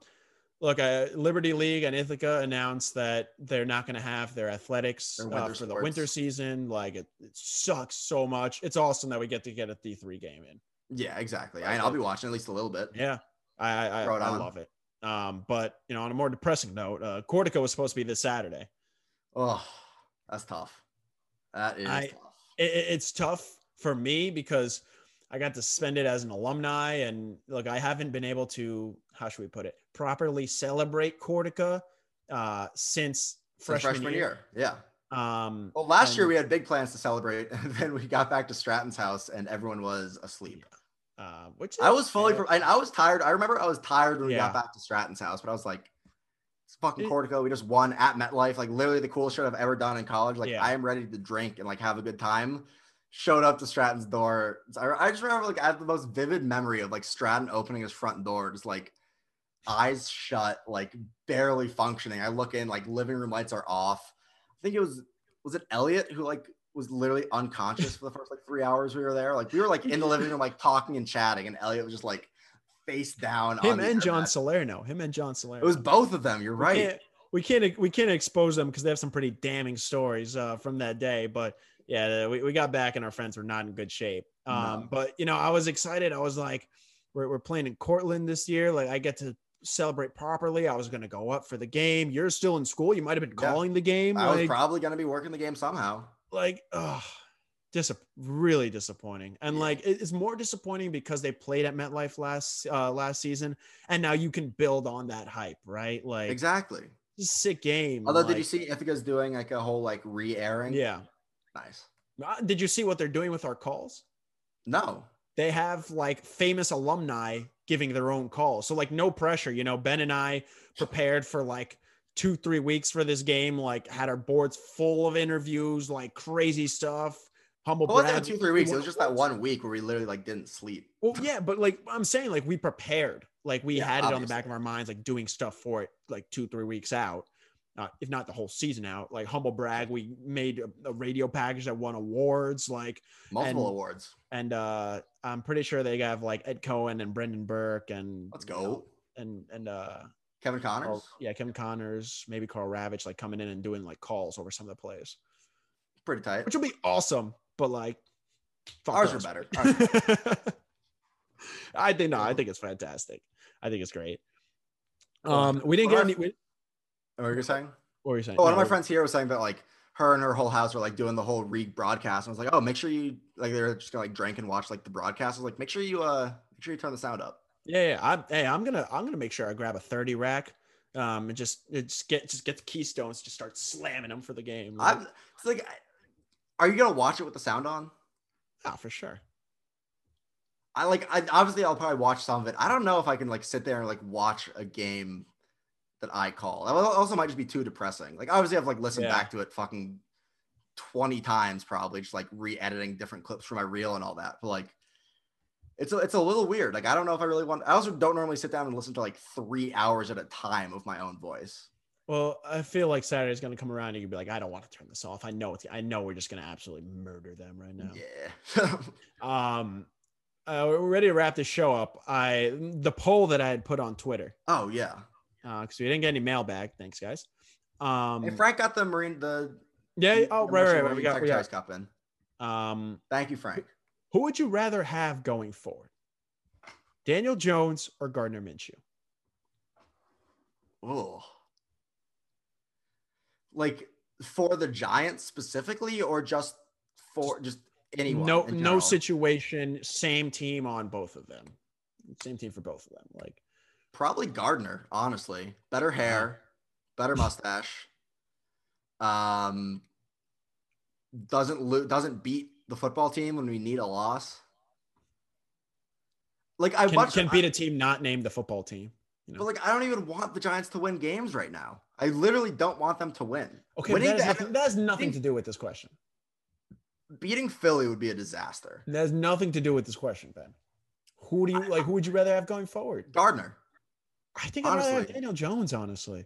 A: look, uh, Liberty League and Ithaca announced that they're not going to have their athletics
B: Their
A: uh,
B: winter
A: for the
B: sports.
A: winter season. Like, it, it sucks so much. It's awesome that we get to get a D3 game in.
B: yeah, exactly. I, I'll be watching at least a little bit.
A: Yeah, I I, I,
B: Right
A: I
B: on.
A: love it. Um, but you know, on a more depressing note, uh, Cortico was supposed to be this Saturday.
B: Oh, that's tough. That is
A: I-
B: tough.
A: it, it- it's tough for me because I got to spend it as an alumni, and look, I haven't been able to how should we put it properly celebrate Cortica uh, since
B: Since
A: freshman, year.
B: Yeah.
A: Um,
B: Well, last
A: And-
B: year we had big plans to celebrate, and then we got back to Stratton's house, and everyone was asleep.
A: uh, which
B: I
A: is
B: was fully,
A: fair.
B: pre- and I was tired. I remember I was tired when we
A: Yeah.
B: got back to Stratton's house, but I was like, "It's fucking
A: It-
B: Cortico. We just won at MetLife, like literally the coolest shit I've ever done in college. Like
A: Yeah.
B: I am ready to drink and like have a good time." Showed up to Stratton's door. So I, I just remember like I have the most vivid memory of like Stratton opening his front door, just like eyes shut, like barely functioning. I look in, like living room lights are off. I think it was was it Elliot who like was literally unconscious for the first like three hours we were there. Like we were like in the living room, like talking and chatting, and Elliot was just like face down. on
A: him
B: the
A: and John
B: internet.
A: Salerno. Him and John Salerno.
B: It was both of them. You're
A: We
B: right.
A: can't- We can't we can't expose them because they have some pretty damning stories uh, from that day. But yeah, uh, we, we got back and our friends were not in good shape. Um,
B: No.
A: But you know, I was excited. I was like, we're, we're playing in Cortland this year. Like, I get to celebrate properly. I was going to go up for the game. You're still in school. You might have been
B: Yeah.
A: calling the game.
B: I was
A: like,
B: probably gonna be working the game somehow.
A: like ugh, dis- really disappointing. And
B: Yeah.
A: like it- it's more disappointing because they played at MetLife last uh, last season, and now you can build on that hype, right? Like
B: Exactly.
A: this is a sick game.
B: Although, did you
A: like-
B: see Ithaca's doing like a whole like re-airing?
A: Yeah.
B: Nice.
A: Uh, Did you see what they're doing with our calls?
B: No.
A: They have like famous alumni giving their own calls. So like no pressure, you know, Ben and I prepared for like 2 3 weeks for this game, like had our boards full of interviews, like crazy stuff. Humble
B: Well, it wasn't
A: brag.
B: two three weeks. It was just that one week where we literally like didn't sleep.
A: Well, yeah, but like I'm saying, like we prepared, like we
B: Yeah,
A: had it on the back
B: obviously.
A: of our minds, like doing stuff for it, like two, three weeks out, uh, if not the whole season out. Like humble brag, we made a, a radio package that won awards, like,
B: Multiple
A: And-
B: awards.
A: and uh I'm pretty sure they have like Ed Cohen and Brendan Burke and
B: Let's
A: you know,
B: go.
A: and and uh
B: Kevin Connors.
A: Carl- yeah, Kim Connors, maybe Carl Ravitch, like coming in and doing like calls over some of the plays,
B: Pretty tight.
A: which will be awesome, but like fuck
B: Ours
A: us.
B: are better. Ours were-
A: I think no, I think it's fantastic. I think it's great. Um, we didn't
B: One
A: get
B: of
A: any.
B: my-
A: we-
B: What were you Oh, saying?
A: What were you saying?
B: Oh, one of my
A: No,
B: friends here was saying that like her and her whole house were like doing the whole rebroadcast. And I was like, oh, make sure you like they're just gonna like drink and watch like the broadcast. I was like, make sure you uh make sure you turn the sound up.
A: Yeah, yeah. I'm, hey, I'm gonna I'm gonna make sure I grab a thirty rack. Um, and just and just get just get the keystones, just start slamming them for the game. Like,
B: I'm it's like, I- are you gonna watch it with the sound on?
A: ah, for sure.
B: I like I obviously I'll probably watch some of it. I don't know if I can like sit there and like watch a game that I call. That al- also might just be too depressing. Like obviously I've like listened
A: Yeah.
B: back to it fucking 20 times probably just like re-editing different clips for my reel and all that. But like it's a, it's a little weird. Like I don't know if I really want I also don't normally sit down and listen to like 3 hours at a time of my own voice.
A: Well, I feel like Saturday's gonna come around and you'll be like, I don't want to turn this off. I know it's I know we're just gonna absolutely murder them right now.
B: Yeah.
A: Um, uh, we're ready to wrap this show up. I the poll that I had put on Twitter.
B: oh yeah.
A: because Uh, we didn't get any mail back. Thanks, guys. Um,
B: Hey, Frank got the Marine the
A: yeah. Oh, right, right,
B: the Michigan
A: right. We
B: Marine
A: got, we
B: Secretary's
A: got.
B: Cup in.
A: Um,
B: Thank you, Frank.
A: who would you rather have going forward? Daniel Jones or Gardner Minshew?
B: Oh. Like for the Giants specifically, or just for just anyone?
A: no,
B: in
A: no
B: general?
A: situation. Same team on both of them. Same team for both of them. Like
B: Probably Gardner, honestly. Better
A: Uh-huh.
B: hair, better mustache. Um, doesn't lo- doesn't beat the football team when we need a loss. Like I
A: can,
B: watch,
A: can
B: I-
A: beat a team not named the football team. You know?
B: but like I don't even want the Giants to win games right now. I literally don't want them to win.
A: okay, but
B: winning
A: that has,
B: the-
A: nothing, that has nothing to do with this question.
B: Beating Philly would be a disaster.
A: That has nothing to do with this question, Ben. Who do you like? Who would you rather have going forward?
B: Gardner,
A: I think I'd rather have
B: Honestly.
A: Daniel Jones, honestly.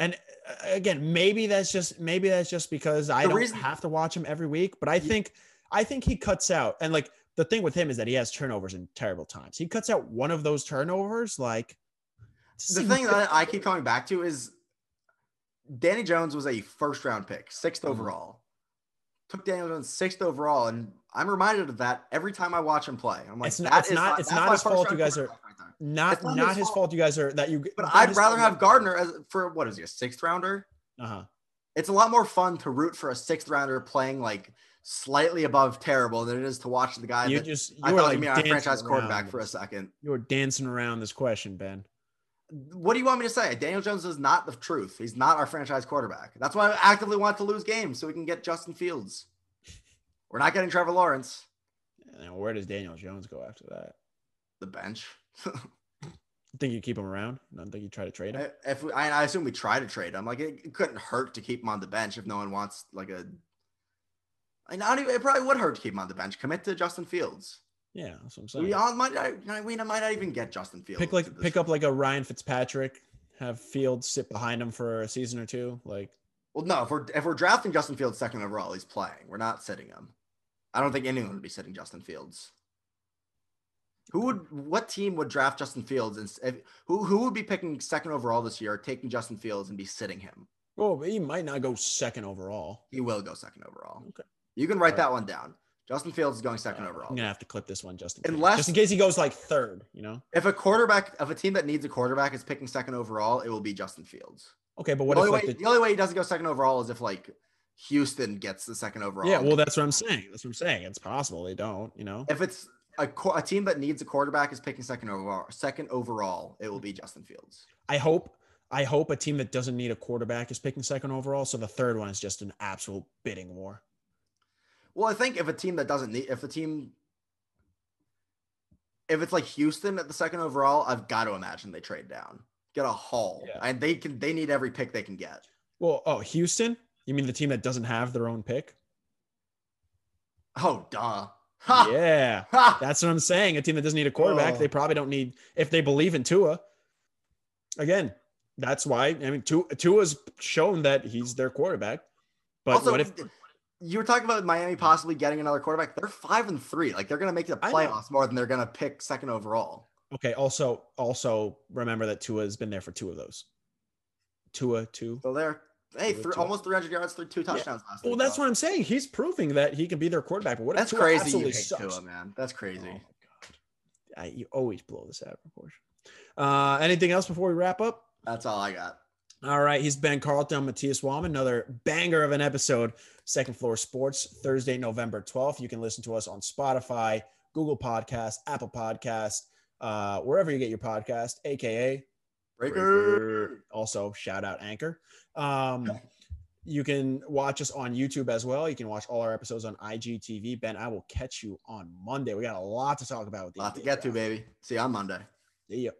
A: And uh, again, maybe that's just maybe that's just because I
B: The
A: don't
B: reason-
A: have to watch him every week. But I think I think he cuts out. And like the thing with him is that he has turnovers in terrible times. He cuts out one of those turnovers, like
B: the thing that I keep coming back to is Danny Jones was a first round pick, 6th
A: Mhm.
B: overall. Took Daniel Jones sixth overall, and I'm reminded of that every time I watch him play. I'm like,
A: It's not-
B: that
A: it's
B: is
A: not-
B: my-
A: it's
B: that's
A: not
B: my
A: his
B: first
A: fault
B: round
A: you guys
B: quarterback
A: are-
B: right there.
A: not
B: it's not
A: not,
B: his
A: his fault.
B: fault.
A: You guys are that you.
B: But
A: not
B: I'd
A: his
B: rather
A: fault.
B: have Gardner as for what is he a sixth rounder?
A: Uh-huh.
B: It's a lot more fun to root for a sixth rounder playing like slightly above terrible than it is to watch the guy
A: You
B: that
A: just you
B: I
A: were
B: thought
A: like
B: like, be our
A: dancing
B: franchise quarterback
A: around.
B: for a second.
A: You were dancing around this question, Ben.
B: what do you want me to say? Daniel Jones is not the truth. He's not our franchise quarterback. That's why I actively want to lose games so we can get Justin Fields. We're not getting Trevor Lawrence,
A: And where does Daniel Jones go after that?
B: the bench.
A: You think you keep him around? You don't think you try to trade him?
B: I- if we, I, I assume we try to trade him, like it, it couldn't hurt to keep him on the bench if no one wants like a. I not even, it probably would hurt to keep him on the bench. Commit to Justin Fields.
A: Yeah, that's what I'm saying.
B: We all might not, we might not even get Justin Fields.
A: pick
B: at
A: like
B: this
A: pick up like a Ryan Fitzpatrick, have Fields sit behind him for a season or two. Like
B: Well, no, if we're if we're drafting Justin Fields second overall, he's playing. We're not sitting him. I don't think anyone would be sitting Justin Fields. Who would what team would draft Justin Fields and s- if, who who would be picking second overall this year, taking Justin Fields and be sitting him?
A: well, he might not go second overall.
B: He will go second overall.
A: Okay.
B: You can write
A: Alright.
B: that one down. Justin Fields is going second
A: Uh, I'm
B: overall.
A: gonna have to clip this one just in case.
B: Unless-
A: just in case he goes like third, you know.
B: If a quarterback if a team that needs a quarterback is picking second overall, it will be Justin Fields.
A: Okay, but what
B: the,
A: if
B: only
A: like
B: way,
A: the,
B: the only way he doesn't go second overall is if like Houston gets the second overall.
A: yeah?
B: and
A: Well, that's what I'm saying. That's what I'm saying. It's possible they don't, you know.
B: if it's a, qu- a team that needs a quarterback is picking second overall, second overall, it will be Justin Fields.
A: I hope I hope a team that doesn't need a quarterback is picking second overall. So the third one is just an absolute bidding war.
B: Well, I think if a team that doesn't need, if a team, if it's like Houston at the second overall, I've got to imagine they trade down, get a haul,
A: Yeah.
B: and they can they need every pick they can get.
A: Well, oh, Houston? You mean the team that doesn't have their own pick?
B: Oh, duh. Ha!
A: Yeah.
B: Ha!
A: That's what I'm saying. A team that doesn't need a quarterback,
B: Oh.
A: they probably don't need if they believe in Tua. Again, that's why I mean Tua, Tua's shown that he's their quarterback. But
B: also,
A: what if
B: you were talking about Miami possibly getting another quarterback? They're five and three. Like they're going to make the
A: I know.
B: playoffs more than they're going to pick second overall.
A: okay, also also remember that Tua has been there for two of those. Tua two.
B: So they're hey,
A: With
B: thr-
A: two-
B: almost 300 yards through two touchdowns last
A: Well,
B: week,
A: that's
B: though.
A: what I'm saying. He's proving that he can be their quarterback. But what
B: That's
A: if Tua
B: crazy. You
A: absolutely
B: picked
A: sucks?
B: Tua, man. That's crazy.
A: Oh my god. I, you always blow this out of proportion. Uh, anything else before we wrap up?
B: That's all I got.
A: All right, he's Ben Carlton, Matthias Wam, another banger of an episode. Second Floor Sports, Thursday, November 12th. You can listen to us on Spotify, Google Podcast, Apple Podcast, uh, wherever you get your podcast, aka
B: Breaker.
A: also shout out Anchor. Um, you can watch us on YouTube as well. You can watch all our episodes on IGTV. Ben, I will catch you on Monday. We got a lot to talk about with the
B: Lot to
A: NBA
B: get to,
A: draft.
B: baby. See you on Monday.
A: See ya.